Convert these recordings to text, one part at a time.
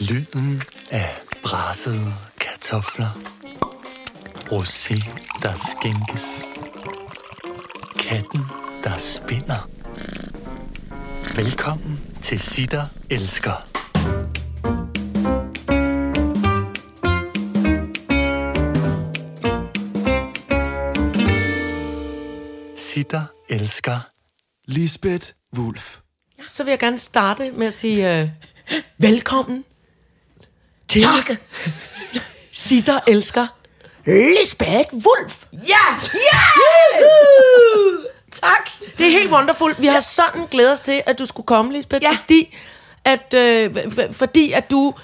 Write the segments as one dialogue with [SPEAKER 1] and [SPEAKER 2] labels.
[SPEAKER 1] Lyden af brassede kartofler. Rosé, der skænkes. Katten, der spinder. Velkommen til Sitter Elsker. Sitter Elsker.
[SPEAKER 2] Lisbeth Wulf.
[SPEAKER 3] så vil jeg gerne starte med at sige øh, velkommen til tak. Sitter elsker Lisbeth Wulf. Ja! Ja! tak. Det er helt wonderful. Vi har sådan glædet os til, at du skulle komme, Lisbeth, ja. fordi, at, øh, f- f- fordi at du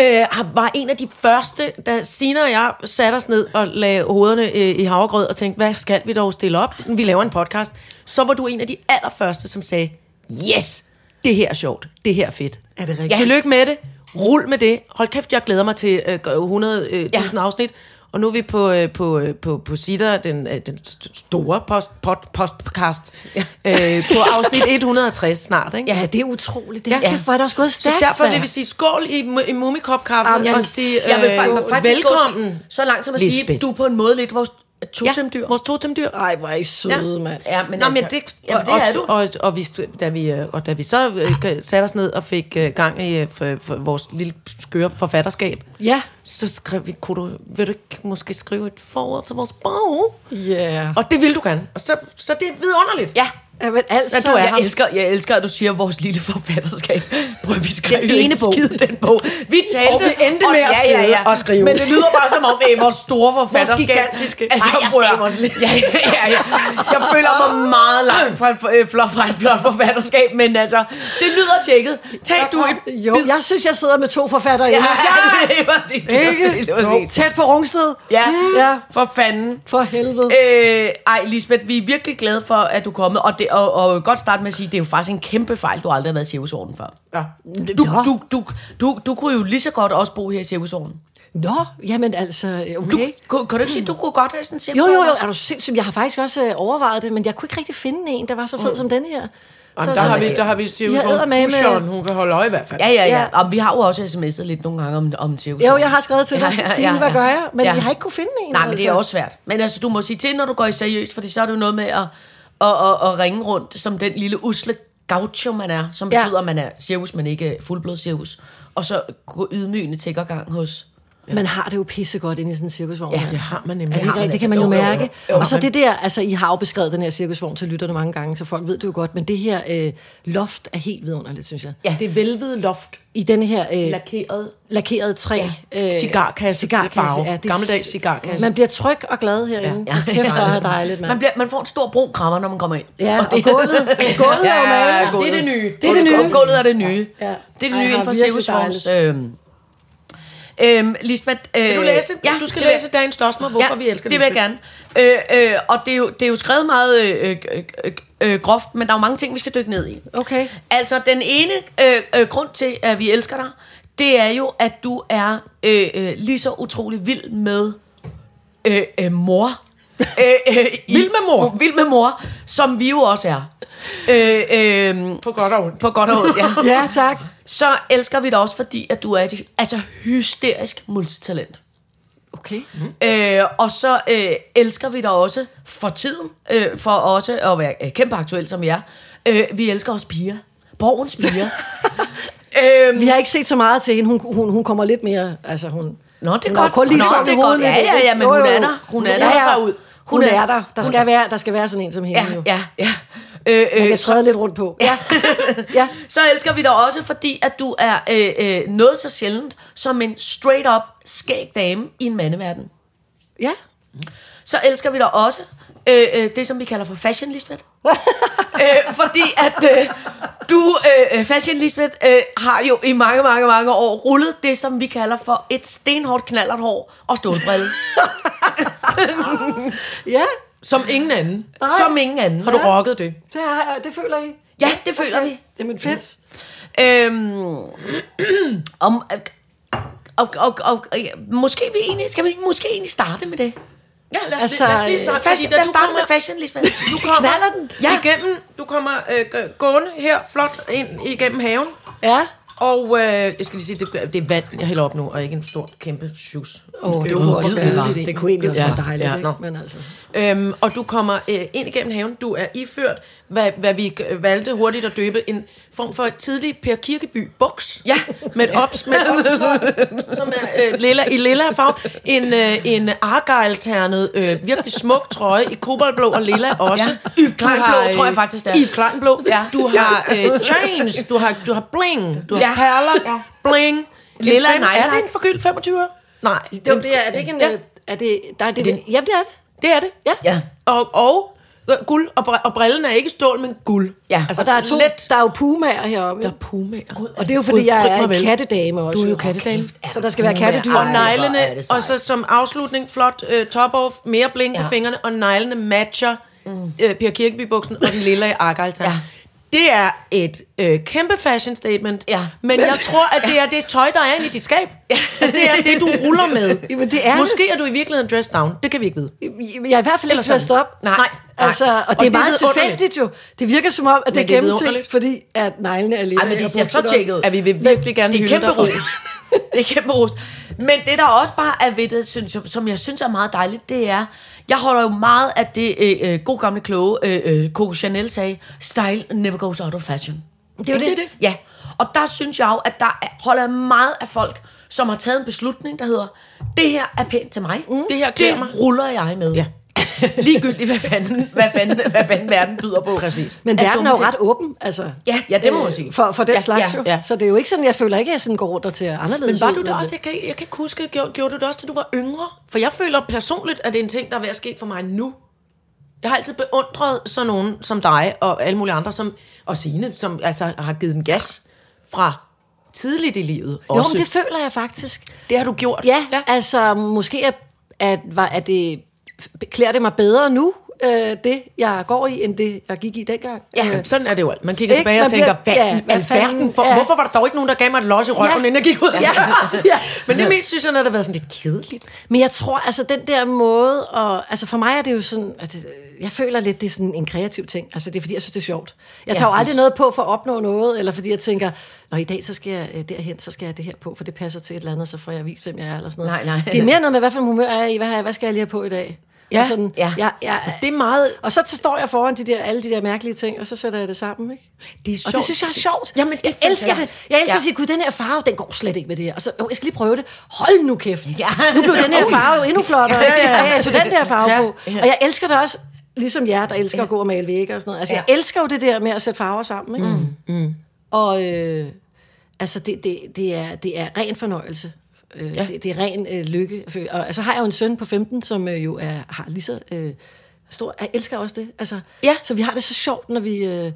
[SPEAKER 3] øh, har- var en af de første, da Sina og jeg satte os ned og lagde hovederne øh, i havregrød og tænkte, hvad skal vi dog stille op? Vi laver en podcast. Så var du en af de allerførste, som sagde, yes, det her er sjovt, det her er fedt. Er det rigtigt? Ja. Tillykke med det, rul med det. Hold kæft, jeg glæder mig til øh, 100.000 øh, ja. afsnit. Og nu er vi på, øh, på, øh, på, på Sitter, den, øh, den st- store post, pod, podcast, ja. øh, på afsnit 160 snart. Ikke?
[SPEAKER 4] Ja, det er utroligt. Det
[SPEAKER 3] Ja.
[SPEAKER 4] ja. Kæft, hvor er det også gået
[SPEAKER 3] Så
[SPEAKER 4] stærkt,
[SPEAKER 3] derfor vil
[SPEAKER 4] mand.
[SPEAKER 3] vi sige skål i, mu- i Mumikop-kaffen
[SPEAKER 4] Jamen, jeg-
[SPEAKER 3] og sige
[SPEAKER 4] jeg vil
[SPEAKER 3] øh,
[SPEAKER 4] fa-
[SPEAKER 3] faktisk
[SPEAKER 4] faktisk
[SPEAKER 3] velkommen.
[SPEAKER 5] Så langt som at
[SPEAKER 3] Lisbeth.
[SPEAKER 5] sige, du er på en måde lidt vores totemdyr.
[SPEAKER 3] Ja, vores totemdyr.
[SPEAKER 5] Ej, hvor er I søde, ja. mand. Ja, men,
[SPEAKER 3] Nå, men
[SPEAKER 5] altså-
[SPEAKER 3] det,
[SPEAKER 5] Jamen, det
[SPEAKER 3] og,
[SPEAKER 5] er du.
[SPEAKER 3] Og, og, og, vi, st- da vi, øh, og da vi så øh, k- satte os ned og fik øh, gang i øh, for, for vores lille skøre forfatterskab,
[SPEAKER 4] Ja.
[SPEAKER 3] så skrev vi, kunne du, vil du ikke måske skrive et forord til vores bog?
[SPEAKER 4] Yeah.
[SPEAKER 3] Og det ville du gerne. Og så, så det er vidunderligt.
[SPEAKER 4] Ja.
[SPEAKER 5] Ja, men altså,
[SPEAKER 3] Ja, du er
[SPEAKER 5] jeg
[SPEAKER 3] ham.
[SPEAKER 5] elsker, jeg elsker, at du siger vores lille forfatterskab. Prøv at vi skrev
[SPEAKER 3] Den
[SPEAKER 5] jo
[SPEAKER 3] ene
[SPEAKER 5] ikke
[SPEAKER 3] bog.
[SPEAKER 5] skide den bog.
[SPEAKER 3] Vi talte,
[SPEAKER 5] og vi endte
[SPEAKER 3] og-
[SPEAKER 5] med at
[SPEAKER 3] ja, ja,
[SPEAKER 5] sidde
[SPEAKER 3] ja.
[SPEAKER 5] og skrive.
[SPEAKER 3] Men
[SPEAKER 5] Men det lyder bare som om, det er vores store forfatterskab.
[SPEAKER 3] gigantiske.
[SPEAKER 5] Altså,
[SPEAKER 3] Ej, jeg
[SPEAKER 5] prøv at-
[SPEAKER 3] ser vores lille-
[SPEAKER 5] ja, ja, ja. Jeg føler mig meget langt fra et, for- øh, flot, fra et flot forfatterskab, men altså, det lyder tjekket. Tag du et...
[SPEAKER 4] Jo, jeg synes, jeg sidder med to forfattere. Ja.
[SPEAKER 5] ja, det er præcis det.
[SPEAKER 4] Ikke?
[SPEAKER 5] Det er præcis.
[SPEAKER 4] Tæt på Rungsted.
[SPEAKER 5] Ja,
[SPEAKER 4] Ja,
[SPEAKER 5] for fanden.
[SPEAKER 4] for helvede.
[SPEAKER 5] Øh, ej, Lisbeth, vi er virkelig glade for, at du er kommet. Og, det, og, og godt starte med at sige, det er jo faktisk en kæmpe fejl, du aldrig har været i Cirkusorden før.
[SPEAKER 4] Ja.
[SPEAKER 5] Du,
[SPEAKER 4] Nå.
[SPEAKER 5] du, du, du, du kunne jo lige så godt også bo her i Cirkusorden.
[SPEAKER 4] Nå, jamen altså, okay.
[SPEAKER 5] Du, kunne, kan du ikke sige, du kunne godt have sådan en
[SPEAKER 4] Jo,
[SPEAKER 5] Cirkusorden
[SPEAKER 4] jo, jo,
[SPEAKER 5] også?
[SPEAKER 4] er du sindssyg? Jeg har faktisk også øh, overvejet det, men jeg kunne ikke rigtig finde en, der var
[SPEAKER 5] Mm.
[SPEAKER 4] så fed som denne her.
[SPEAKER 3] Jamen, der, har vi, der har vi Sivs,
[SPEAKER 4] Jeg æder
[SPEAKER 3] hun,
[SPEAKER 4] med
[SPEAKER 3] Pusjeren, hun kan holde øje i hvert fald.
[SPEAKER 5] Ja, ja, ja.
[SPEAKER 4] Ja.
[SPEAKER 5] Om, vi har jo også sms'et lidt nogle gange om, om Cirkusorden.
[SPEAKER 4] Jo, jeg har skrevet til dig, Signe, hvad gør jeg? Men jeg har ikke kunne finde en,
[SPEAKER 5] Nej, men det er
[SPEAKER 4] altså.
[SPEAKER 5] også svært. Men altså, du må sige til, når du går i seriøst, fordi så er det jo noget med at, at, at, at ringe rundt som den lille usle gaucho, man er, som
[SPEAKER 4] Ja.
[SPEAKER 5] betyder, at man er cirkus, men ikke fuldblod cirkus. Og så gå ydmygende tækkergang hos...
[SPEAKER 4] Man har det jo pissegodt inde i sådan en cirkusvogn.
[SPEAKER 5] Ja,
[SPEAKER 4] her.
[SPEAKER 3] Det har man nemlig.
[SPEAKER 4] Er
[SPEAKER 5] har
[SPEAKER 4] det ikke
[SPEAKER 5] man
[SPEAKER 4] rigtigt? Det kan man
[SPEAKER 5] altså.
[SPEAKER 4] jo
[SPEAKER 5] Jo, jo, jo,
[SPEAKER 4] mærke.
[SPEAKER 5] jo.
[SPEAKER 4] Og så det der, altså I har jo beskrevet den her cirkusvogn til lytterne mange gange, så folk ved det jo godt, men det her øh, loft er helt vidunderligt, synes jeg.
[SPEAKER 3] Ja. Det velvede loft,
[SPEAKER 4] I denne her øh,
[SPEAKER 3] lakeret
[SPEAKER 4] lakerede træ. øh,
[SPEAKER 3] Ja. Cigarkasse, det er farve. Gammeldags cigarkasse.
[SPEAKER 4] Man bliver tryg og glad herinde. Ja. Ja. Kæft, hvor er det dejligt,
[SPEAKER 5] Man,
[SPEAKER 4] mand.
[SPEAKER 5] bliver, man får en stor brun krammer, når man kommer ind.
[SPEAKER 4] Ja, og gulvet. Gulvet er jo malet.
[SPEAKER 5] gulvet.
[SPEAKER 4] Det er det
[SPEAKER 5] nye. Det er det nye. Gulvet er det nye. Ja.
[SPEAKER 4] Ja.
[SPEAKER 5] Det er det
[SPEAKER 4] Ej,
[SPEAKER 5] nye inden
[SPEAKER 4] hvor
[SPEAKER 5] for
[SPEAKER 4] virkelig
[SPEAKER 5] Cirkusvogns... Øhm, øhm, Lisbeth... Øh,
[SPEAKER 3] Vil du læse? Ja, du skal
[SPEAKER 5] det vil-
[SPEAKER 3] læse dagens spørgsmål, hvorfor vi elsker
[SPEAKER 5] det vil jeg gerne. Øh, øh, og det er, jo, det er jo skrevet meget øh, øh, øh, øh, groft, men der er jo mange ting, vi skal dykke ned i.
[SPEAKER 4] Okay.
[SPEAKER 5] Altså, den ene øh, øh, grund til, at vi elsker dig, det er jo, at du er øh, øh, lige så utrolig vild med øh, øh, mor. øh, øh, i-
[SPEAKER 3] Vild med mor.
[SPEAKER 5] Vild med mor, som vi jo også er. Øh, øh,
[SPEAKER 3] På godt og ondt.
[SPEAKER 5] På godt og ondt, ja.
[SPEAKER 4] Ja, tak.
[SPEAKER 5] Så elsker vi dig også, fordi at du er et hy- altså, hysterisk multitalent.
[SPEAKER 4] Okay.
[SPEAKER 5] Øh, og så øh, elsker vi dig også for tiden, øh, for også at være øh, kæmpe aktuel, som jeg er. Øh, vi elsker også piger. Borgens piger. øhm,
[SPEAKER 4] Vi har ikke set så meget til hende. Hun, hun, hun kommer lidt mere, altså hun...
[SPEAKER 5] Nå, det er
[SPEAKER 4] hun
[SPEAKER 5] godt.
[SPEAKER 4] har Kun lige
[SPEAKER 5] Nå,
[SPEAKER 4] skubbet
[SPEAKER 5] det er godt.
[SPEAKER 4] hovedet lidt,
[SPEAKER 5] Ja, ja,
[SPEAKER 4] ikke?
[SPEAKER 5] ja, men
[SPEAKER 4] Jo,
[SPEAKER 5] hun
[SPEAKER 4] jo,
[SPEAKER 5] er
[SPEAKER 4] jo.
[SPEAKER 5] der. Hun er
[SPEAKER 4] Ja,
[SPEAKER 5] der.
[SPEAKER 4] ja.
[SPEAKER 5] Så ud.
[SPEAKER 4] Hun er der. Der
[SPEAKER 5] Hun
[SPEAKER 4] skal være, der skal være sådan en som hende
[SPEAKER 5] ja,
[SPEAKER 4] jo.
[SPEAKER 5] ja, ja. Øh,
[SPEAKER 4] Man
[SPEAKER 5] øh,
[SPEAKER 4] kan træde lidt rundt på. Ja. ja.
[SPEAKER 5] så elsker vi dig også, fordi at du er øh, øh, noget så sjældent som en straight-up skæg dame i en mandeverden.
[SPEAKER 4] Ja.
[SPEAKER 5] så elsker vi dig også øh, øh, det, som vi kalder for fashion, Lisbeth. øh, fordi at øh, du, øh, øh, fashion, Lisbeth, øh, har jo i mange, mange, mange år rullet det, som vi kalder for et stenhårdt knallert hår og stålbrille,
[SPEAKER 4] Ja,
[SPEAKER 3] Som ingen anden.
[SPEAKER 5] som ingen anden.
[SPEAKER 3] Har du rocket det?
[SPEAKER 4] det, har, det føler I.
[SPEAKER 5] Ja, det føler vi.
[SPEAKER 4] Jamen fedt.
[SPEAKER 5] Øhm, om, øh, og, og, og, og, ja, måske vi egentlig, skal vi måske egentlig starte med det?
[SPEAKER 3] Ja, lad os,
[SPEAKER 4] Altså,
[SPEAKER 3] lad os lige starte.
[SPEAKER 4] øh,
[SPEAKER 5] Fashion,
[SPEAKER 3] fordi da
[SPEAKER 5] lad os
[SPEAKER 3] du
[SPEAKER 5] starte
[SPEAKER 3] kommer-
[SPEAKER 5] med fashion, Lisbeth.
[SPEAKER 3] Du kommer
[SPEAKER 4] Knaller den?
[SPEAKER 3] ja. igennem, du kommer øh, g- gående her flot ind igennem haven,
[SPEAKER 4] Ja.
[SPEAKER 3] Og øh, jeg skal lige sige, det, det er vand, jeg hælder op nu, og ikke en stor, kæmpe shoes.
[SPEAKER 4] Åh, det
[SPEAKER 3] Øv,
[SPEAKER 4] kunne
[SPEAKER 3] hvor
[SPEAKER 4] også
[SPEAKER 3] kedeligt
[SPEAKER 4] være.
[SPEAKER 3] egentlig.
[SPEAKER 4] Det kunne egentlig også
[SPEAKER 3] Ja,
[SPEAKER 4] være dejligt,
[SPEAKER 3] ja,
[SPEAKER 4] ikke?
[SPEAKER 3] nå.
[SPEAKER 4] Men altså...
[SPEAKER 3] Øhm, og du kommer øh, ind igennem haven, du er iført, hvad, hvad vi øh, valgte hurtigt at døbe, en form for tidlig Per Kirkeby buks.
[SPEAKER 5] Ja.
[SPEAKER 3] Med et ops, med et opslår, som er øh, lilla, i lilla farve. En, øh, en argyle-ternet, øh, virkelig smuk trøje i koboldblå og lilla også.
[SPEAKER 5] Ja. Yves
[SPEAKER 3] Du
[SPEAKER 5] Klein
[SPEAKER 3] har, øh,
[SPEAKER 5] blå, tror jeg faktisk, det er.
[SPEAKER 3] Yves Klein blå.
[SPEAKER 5] Ja.
[SPEAKER 3] Du har øh, chains, du har, du har bling, du har
[SPEAKER 5] Ja.
[SPEAKER 3] perler, bling.
[SPEAKER 5] Lilla
[SPEAKER 3] Fem- Er
[SPEAKER 5] nejlak.
[SPEAKER 3] det en forgyldt 25 øre? Nej.
[SPEAKER 4] Jo, det er, er det ikke en...
[SPEAKER 3] Ja.
[SPEAKER 4] Ja. Er det, der er det, det, ja, det er det.
[SPEAKER 3] Det er det.
[SPEAKER 4] Ja.
[SPEAKER 5] Ja.
[SPEAKER 3] Og, og øh, guld, og, br- og brillen er ikke stål, men guld. Altså,
[SPEAKER 5] Ja,
[SPEAKER 4] Og Altså, der er to,
[SPEAKER 3] Let,
[SPEAKER 4] der er jo pumaer heroppe.
[SPEAKER 3] der er pumaer. God,
[SPEAKER 4] og det er jo, fordi jeg er en kattedame også.
[SPEAKER 3] Du er jo kattedame.
[SPEAKER 4] Så der skal være kattedyr.
[SPEAKER 3] Og
[SPEAKER 5] hvor er
[SPEAKER 3] neglene,
[SPEAKER 5] det sejt.
[SPEAKER 3] og så som afslutning, flot øh, top off, mere bling ja. på fingrene, og neglene matcher mm. øh, Per Kirkeby-buksen og den lille i Argaltan. Ja.
[SPEAKER 5] Ja.
[SPEAKER 3] Det er et øh, kæmpe fashion statement,
[SPEAKER 5] Ja.
[SPEAKER 3] men jeg tror, at det er det tøj, der er inde i dit skab. Ja. Altså, det er det, du ruller med.
[SPEAKER 4] Jamen, det er det.
[SPEAKER 3] Måske er du i virkeligheden dressed down. Det kan vi ikke vide.
[SPEAKER 4] Jeg er i hvert fald
[SPEAKER 3] Eller
[SPEAKER 4] ikke dressed
[SPEAKER 3] sådan.
[SPEAKER 4] op.
[SPEAKER 3] Nej. Nej.
[SPEAKER 4] Altså, og det er
[SPEAKER 3] Og det er
[SPEAKER 4] meget
[SPEAKER 3] vidunderligt.
[SPEAKER 4] tilfældigt jo. Det virker som om, at det er
[SPEAKER 3] det er
[SPEAKER 4] gennemtænkt,
[SPEAKER 3] vidunderligt.
[SPEAKER 4] fordi at neglene er lidt...
[SPEAKER 5] Ej, men det ser så tjekket ud.
[SPEAKER 3] At vi vil virkelig gerne
[SPEAKER 5] det er
[SPEAKER 3] hylde
[SPEAKER 5] kæmpe
[SPEAKER 3] dig,
[SPEAKER 5] ros. det er kæmpe ros. Men det, der også bare er ved det, synes, jeg- som jeg synes er meget dejligt, det er, jeg holder jo meget af det øh, øh, god gamle kloge, øh, øh, Coco Chanel sagde, style never goes out of fashion.
[SPEAKER 4] Det er jo det.
[SPEAKER 5] Ja, og der synes jeg jo, at der er- holder jeg meget af folk, som har taget en beslutning, der hedder, det her er pænt til mig. Mm.
[SPEAKER 3] Det her klæder
[SPEAKER 5] det
[SPEAKER 3] mig.
[SPEAKER 5] ruller jeg med.
[SPEAKER 3] Ja.
[SPEAKER 5] Ligegyldigt, hvad fanden, hvad, fanden, hvad fanden verden byder på.
[SPEAKER 3] Præcis.
[SPEAKER 4] Men verden
[SPEAKER 5] dumme
[SPEAKER 4] er jo
[SPEAKER 5] ting.
[SPEAKER 4] ret åben, altså.
[SPEAKER 5] Ja, ja, det må man sige.
[SPEAKER 4] For, for den
[SPEAKER 5] Ja,
[SPEAKER 4] slags
[SPEAKER 5] ja,
[SPEAKER 4] jo.
[SPEAKER 3] ja.
[SPEAKER 4] Så det er jo ikke sådan, jeg føler ikke, at jeg sådan går rundt og til anderledes
[SPEAKER 3] Men var
[SPEAKER 4] ud,
[SPEAKER 3] du det
[SPEAKER 4] men-
[SPEAKER 3] også, jeg kan, ikke- jeg kan ikke huske, gjorde, gjorde du det også, da du var yngre? For jeg føler personligt, at det er en ting, der er ved at ske for mig nu. Jeg har altid beundret sådan nogen som dig og alle mulige andre, som, og Signe, som altså, har givet den gas fra tidligt i livet
[SPEAKER 4] Jo,
[SPEAKER 3] også.
[SPEAKER 4] men det føler jeg faktisk.
[SPEAKER 3] det har du gjort.
[SPEAKER 4] Ja, ja. altså måske er, at, var, at det, klæder det mig bedre nu, øh, det jeg går i, end det jeg gik i dengang.
[SPEAKER 3] Ja,
[SPEAKER 4] Øh,
[SPEAKER 3] sådan er det jo alt. Man kigger
[SPEAKER 4] Ikke?
[SPEAKER 3] tilbage og
[SPEAKER 4] Man
[SPEAKER 3] tænker, hvad
[SPEAKER 4] bliver- ja,
[SPEAKER 3] i
[SPEAKER 4] hvad
[SPEAKER 3] alverden
[SPEAKER 4] fanden,
[SPEAKER 3] for?
[SPEAKER 4] ja.
[SPEAKER 3] Hvorfor var der dog ikke nogen, der gav mig et los i røven,
[SPEAKER 4] Ja.
[SPEAKER 3] inden jeg gik ud?
[SPEAKER 4] Ja. Ja.
[SPEAKER 3] Men det mest synes jeg, når det har været sådan lidt kedeligt.
[SPEAKER 4] Men jeg tror, altså den der måde, og, altså for mig er det jo sådan, at det, jeg føler lidt, det er sådan en kreativ ting. Altså det er fordi, jeg synes, det er sjovt. Jeg tager jo aldrig noget på for at opnå noget, eller fordi jeg tænker, når i dag så skal jeg øh, derhen, så skal jeg det her på, for det passer til et eller andet, så får jeg vist, hvem jeg er, eller sådan noget.
[SPEAKER 5] Nej, nej.
[SPEAKER 4] Det er mere noget med, hvad for en humør er jeg i, hvad, har jeg, hvad skal jeg lige have på i dag?
[SPEAKER 3] Ja,
[SPEAKER 4] og sådan,
[SPEAKER 5] ja.
[SPEAKER 4] Jeg, jeg,
[SPEAKER 3] Det er meget
[SPEAKER 4] Og så står jeg foran de der, alle de der mærkelige ting, og så sætter jeg det sammen, ikke?
[SPEAKER 3] Det er
[SPEAKER 4] Og
[SPEAKER 3] sjovt.
[SPEAKER 4] det synes jeg er sjovt.
[SPEAKER 3] Jamen, det er
[SPEAKER 4] jeg elsker det.
[SPEAKER 3] fantastisk.
[SPEAKER 4] Jeg elsker
[SPEAKER 5] Ja.
[SPEAKER 4] ja. at sige, gud, den her farve, den går slet ikke med det her. Og så, oh, jeg skal lige prøve det. Hold nu kæft.
[SPEAKER 5] Ja.
[SPEAKER 4] Ja. Nu blev den her farve jo endnu flottere. Ja, ja, ja. Så den der farve
[SPEAKER 3] Ja,
[SPEAKER 4] ja, på.
[SPEAKER 3] ja.
[SPEAKER 4] Og jeg elsker det også, ligesom jer, der elsker at gå og male vægge og sådan noget. Altså, jeg elsker jo det der med at sætte farver sammen, ikke? Mm. Mm. Og øh, altså, det, det, det, er, det er ren fornøjelse. Øh, ja. det, det er ren øh, lykke. Og altså, har jeg jo en søn på 15, som øh, jo er, har lige så øh, stor... Jeg elsker også det. Altså,
[SPEAKER 3] Ja.
[SPEAKER 4] Så vi har det så sjovt, når vi... Øh,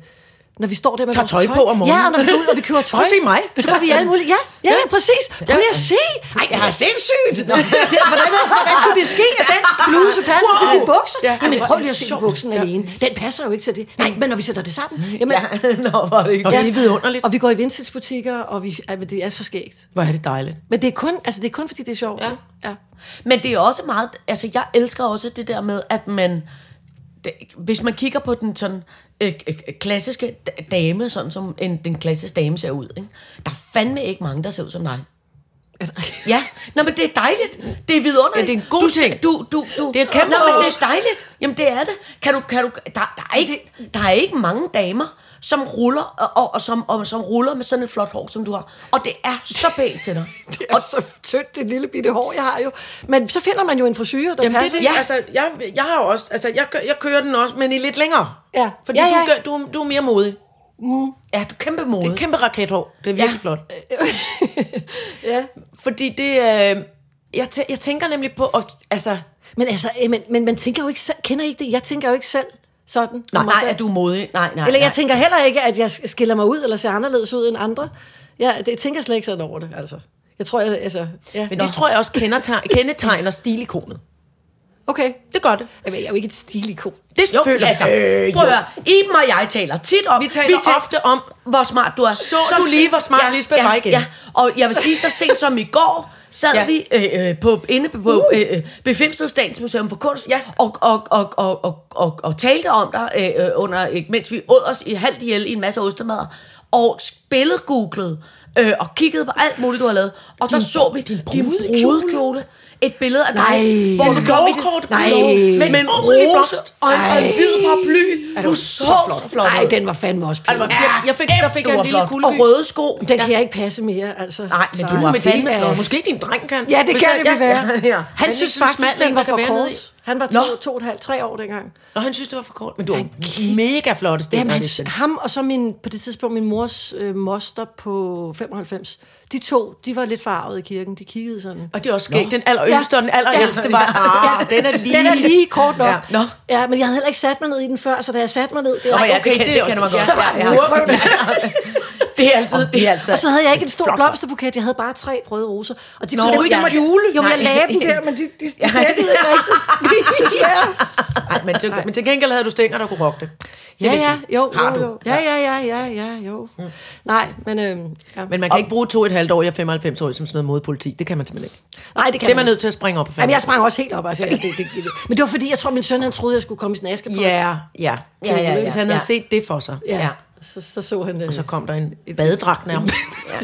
[SPEAKER 4] når vi står der med
[SPEAKER 3] Tager
[SPEAKER 4] vores
[SPEAKER 3] tøj på om morgenen.
[SPEAKER 4] Ja, og når vi går ud og vi køber tøj.
[SPEAKER 3] Prøv at se mig.
[SPEAKER 4] Så går vi i alle mulige... Ja, ja, ja præcis. Prøv lige at se. Ej, det er sindssygt. Nå, det, hvordan, hvordan kunne det ske, at den bluse passer wow. til dine bukser?
[SPEAKER 3] Ja.
[SPEAKER 4] Ja, Jamen, prøv lige at se
[SPEAKER 3] Sjovt.
[SPEAKER 4] buksen alene. Den passer jo ikke til det. Nej, men når vi sætter det sammen. Jamen, ja.
[SPEAKER 5] Nå, hvor er det
[SPEAKER 3] Og
[SPEAKER 5] hyggeligt.
[SPEAKER 3] det er vidunderligt.
[SPEAKER 4] Og vi går i vintagebutikker, og vi, ja, men det er så skægt.
[SPEAKER 3] Hvor er det dejligt.
[SPEAKER 4] Men det er kun, altså, det er kun fordi, det er sjovt.
[SPEAKER 3] Ja.
[SPEAKER 4] ja.
[SPEAKER 5] Men det er også meget, altså jeg elsker også det der med, at man, det, hvis man kigger på den sådan øh, øh, klassiske d- dame, sådan som en, den klassiske dame ser ud, ikke? der er fandme ikke mange, der ser ud som dig. Ja, Nå, men det er dejligt. Det er vidunderligt.
[SPEAKER 3] Ja, det er en god
[SPEAKER 5] du,
[SPEAKER 3] ting.
[SPEAKER 5] Du, du, du.
[SPEAKER 3] Det er kæmpe
[SPEAKER 5] Nå, men
[SPEAKER 3] ros.
[SPEAKER 5] det er dejligt. Jamen, det er det. Kan du, kan du, der, der, er ikke, der er ikke mange damer, som ruller, og, og, og, som, og som ruller med sådan et flot hår, som du har. Og det er så pænt til dig.
[SPEAKER 4] Det er så tyndt, det lille bitte hår, jeg har jo. Men så finder man jo en frisyre, der
[SPEAKER 3] Jamen, det, er
[SPEAKER 4] passer.
[SPEAKER 3] det,
[SPEAKER 5] Ja.
[SPEAKER 3] ja. altså, jeg, jeg har jo også, altså, jeg, kø- jeg kører den også, men i lidt længere.
[SPEAKER 4] Ja.
[SPEAKER 3] Fordi
[SPEAKER 4] Ja,
[SPEAKER 3] Du,
[SPEAKER 4] ja.
[SPEAKER 3] gør, du, du er mere modig.
[SPEAKER 5] Ja, du er kæmpe
[SPEAKER 3] Det
[SPEAKER 5] mode.
[SPEAKER 3] er kæmpe rakethår. Det er virkelig ja. flot.
[SPEAKER 4] Ja.
[SPEAKER 3] Fordi det, øh, jeg, tæ, jeg tænker nemlig på, og, altså,
[SPEAKER 4] Men altså, øh, men, men man tænker jo ikke selv, kender I ikke det? Jeg tænker jo ikke selv sådan. om
[SPEAKER 5] Nej,
[SPEAKER 4] mig
[SPEAKER 5] nej,
[SPEAKER 4] selv.
[SPEAKER 5] er du modig? Nej, nej,
[SPEAKER 4] Eller jeg
[SPEAKER 5] nej.
[SPEAKER 4] tænker heller ikke, at jeg skiller mig ud, eller ser anderledes ud end andre. Jeg, det, jeg tænker slet ikke sådan over det, altså. Jeg tror, jeg, altså, ja.
[SPEAKER 3] men det tror jeg også kendetegner, kendetegner stilikonet.
[SPEAKER 4] Okay.
[SPEAKER 3] Det gør det.
[SPEAKER 4] Jamen, jeg er jo ikke et stilikon.
[SPEAKER 3] Det
[SPEAKER 5] Jo,
[SPEAKER 3] føler
[SPEAKER 5] altså,
[SPEAKER 3] jeg.
[SPEAKER 5] prøv at høre. Iben og jeg taler tit om...
[SPEAKER 3] Vi taler ofte om,
[SPEAKER 5] hvor smart du er. Så,
[SPEAKER 3] du lige,
[SPEAKER 5] sent-
[SPEAKER 3] hvor smart Lisbeth
[SPEAKER 5] ja,
[SPEAKER 3] var igen?
[SPEAKER 5] Ja, og jeg vil sige, så sent som i går sad
[SPEAKER 3] Ja.
[SPEAKER 5] ja. vi øh, øh, på, inde på uh. øh, øh, Befimsted Statens Museum for Kunst
[SPEAKER 3] Ja.
[SPEAKER 5] og, og, og, og, og, og, og talte om dig, øh, øh, under, øh, mens vi åd os i halvt ihjel i en masse ostemader, og billedgooglede øh, og kiggede på alt muligt, du har lavet. Og din, der så vi din,
[SPEAKER 3] brudekjole?
[SPEAKER 5] brudekjole. Et billede af dig,
[SPEAKER 4] Nej.
[SPEAKER 5] hvor
[SPEAKER 4] En
[SPEAKER 5] du kom i det.
[SPEAKER 3] lovkort
[SPEAKER 5] Nej,
[SPEAKER 4] blå,
[SPEAKER 5] med
[SPEAKER 3] med
[SPEAKER 5] en
[SPEAKER 3] en
[SPEAKER 5] ordentlig
[SPEAKER 3] rose.
[SPEAKER 5] blomst og en, og en
[SPEAKER 3] Ej.
[SPEAKER 5] hvid paraply.
[SPEAKER 3] det
[SPEAKER 5] Du
[SPEAKER 3] var
[SPEAKER 5] så
[SPEAKER 3] så
[SPEAKER 5] så,
[SPEAKER 3] flot.
[SPEAKER 5] så flot
[SPEAKER 4] Nej,
[SPEAKER 5] ud.
[SPEAKER 4] den var fandme også pæn.
[SPEAKER 3] Altså, jeg, jeg fik, der fik jeg en lille kuldegys.
[SPEAKER 5] Og røde sko.
[SPEAKER 4] Den kan jeg ikke passe mere, altså.
[SPEAKER 5] Nej, men
[SPEAKER 4] Så-
[SPEAKER 5] du var
[SPEAKER 3] med fandme
[SPEAKER 5] fandme
[SPEAKER 3] flot.
[SPEAKER 5] flot.
[SPEAKER 3] Måske din dreng kan.
[SPEAKER 4] Ja, det
[SPEAKER 3] Hvis
[SPEAKER 4] kan
[SPEAKER 3] jeg-
[SPEAKER 4] det ja,
[SPEAKER 3] ja,
[SPEAKER 4] være. Ja, ja.
[SPEAKER 3] Han
[SPEAKER 4] Han synes
[SPEAKER 3] synes,
[SPEAKER 4] faktisk,
[SPEAKER 3] smal en,
[SPEAKER 4] den var
[SPEAKER 3] der kan
[SPEAKER 4] for
[SPEAKER 3] være nede i.
[SPEAKER 4] kort. Han var to, to og et halvt, tre år dengang.
[SPEAKER 3] Nå, han synes, det var for kort. Men du var mega flot.
[SPEAKER 4] Jamen, han, ham og så min, på det tidspunkt min mors øh, moster på 95, de to, de var lidt farvede i kirken. De kiggede sådan.
[SPEAKER 5] Og det er også skægt. Den alleryngste og den allerældste var... Ah, den er lige...
[SPEAKER 4] Den er lige kort nok.
[SPEAKER 5] Ja. Nå.
[SPEAKER 4] ja, men jeg havde heller ikke sat mig ned i den før, så da jeg satte mig ned... Det var,
[SPEAKER 5] Nå, ja, det,
[SPEAKER 3] okay,
[SPEAKER 5] kan,
[SPEAKER 3] det er
[SPEAKER 5] det,
[SPEAKER 3] også-
[SPEAKER 5] kender man
[SPEAKER 3] ja,
[SPEAKER 5] godt. Ja, ja, Det er altid... Det er altid...
[SPEAKER 4] altså- Og så havde jeg ikke en stor blomsterbuket, jeg havde bare tre røde roser. Og de Nå, kunne ikke
[SPEAKER 5] ja.
[SPEAKER 4] ja. jule. Jo, men jeg
[SPEAKER 5] Nej.
[SPEAKER 4] lagde dem der, men de, de, de dækkede ikke rigtigt. Desværre.
[SPEAKER 3] Ej, men, til, men til gengæld havde du stænger, der kunne rokke det.
[SPEAKER 4] Ja, ja, jo,
[SPEAKER 3] Har
[SPEAKER 4] jo,
[SPEAKER 3] du? Mm.
[SPEAKER 4] jo. Ja, ja, ja, ja, ja, jo. Nej, men... Øhm, ja.
[SPEAKER 3] Men man kan ikke bruge to og et halvt år, jeg er 95 år, som sådan noget modpolitik. Det kan man simpelthen ikke.
[SPEAKER 4] Nej, det kan
[SPEAKER 3] Det er man nødt til at springe op og
[SPEAKER 4] Jamen, jeg sprang også helt op. Altså, det, det, det, men det var fordi, jeg tror, min søn han troede, jeg skulle komme i sådan en aske på.
[SPEAKER 3] Ja, ja.
[SPEAKER 5] Ja, ja, ja.
[SPEAKER 3] Hvis han havde
[SPEAKER 5] Ja.
[SPEAKER 3] set det for sig,
[SPEAKER 4] ja.
[SPEAKER 3] ja.
[SPEAKER 4] Så, så så han det.
[SPEAKER 3] så kom der en badedragt nærmest.
[SPEAKER 5] Ej,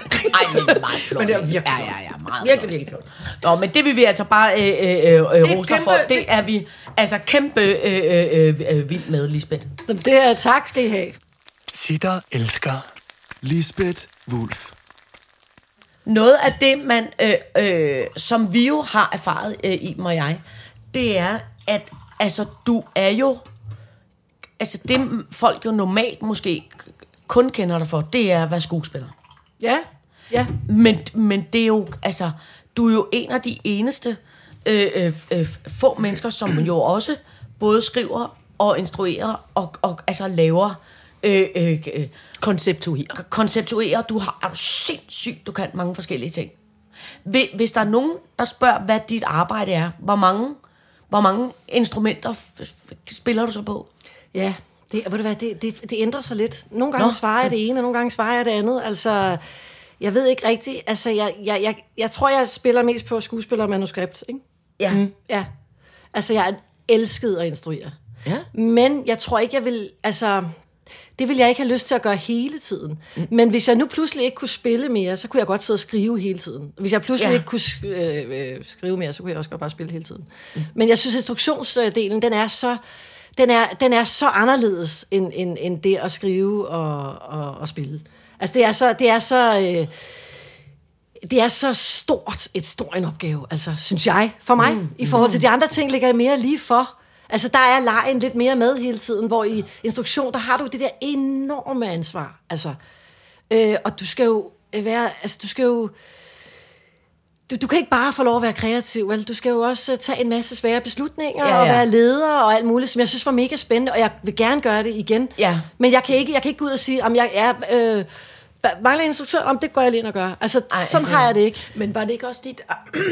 [SPEAKER 5] men meget flot. Men det er
[SPEAKER 3] virkelig
[SPEAKER 5] ja, ja, ja, meget virkelig, virkelig flot. Nå, men det vil vi altså bare øh, øh, øh, rose dig
[SPEAKER 3] kæmpe-
[SPEAKER 5] for. Det er vi altså kæmpe øh, øh, øh, øh, vild med, Lisbeth.
[SPEAKER 4] Det er tak, skal I have.
[SPEAKER 1] Sitter elsker.
[SPEAKER 2] Lisbeth Wulf.
[SPEAKER 5] Noget af det, man, øh, øh, som vi jo har erfaret, øh, Iben og jeg, det er, at altså, du er jo... Altså det folk jo normalt måske kun kender dig for, det er at være skuespiller.
[SPEAKER 4] Ja, ja.
[SPEAKER 5] Men, men det er jo, altså, du er jo en af de eneste øh, øh, øh, få mennesker, som jo også både skriver og instruerer og, og altså laver øh, øh, øh,
[SPEAKER 3] Konceptuer.
[SPEAKER 5] konceptuerer. Du har er du sindssygt, du kan mange forskellige ting. Hvi- Hvis der er nogen, der spørger, hvad dit arbejde er, hvor mange, hvor mange instrumenter f- f- spiller du så på?
[SPEAKER 4] Ja, det, ved du hvad, det, det, det ændrer sig lidt. Nogle gange
[SPEAKER 5] Nå.
[SPEAKER 4] Nå. svarer jeg det ene, og nogle gange svarer jeg det andet. Altså, jeg ved ikke rigtigt. Altså, jeg, jeg, jeg, jeg tror, jeg spiller mest på skuespiller og manuskript, ikke?
[SPEAKER 5] Ja. Mm.
[SPEAKER 4] Ja. Altså, jeg elskede at instruere.
[SPEAKER 3] Ja.
[SPEAKER 4] Men jeg tror ikke, jeg vil... Altså, det vil jeg ikke have lyst til at gøre hele tiden. Mm. Men hvis jeg nu pludselig ikke kunne spille mere, så kunne jeg godt sidde og skrive hele tiden. Hvis jeg pludselig
[SPEAKER 5] Ja.
[SPEAKER 4] ja. ikke kunne sk- øh, øh, skrive mere, så kunne jeg også godt bare spille hele tiden. Mm. Men jeg synes, instruktionsdelen, den er så... Den er, den er så anderledes end, end, end det at skrive og, og, og spille. Altså det er så, det er så, øh, det er så stort et stor en opgave, altså, synes jeg, for mig. Mm. I forhold til de andre ting ligger det mere lige for. Altså, der er lejen lidt mere med hele tiden, hvor i instruktion, der har du det der enorme ansvar. Altså, øh, og du skal jo være, altså, du skal jo, du, du kan ikke bare få lov at være kreativ, vel? Du skal jo også øh, tage en masse svære beslutninger
[SPEAKER 5] Ja,
[SPEAKER 4] ja, ja. og
[SPEAKER 5] ja.
[SPEAKER 4] være leder og alt muligt, som jeg synes var mega spændende, og jeg vil gerne gøre det igen.
[SPEAKER 5] Ja.
[SPEAKER 4] Men jeg kan ikke, jeg kan ikke gå ud og sige, om jeg er... Øh, mangler en instruktør, om det går jeg lige ind og gør. Altså, Ej, sådan
[SPEAKER 5] ja.
[SPEAKER 4] har jeg det ikke.
[SPEAKER 3] Men var det ikke også dit...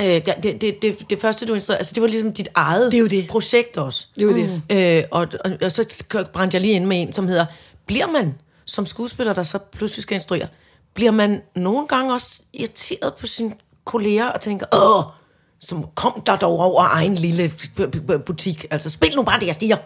[SPEAKER 3] Øh, ja, det, det, det, det første, du instruerede, altså det var ligesom dit eget
[SPEAKER 4] Det er jo det.
[SPEAKER 3] projekt også.
[SPEAKER 4] Det er jo det.
[SPEAKER 3] Øh, og, og, og så k- brændte jeg lige ind med en, som hedder, bliver man som skuespiller, der så pludselig skal instruere, bliver man nogle gange også irriteret på sine kolleger og tænker, åh, som kom der dog over egen lille b- b- b- butik. Altså, spil nu bare det, jeg stiger.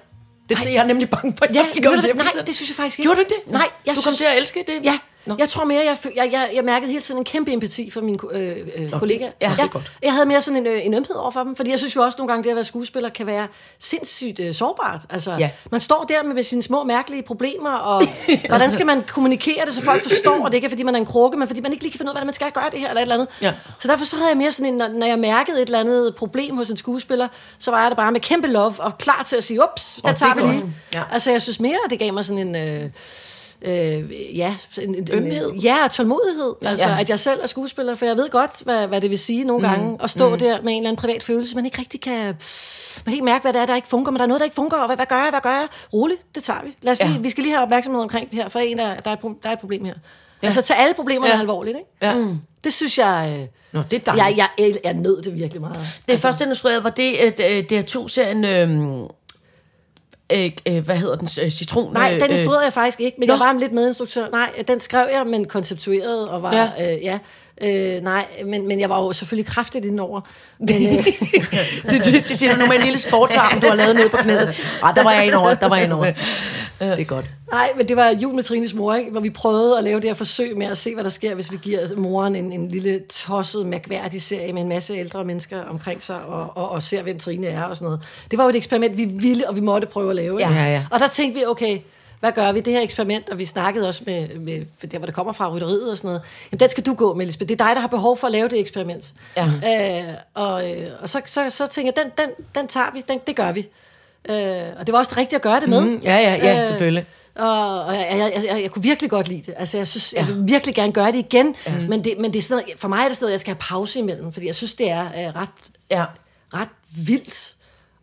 [SPEAKER 3] Det er jeg er nemlig bange for. at
[SPEAKER 4] Ja,
[SPEAKER 3] jeg kommer
[SPEAKER 4] ved du
[SPEAKER 3] til
[SPEAKER 4] hvad?
[SPEAKER 3] at blive
[SPEAKER 4] Nej,
[SPEAKER 3] sådan.
[SPEAKER 4] det synes jeg faktisk ikke.
[SPEAKER 3] Gjorde du ikke det?
[SPEAKER 4] Nej, jeg
[SPEAKER 3] Du kom
[SPEAKER 4] synes-
[SPEAKER 3] til at elske det?
[SPEAKER 4] Ja,
[SPEAKER 3] Nå.
[SPEAKER 4] jeg tror mere, jeg, fø- jeg, jeg, jeg mærkede hele tiden en kæmpe empati for mine ko- øh, øh, kollegaer.
[SPEAKER 3] ja, det er godt.
[SPEAKER 4] Jeg havde mere sådan en, øh, en ømhed over for dem, fordi jeg synes jo også nogle gange, det at være skuespiller kan være sindssygt øh, sårbart. Altså,
[SPEAKER 3] Ja.
[SPEAKER 4] Man står der med, med sine små mærkelige problemer, og hvordan skal man kommunikere det, så folk forstår, og det ikke er, fordi man er en krukke, men fordi man ikke lige kan finde ud af, hvordan man skal gøre det her eller et eller andet.
[SPEAKER 3] Ja.
[SPEAKER 4] Så derfor så havde jeg mere sådan en, når, når jeg mærkede et eller andet problem hos en skuespiller, så var jeg der bare med kæmpe love og klar til at sige, ups, der
[SPEAKER 3] det
[SPEAKER 4] tager
[SPEAKER 3] er
[SPEAKER 4] vi
[SPEAKER 3] godt.
[SPEAKER 4] lige.
[SPEAKER 3] Ja.
[SPEAKER 4] Altså, jeg synes mere, at det gav mig sådan en... Øh, øh, ja, en, en,
[SPEAKER 3] Ømhed.
[SPEAKER 4] En, ja, og tålmodighed. Altså,
[SPEAKER 3] Ja.
[SPEAKER 4] ja. at jeg selv er skuespiller, for jeg ved godt, hvad, hvad det vil sige nogle gange at stå mm. der med en eller anden privat følelse, man ikke rigtig kan man kan helt mærke, hvad det er, der ikke fungerer, men der er noget, der ikke fungerer, og hvad, hvad gør jeg, hvad gør jeg? Roligt, det tager vi. Lad os lige, Vi skal lige have opmærksomhed omkring det her, for en, der, der, er, et pro- der er et problem her. Ja. Altså, tage alle problemerne
[SPEAKER 3] Ja.
[SPEAKER 4] ja. alvorligt, ikke? Mm.
[SPEAKER 3] Ja.
[SPEAKER 4] Det synes jeg... Øh,
[SPEAKER 3] Nå, det er dejligt.
[SPEAKER 4] jeg, jeg, jeg, jeg nød det virkelig meget.
[SPEAKER 5] Den første instruerede var det, at øh, DR2-serien... Øh, øh, øh, hvad hedder den? Øh, Citron?
[SPEAKER 4] Nej,
[SPEAKER 5] øh,
[SPEAKER 4] den
[SPEAKER 5] øh,
[SPEAKER 4] instruerede jeg faktisk ikke, men Nå. jeg var lidt medinstruktør. Nej, den skrev jeg, men konceptuerede og var...
[SPEAKER 3] Ja.
[SPEAKER 4] Ja. Øh, ja. Øh, nej, men, men jeg var jo selvfølgelig kraftigt indover. Men, øh,
[SPEAKER 3] Det, det, det siger du nu med en lille sportsarm, du har lavet nede på knæet. Ej, der var jeg indover, der var jeg indover. Det er godt.
[SPEAKER 4] nej, men det var jul med Trines mor, ikke? hvor vi prøvede at lave det her forsøg med at se, hvad der sker, hvis vi giver moren en, en lille tosset, mærkværdig serie med en masse ældre mennesker omkring sig, og, og, og ser, hvem Trine er og sådan noget. Det var jo et eksperiment, vi ville, og vi måtte prøve at lave. ikke?
[SPEAKER 3] Ja, ja, ja.
[SPEAKER 4] Og der tænkte vi, okay, hvad gør vi? Det her eksperiment, og vi snakkede også med, med der, hvor det kommer fra, rytteriet og sådan noget. Jamen, den skal du gå med, Lisbeth. Det er dig, der har behov for at lave det eksperiment.
[SPEAKER 3] Ja.
[SPEAKER 4] Øh, og øh, og så, så, så tænkte jeg, den, den, den tager vi, den, det gør vi. Øh, og det var også det rigtige at gøre det med.
[SPEAKER 3] Mm, ja, ja, ja,
[SPEAKER 4] Øh,
[SPEAKER 3] selvfølgelig.
[SPEAKER 4] Og, og jeg, jeg, jeg, jeg kunne virkelig godt lide det. Altså, jeg, synes, jeg vil virkelig gerne gøre det igen. Mm. Men, det, men det er sådan noget, for mig er det sådan noget, jeg skal have pause imellem. Fordi jeg synes, det er øh, ret,
[SPEAKER 3] Ja.
[SPEAKER 4] ret vildt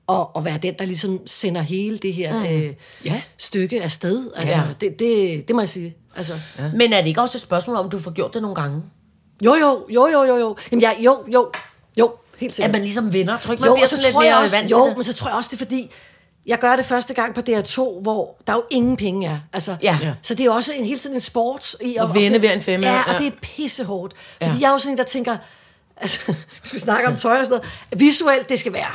[SPEAKER 4] at, at være den, der ligesom sender hele det her mm. øh,
[SPEAKER 3] Ja.
[SPEAKER 4] stykke afsted. Altså,
[SPEAKER 3] Ja.
[SPEAKER 4] ja. det, det, det må jeg sige. Altså, ja.
[SPEAKER 5] Men er det ikke også et spørgsmål om, du får gjort det nogle gange?
[SPEAKER 4] Jo, jo, jo, jo, jo, jo. Jamen, jeg, jo, jo, jo, helt sikkert.
[SPEAKER 5] At man ligesom vinder? Tror du ikke, man
[SPEAKER 4] Jo,
[SPEAKER 5] bliver
[SPEAKER 4] og så
[SPEAKER 5] sådan lidt
[SPEAKER 4] tror jeg
[SPEAKER 5] mere
[SPEAKER 4] også,
[SPEAKER 5] vant
[SPEAKER 4] jo,
[SPEAKER 5] til det?
[SPEAKER 4] men så tror jeg også, det er fordi, jeg gør det første gang på DR2, hvor der jo ingen penge er. Altså,
[SPEAKER 5] Ja.
[SPEAKER 4] Så det er jo også en, hele tiden en sport. I at,
[SPEAKER 3] At vinde ved en femmer,
[SPEAKER 4] Ja,
[SPEAKER 3] ja.
[SPEAKER 4] og det er pissehårdt. Fordi jeg er jo sådan en, der tænker, altså, hvis vi snakker om tøj og sådan noget, visuelt, det skal være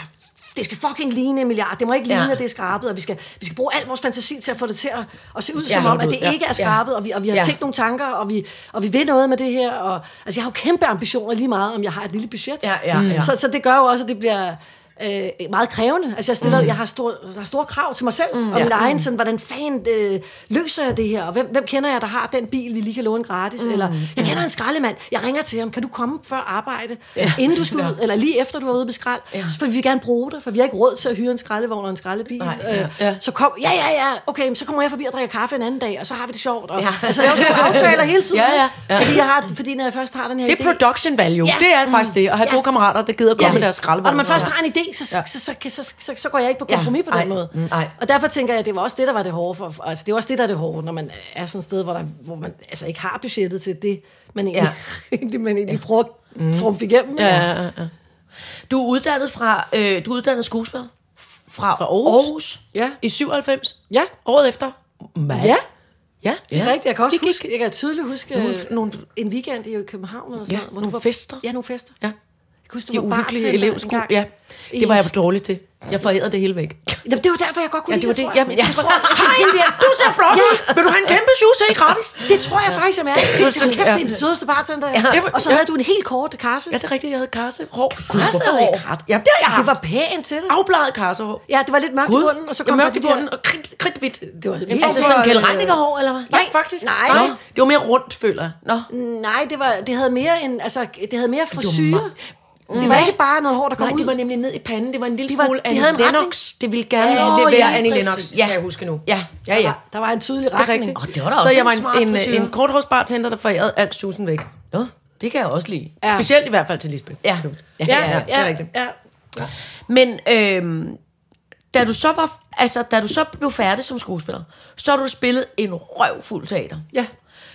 [SPEAKER 4] det skal fucking ligne en milliard. Det må ikke ligne,
[SPEAKER 5] Ja.
[SPEAKER 4] ja. at det er skrabet, og vi skal, vi skal bruge al vores fantasi til at få det til at, at se ud
[SPEAKER 5] Ja.
[SPEAKER 4] som om, at det
[SPEAKER 5] Ja.
[SPEAKER 4] ikke er
[SPEAKER 5] Ja.
[SPEAKER 4] skrabet, og vi, og vi har
[SPEAKER 5] Ja.
[SPEAKER 4] ja. tænkt nogle tanker, og vi, og vi vil noget med det her. Og, altså, jeg har jo kæmpe ambitioner lige meget, om jeg har et lille budget.
[SPEAKER 5] Ja, ja, ja.
[SPEAKER 4] Så, så det gør jo også, at det bliver øh, meget krævende. Altså, jeg, stiller, mm. jeg har store har store krav til mig selv mm, og min ja. egen, sådan, hvordan fanden øh, løser jeg det her, og hvem, hvem kender jeg, der har den bil, vi lige kan låne gratis, mm, eller jeg kender en skraldemand, jeg ringer til ham, kan du komme før arbejde, ja. inden du skal ud, eller lige efter du var ude med skrald, ja. for vi vil gerne bruge dig, for vi har ikke råd til at hyre en skraldevogn og en skraldebil.
[SPEAKER 5] Nej, ja.
[SPEAKER 4] Øh, Så kom, ja, ja, ja, okay, men så kommer jeg forbi og drikker kaffe en anden dag, og så har vi det sjovt, og,
[SPEAKER 5] Ja.
[SPEAKER 4] ja. altså jeg laver sådan nogle aftaler hele tiden,
[SPEAKER 3] Ja, ja, ja.
[SPEAKER 4] Fordi, jeg har, fordi når jeg først har den her
[SPEAKER 3] Det er
[SPEAKER 4] idé,
[SPEAKER 3] production value. Ja. Det er faktisk det. At have ja.
[SPEAKER 4] Ja.
[SPEAKER 3] gode kammerater, der gider at komme ja. med deres skraldevogn.
[SPEAKER 4] Og når man først har en idé, så, så, så, så, så, så, så, så går jeg ikke på kompromis
[SPEAKER 5] Ja.
[SPEAKER 4] på den
[SPEAKER 5] Ej.
[SPEAKER 4] måde.
[SPEAKER 5] Mm, ej.
[SPEAKER 4] Og derfor tænker jeg, at det var også det, der var det hårde. For, for- altså, det var også det, der er det hårde, når man er sådan et sted, hvor, der, hvor man altså, ikke har budgettet til det, man egentlig, ja. det, man egentlig ja. prøver at
[SPEAKER 3] Mm.
[SPEAKER 4] trumfe igennem. Ja, ja.
[SPEAKER 5] Du er uddannet fra, øh, du er uddannet skuespiller fra, fra
[SPEAKER 3] Aarhus.
[SPEAKER 5] Aarhus.
[SPEAKER 4] ja.
[SPEAKER 3] I 97?
[SPEAKER 4] Ja.
[SPEAKER 3] Året efter? Mad.
[SPEAKER 4] ja.
[SPEAKER 3] Ja.
[SPEAKER 4] Det er rigtigt. Jeg kan også
[SPEAKER 3] Vi gik-
[SPEAKER 4] huske, jeg kan tydeligt huske
[SPEAKER 3] Nogle-
[SPEAKER 4] øh,
[SPEAKER 3] nogle-
[SPEAKER 4] en weekend i København. Eller sådan,
[SPEAKER 3] Ja,
[SPEAKER 4] noget, hvor du
[SPEAKER 3] nogle
[SPEAKER 4] var-
[SPEAKER 3] fester.
[SPEAKER 4] Ja, nogle fester.
[SPEAKER 3] Ja.
[SPEAKER 4] Jeg kan huske, du
[SPEAKER 3] De
[SPEAKER 4] var
[SPEAKER 3] uhyggelige
[SPEAKER 4] bartender
[SPEAKER 3] elevsko.
[SPEAKER 4] engang.
[SPEAKER 3] Ja.
[SPEAKER 4] I-
[SPEAKER 3] Det var jeg dårlig til. Jeg forærede det hele væk.
[SPEAKER 4] Jamen, det var derfor, jeg godt kunne
[SPEAKER 3] Ja, det var
[SPEAKER 4] lide
[SPEAKER 3] det.
[SPEAKER 4] tror jeg.
[SPEAKER 3] Jamen, ja.
[SPEAKER 4] Jeg tror- jeg tror egentlig, at-
[SPEAKER 3] Du ser flot ud. Vil du have en kæmpe shoes helt gratis?
[SPEAKER 4] Det tror jeg faktisk, jeg mærker. Det var
[SPEAKER 3] sådan,
[SPEAKER 4] kæft, det
[SPEAKER 3] ja.
[SPEAKER 4] er den sødeste bartender.
[SPEAKER 3] Ja.
[SPEAKER 4] Og så havde du en helt kort kasse.
[SPEAKER 3] Ja, det er rigtigt. Jeg havde karse. Hår.
[SPEAKER 4] Karse
[SPEAKER 3] Hvorfor havde jeg
[SPEAKER 4] hår?
[SPEAKER 3] karse? Ja, det har jeg
[SPEAKER 4] Det
[SPEAKER 3] haft.
[SPEAKER 4] var pænt til dig.
[SPEAKER 3] afbladet karsehår.
[SPEAKER 4] Ja, det var lidt mørkt i bunden, og så kom
[SPEAKER 3] ja,
[SPEAKER 4] der
[SPEAKER 3] mørkt i
[SPEAKER 4] de der-
[SPEAKER 3] bunden og kridt, kridtvidt.
[SPEAKER 4] Det var
[SPEAKER 3] en
[SPEAKER 4] virkelig-
[SPEAKER 3] altså, sådan Kjell Reinicke hår.
[SPEAKER 5] Reinigerhår, eller hvad?
[SPEAKER 3] Nej, faktisk.
[SPEAKER 4] nej.
[SPEAKER 3] Nå, Det var mere rundt, føler jeg. Nå.
[SPEAKER 4] Nej, det, var, det havde mere en, altså, det havde mere frisyre.
[SPEAKER 3] meget-
[SPEAKER 4] Det var ikke bare noget hår, der kom
[SPEAKER 3] Nej,
[SPEAKER 4] ud.
[SPEAKER 3] det var nemlig ned i panden. Det var en lille
[SPEAKER 4] var-
[SPEAKER 3] smule
[SPEAKER 4] de havde
[SPEAKER 3] Annie
[SPEAKER 4] en retning.
[SPEAKER 3] Lennox. Det ville gerne
[SPEAKER 4] Ja,
[SPEAKER 3] ja,
[SPEAKER 4] lige
[SPEAKER 3] være Annie
[SPEAKER 4] præcis.
[SPEAKER 3] Lennox,
[SPEAKER 5] Ja.
[SPEAKER 3] kan jeg huske nu.
[SPEAKER 5] Ja.
[SPEAKER 3] ja, ja.
[SPEAKER 4] Der var en tydelig
[SPEAKER 3] Det er
[SPEAKER 4] retning.
[SPEAKER 3] rigtigt.
[SPEAKER 5] Åh, det var da også
[SPEAKER 3] så jeg
[SPEAKER 5] en
[SPEAKER 3] var
[SPEAKER 5] smart
[SPEAKER 3] en, en,
[SPEAKER 5] frisure.
[SPEAKER 3] en korthårsbartender, der forærede alt tusen væk.
[SPEAKER 5] Nå, det kan jeg også lide.
[SPEAKER 3] Ja. Specielt i hvert fald til Lisbeth.
[SPEAKER 5] Ja.
[SPEAKER 4] Ja,
[SPEAKER 3] ja, ja, ja.
[SPEAKER 4] ja,
[SPEAKER 3] rigtigt.
[SPEAKER 4] ja.
[SPEAKER 5] Men øhm, da du så var, altså, da du så blev færdig som skuespiller, så har du spillet en røvfuld teater.
[SPEAKER 4] Ja.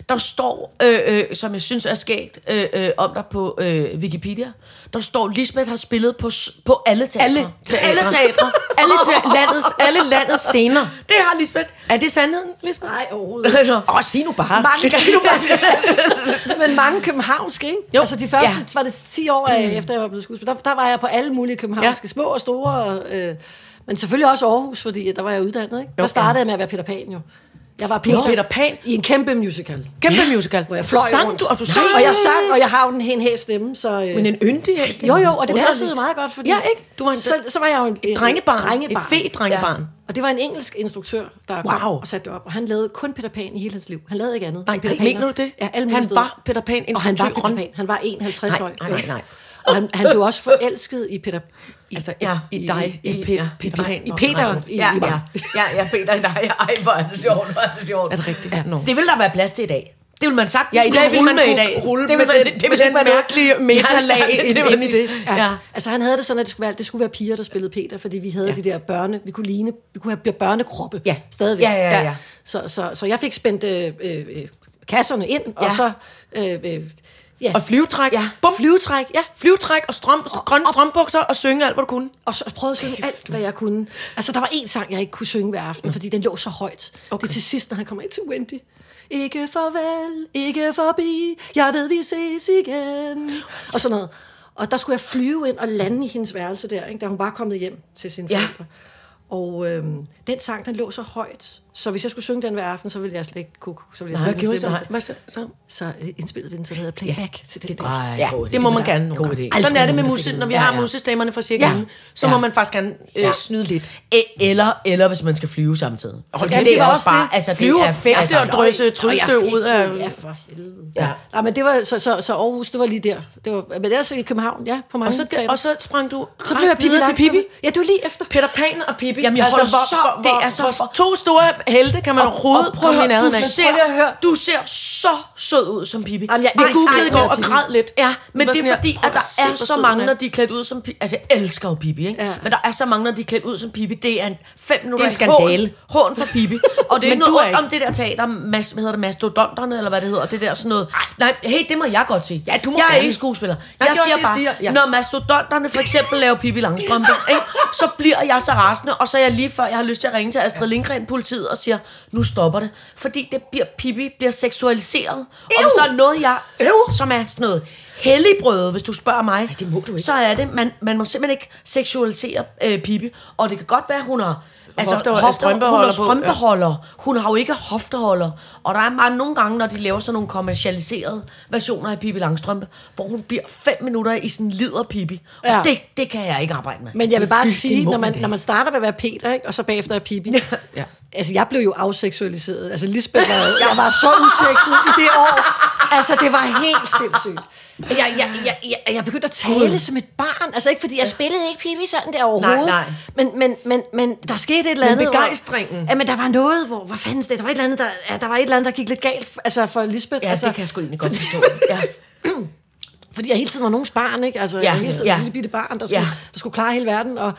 [SPEAKER 5] Der står, øh, øh, som jeg synes er skægt, øh, øh, om dig på øh, Wikipedia, der står, Lisbeth har spillet på, s- på alle teatre.
[SPEAKER 3] Alle teatre.
[SPEAKER 5] Alle teatre.
[SPEAKER 3] Alle, til landets, alle landets scener.
[SPEAKER 5] Det har Lisbeth.
[SPEAKER 3] Er det sandheden, Lisbeth?
[SPEAKER 4] Nej, overhovedet. ikke.
[SPEAKER 3] Åh, sig nu bare.
[SPEAKER 4] Mange, men mange københavnske, ikke?
[SPEAKER 3] Jo. Mm.
[SPEAKER 4] Altså de første, ja. var det 10 år øh, efter jeg var blevet skuespiller, der, der var jeg på alle mulige københavnske,
[SPEAKER 3] Ja.
[SPEAKER 4] ja. små og store, og, øh, men selvfølgelig også Aarhus, fordi der var jeg uddannet, ikke?
[SPEAKER 3] Jo.
[SPEAKER 4] Der startede jeg med at være Peter Pan, jo. Jeg var Peter,
[SPEAKER 3] Peter Pan?
[SPEAKER 4] i en kæmpe musical.
[SPEAKER 3] Kæmpe musical.
[SPEAKER 4] Hvor jeg fløj
[SPEAKER 3] sang
[SPEAKER 4] rundt.
[SPEAKER 3] du, og du sang.
[SPEAKER 4] Og jeg sang, og jeg har jo den hen her stemme, så... Øh,
[SPEAKER 3] Men en yndig hest.
[SPEAKER 4] jo, jo, og det
[SPEAKER 3] Underligt.
[SPEAKER 4] passede meget godt, fordi...
[SPEAKER 3] Ja, ikke? Du var en
[SPEAKER 4] så, så var jeg jo en,
[SPEAKER 3] et drengebarn.
[SPEAKER 4] drengebarn.
[SPEAKER 3] Et fedt drengebarn. Ja.
[SPEAKER 4] Og det var en engelsk instruktør, der wow.
[SPEAKER 3] Wow.
[SPEAKER 4] kom og satte det op. Og han lavede kun Peter Pan i hele hans liv. Han lavede ikke andet.
[SPEAKER 3] Nej,
[SPEAKER 4] Peter
[SPEAKER 3] mener
[SPEAKER 4] Paner.
[SPEAKER 3] du det?
[SPEAKER 4] Ja, alle
[SPEAKER 3] Han
[SPEAKER 4] mulige steder.
[SPEAKER 3] var Peter Pan
[SPEAKER 4] Og han var
[SPEAKER 3] instruktør.
[SPEAKER 4] Peter Pan. Han var 51
[SPEAKER 3] Nej,
[SPEAKER 4] år.
[SPEAKER 3] nej, nej, nej.
[SPEAKER 4] Og han, han blev også forelsket i Peter... I,
[SPEAKER 3] Altså,
[SPEAKER 5] Ja,
[SPEAKER 3] i, i dig, i, i, Peter, Peter Pan.
[SPEAKER 4] I Peter. I,
[SPEAKER 5] Ja,
[SPEAKER 4] i mig.
[SPEAKER 5] ja, ja, ja, Peter, nej, ej, hvor er det sjovt, hvor er det sjovt.
[SPEAKER 3] Er det rigtigt? Ja, no.
[SPEAKER 5] Det vil der være plads til i dag. Det vil man sagt.
[SPEAKER 3] Ja, i dag vil man kunne rulle
[SPEAKER 5] det vil
[SPEAKER 3] med
[SPEAKER 5] man,
[SPEAKER 3] den-
[SPEAKER 5] det vil
[SPEAKER 3] med
[SPEAKER 5] ikke
[SPEAKER 3] den
[SPEAKER 5] man-
[SPEAKER 3] mærkelige metalag
[SPEAKER 5] Ja, ja,
[SPEAKER 3] ind-
[SPEAKER 5] er
[SPEAKER 3] ind i
[SPEAKER 5] præcis.
[SPEAKER 3] det.
[SPEAKER 5] Ja.
[SPEAKER 4] Ja. Altså han havde det sådan, at det skulle være, det skulle være piger, der spillede Peter, fordi vi havde ja. de der børne, vi kunne ligne, vi kunne have børnekroppe
[SPEAKER 5] Ja.
[SPEAKER 4] stadigvæk.
[SPEAKER 5] Ja, ja, ja.
[SPEAKER 4] Så, så, så jeg fik spændt øh, øh, øh, kasserne ind, ja.
[SPEAKER 5] Ja.
[SPEAKER 4] og så... Øh, øh, ja.
[SPEAKER 3] Og flyvetræk.
[SPEAKER 4] Ja.
[SPEAKER 3] Bum.
[SPEAKER 4] Flyvetræk, ja.
[SPEAKER 3] Flyvetræk og strøm, og, grønne strømbukser og synge alt, hvad du kunne.
[SPEAKER 4] Og så prøvede at synge alt, hvad jeg kunne. Altså, der var en sang, jeg ikke kunne synge hver aften, fordi den lå så højt. Okay. Det er til sidst, når han kommer ind til Wendy. Ikke farvel, ikke forbi, jeg ved, vi ses igen. Og sådan noget. Og der skulle jeg flyve ind og lande i hendes værelse der, ikke? da hun var kommet hjem til sine
[SPEAKER 5] Ja.
[SPEAKER 4] ja. forældre. Og øhm, den sang, den lå så højt, så hvis jeg skulle synge den hver aften, så ville jeg slet ikke kunne... Så ville jeg
[SPEAKER 3] Nej,
[SPEAKER 4] slet
[SPEAKER 3] jeg gjorde
[SPEAKER 4] ikke
[SPEAKER 3] så.
[SPEAKER 4] slippe.
[SPEAKER 3] Nej, hvad så? så?
[SPEAKER 4] Så øh, indspillede vi den, så der hedder Playback ja. til den der.
[SPEAKER 3] Ja, det må man gerne. nogle gange. Sådan er det med musik, når vi har musestemmerne fra cirka ja. så må man faktisk gerne øh, snyde lidt.
[SPEAKER 5] E- Eller, eller hvis man skal flyve samtidig. Hold
[SPEAKER 3] kæft, det var også det.
[SPEAKER 5] Altså,
[SPEAKER 3] Flyve
[SPEAKER 5] det
[SPEAKER 3] er
[SPEAKER 5] er
[SPEAKER 3] fedt,
[SPEAKER 5] Altså,
[SPEAKER 3] det er at drøse tryllestøv
[SPEAKER 4] Nå, jeg
[SPEAKER 3] ud af-
[SPEAKER 4] fik- Ja, for helvede.
[SPEAKER 5] Ja.
[SPEAKER 4] Ja. Nej, men det var, så, så, så Aarhus, det var lige der. Det var, men ellers i København, ja, på mange
[SPEAKER 3] Og så,
[SPEAKER 4] teatre.
[SPEAKER 3] og så sprang du
[SPEAKER 4] så blev jeg Pippi
[SPEAKER 3] videre til Pippi.
[SPEAKER 4] Langstrømpe. Ja, det var lige efter.
[SPEAKER 3] Peter Pan og Pippi. Altså,
[SPEAKER 5] Jamen, jeg holder så-
[SPEAKER 3] hvor,
[SPEAKER 5] det
[SPEAKER 3] hvor,
[SPEAKER 5] er så
[SPEAKER 3] hvor
[SPEAKER 5] for-
[SPEAKER 3] to store helte kan man overhovedet
[SPEAKER 5] prøv at
[SPEAKER 3] komme i
[SPEAKER 5] høre, du
[SPEAKER 3] nærheden af.
[SPEAKER 5] ser, du ser så sød ud som Pippi.
[SPEAKER 4] Jamen, jeg
[SPEAKER 5] vi
[SPEAKER 4] elsker
[SPEAKER 5] googlede i
[SPEAKER 4] hende,
[SPEAKER 5] går og
[SPEAKER 4] Pippi.
[SPEAKER 5] græd lidt. Ja, men
[SPEAKER 3] var
[SPEAKER 5] det
[SPEAKER 3] sådan
[SPEAKER 5] er
[SPEAKER 3] her,
[SPEAKER 5] fordi,
[SPEAKER 3] prøv
[SPEAKER 5] at
[SPEAKER 3] at se,
[SPEAKER 5] der er
[SPEAKER 3] hvor
[SPEAKER 5] så
[SPEAKER 3] sød hun
[SPEAKER 5] mange,
[SPEAKER 3] er.
[SPEAKER 5] når de er klædt ud som Pippi. Altså, jeg elsker jo Pippi, ikke?
[SPEAKER 4] Ja.
[SPEAKER 5] Men der er så mange, når de er klædt ud som Pippi. Det er en fem minutter.
[SPEAKER 3] Det er en skandale.
[SPEAKER 5] Hån, hån for Pippi. Og det er
[SPEAKER 3] Men
[SPEAKER 5] ikke
[SPEAKER 3] du
[SPEAKER 5] noget
[SPEAKER 3] er
[SPEAKER 5] ondt om det der teater, mas, hvad hedder det, mastodonterne, eller hvad det hedder, det der sådan noget. Nej, hey, det må jeg godt sige.
[SPEAKER 3] Ja, du må
[SPEAKER 5] jeg er
[SPEAKER 3] gerne.
[SPEAKER 5] ikke skuespiller.
[SPEAKER 3] Nej,
[SPEAKER 5] jeg
[SPEAKER 3] det er også
[SPEAKER 5] siger
[SPEAKER 3] det,
[SPEAKER 5] bare,
[SPEAKER 3] jeg siger. Ja.
[SPEAKER 5] når mastodonterne for eksempel laver Pippi Langstrømpe, ikke? så bliver jeg så rasende, og så er jeg lige før, jeg har lyst til at ringe til Astrid Lindgren, politiet, og siger, nu stopper det. Fordi det bliver, Pippi bliver seksualiseret. Og hvis der er noget, jeg, som er sådan noget helligbrøde, hvis du spørger mig, Ej,
[SPEAKER 3] det må du ikke.
[SPEAKER 5] så er det, man, man må simpelthen ikke seksualisere øh, Pippi. Og det kan godt være, hun har Altså,
[SPEAKER 3] Hofter-
[SPEAKER 5] hofter, hofter,
[SPEAKER 3] strømpeholder
[SPEAKER 5] hun har
[SPEAKER 3] på, ja.
[SPEAKER 5] strømpeholder. Hun har jo ikke hofteholder. Og der er bare nogle gange, når de laver sådan nogle kommercialiserede versioner af Pippi Langstrømpe, hvor hun bliver fem minutter i sådan en lider Pippi. Og ja.
[SPEAKER 4] Ja.
[SPEAKER 5] det, det kan jeg ikke arbejde med.
[SPEAKER 4] Men jeg vil bare sige,
[SPEAKER 3] må
[SPEAKER 4] når
[SPEAKER 3] man
[SPEAKER 4] man,
[SPEAKER 3] da
[SPEAKER 4] når man starter med at være Peter, ikke, og så bagefter er Pippi.
[SPEAKER 3] Ja.
[SPEAKER 4] Altså, jeg blev jo afseksualiseret. Altså, Lisbeth var, jo- jeg var så usekset i det år. Altså, det var helt sindssygt. Jeg, jeg, jeg, jeg, jeg begyndte at tale som et barn. Altså, ikke fordi jeg spillede ikke Pippi sådan der overhovedet.
[SPEAKER 5] nej.
[SPEAKER 4] Men, men, men, men der skete et eller
[SPEAKER 3] Men
[SPEAKER 4] andet. hvor-
[SPEAKER 3] begejstringen.
[SPEAKER 4] Ja, men der var noget, hvor... Hvad fanden? Der var et eller andet, der, ja, der, var et eller andet, der gik lidt galt altså, for Lisbeth.
[SPEAKER 5] Ja,
[SPEAKER 4] altså,
[SPEAKER 5] altså, det kan jeg sgu egentlig godt forstå. Ja.
[SPEAKER 4] fordi jeg hele tiden var nogens barn, ikke? Altså,
[SPEAKER 5] Ja,
[SPEAKER 4] ja, jeg hele tiden
[SPEAKER 5] ja.
[SPEAKER 4] ja. en lille bitte barn,
[SPEAKER 5] Ja.
[SPEAKER 4] der skulle, ja. der skulle klare hele verden, og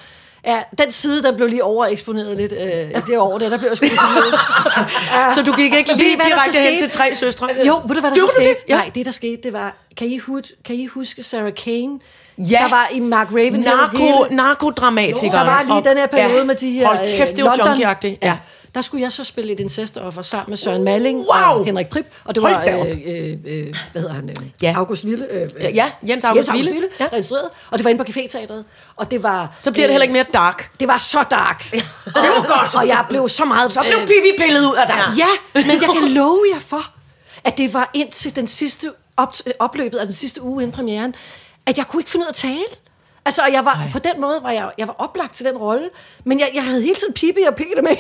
[SPEAKER 4] ja, den side, der blev lige overeksponeret lidt øh, i det år, der, der blev jeg sgu lidt
[SPEAKER 3] Så du gik ikke
[SPEAKER 4] Ved I,
[SPEAKER 3] lige
[SPEAKER 4] hvad der så
[SPEAKER 3] direkte hen
[SPEAKER 4] skete?
[SPEAKER 3] til tre søstre?
[SPEAKER 4] Jo, ved du, hvad der
[SPEAKER 3] Gjorde
[SPEAKER 4] så
[SPEAKER 3] du
[SPEAKER 4] skete?
[SPEAKER 3] det? Ja.
[SPEAKER 4] Nej, det der skete, det var, kan I, hud, kan I huske Sarah Kane?
[SPEAKER 3] Ja.
[SPEAKER 4] Der var i Mark Raven
[SPEAKER 3] Narko, narkodramatikeren.
[SPEAKER 4] Der var lige
[SPEAKER 3] Og-
[SPEAKER 4] den her periode
[SPEAKER 3] ja.
[SPEAKER 4] med de her
[SPEAKER 3] Hold kæft, det
[SPEAKER 4] øh,
[SPEAKER 3] var
[SPEAKER 4] London.
[SPEAKER 3] junkieagtigt. Ja.
[SPEAKER 4] Der skulle jeg så spille et incestoffer sammen med Søren Malling
[SPEAKER 3] Wow!
[SPEAKER 4] og Henrik Prip. Og det
[SPEAKER 3] Hold
[SPEAKER 4] var,
[SPEAKER 3] da op.
[SPEAKER 4] øh, øh, øh, hvad hedder han? Øh,
[SPEAKER 3] Ja.
[SPEAKER 4] August Ville. Øh, øh,
[SPEAKER 3] Ja, Jens August Wille. Ja.
[SPEAKER 4] ja. der instruerede. Og det var inde på Caféteatret. Og det var... øh,
[SPEAKER 3] Så bliver det heller ikke mere dark.
[SPEAKER 4] Det var så dark. Og det var godt. Og jeg blev så meget... Så
[SPEAKER 3] blev Pippi pillet ud af dig.
[SPEAKER 4] Ja, men jeg kan love jer for, at det var indtil den sidste op, opløbet af den sidste uge inden premieren, at jeg kunne ikke finde ud af at tale. Altså, og jeg var, på den måde var jeg, jeg var oplagt til den rolle, men jeg, jeg havde hele tiden Pippi og Peter med.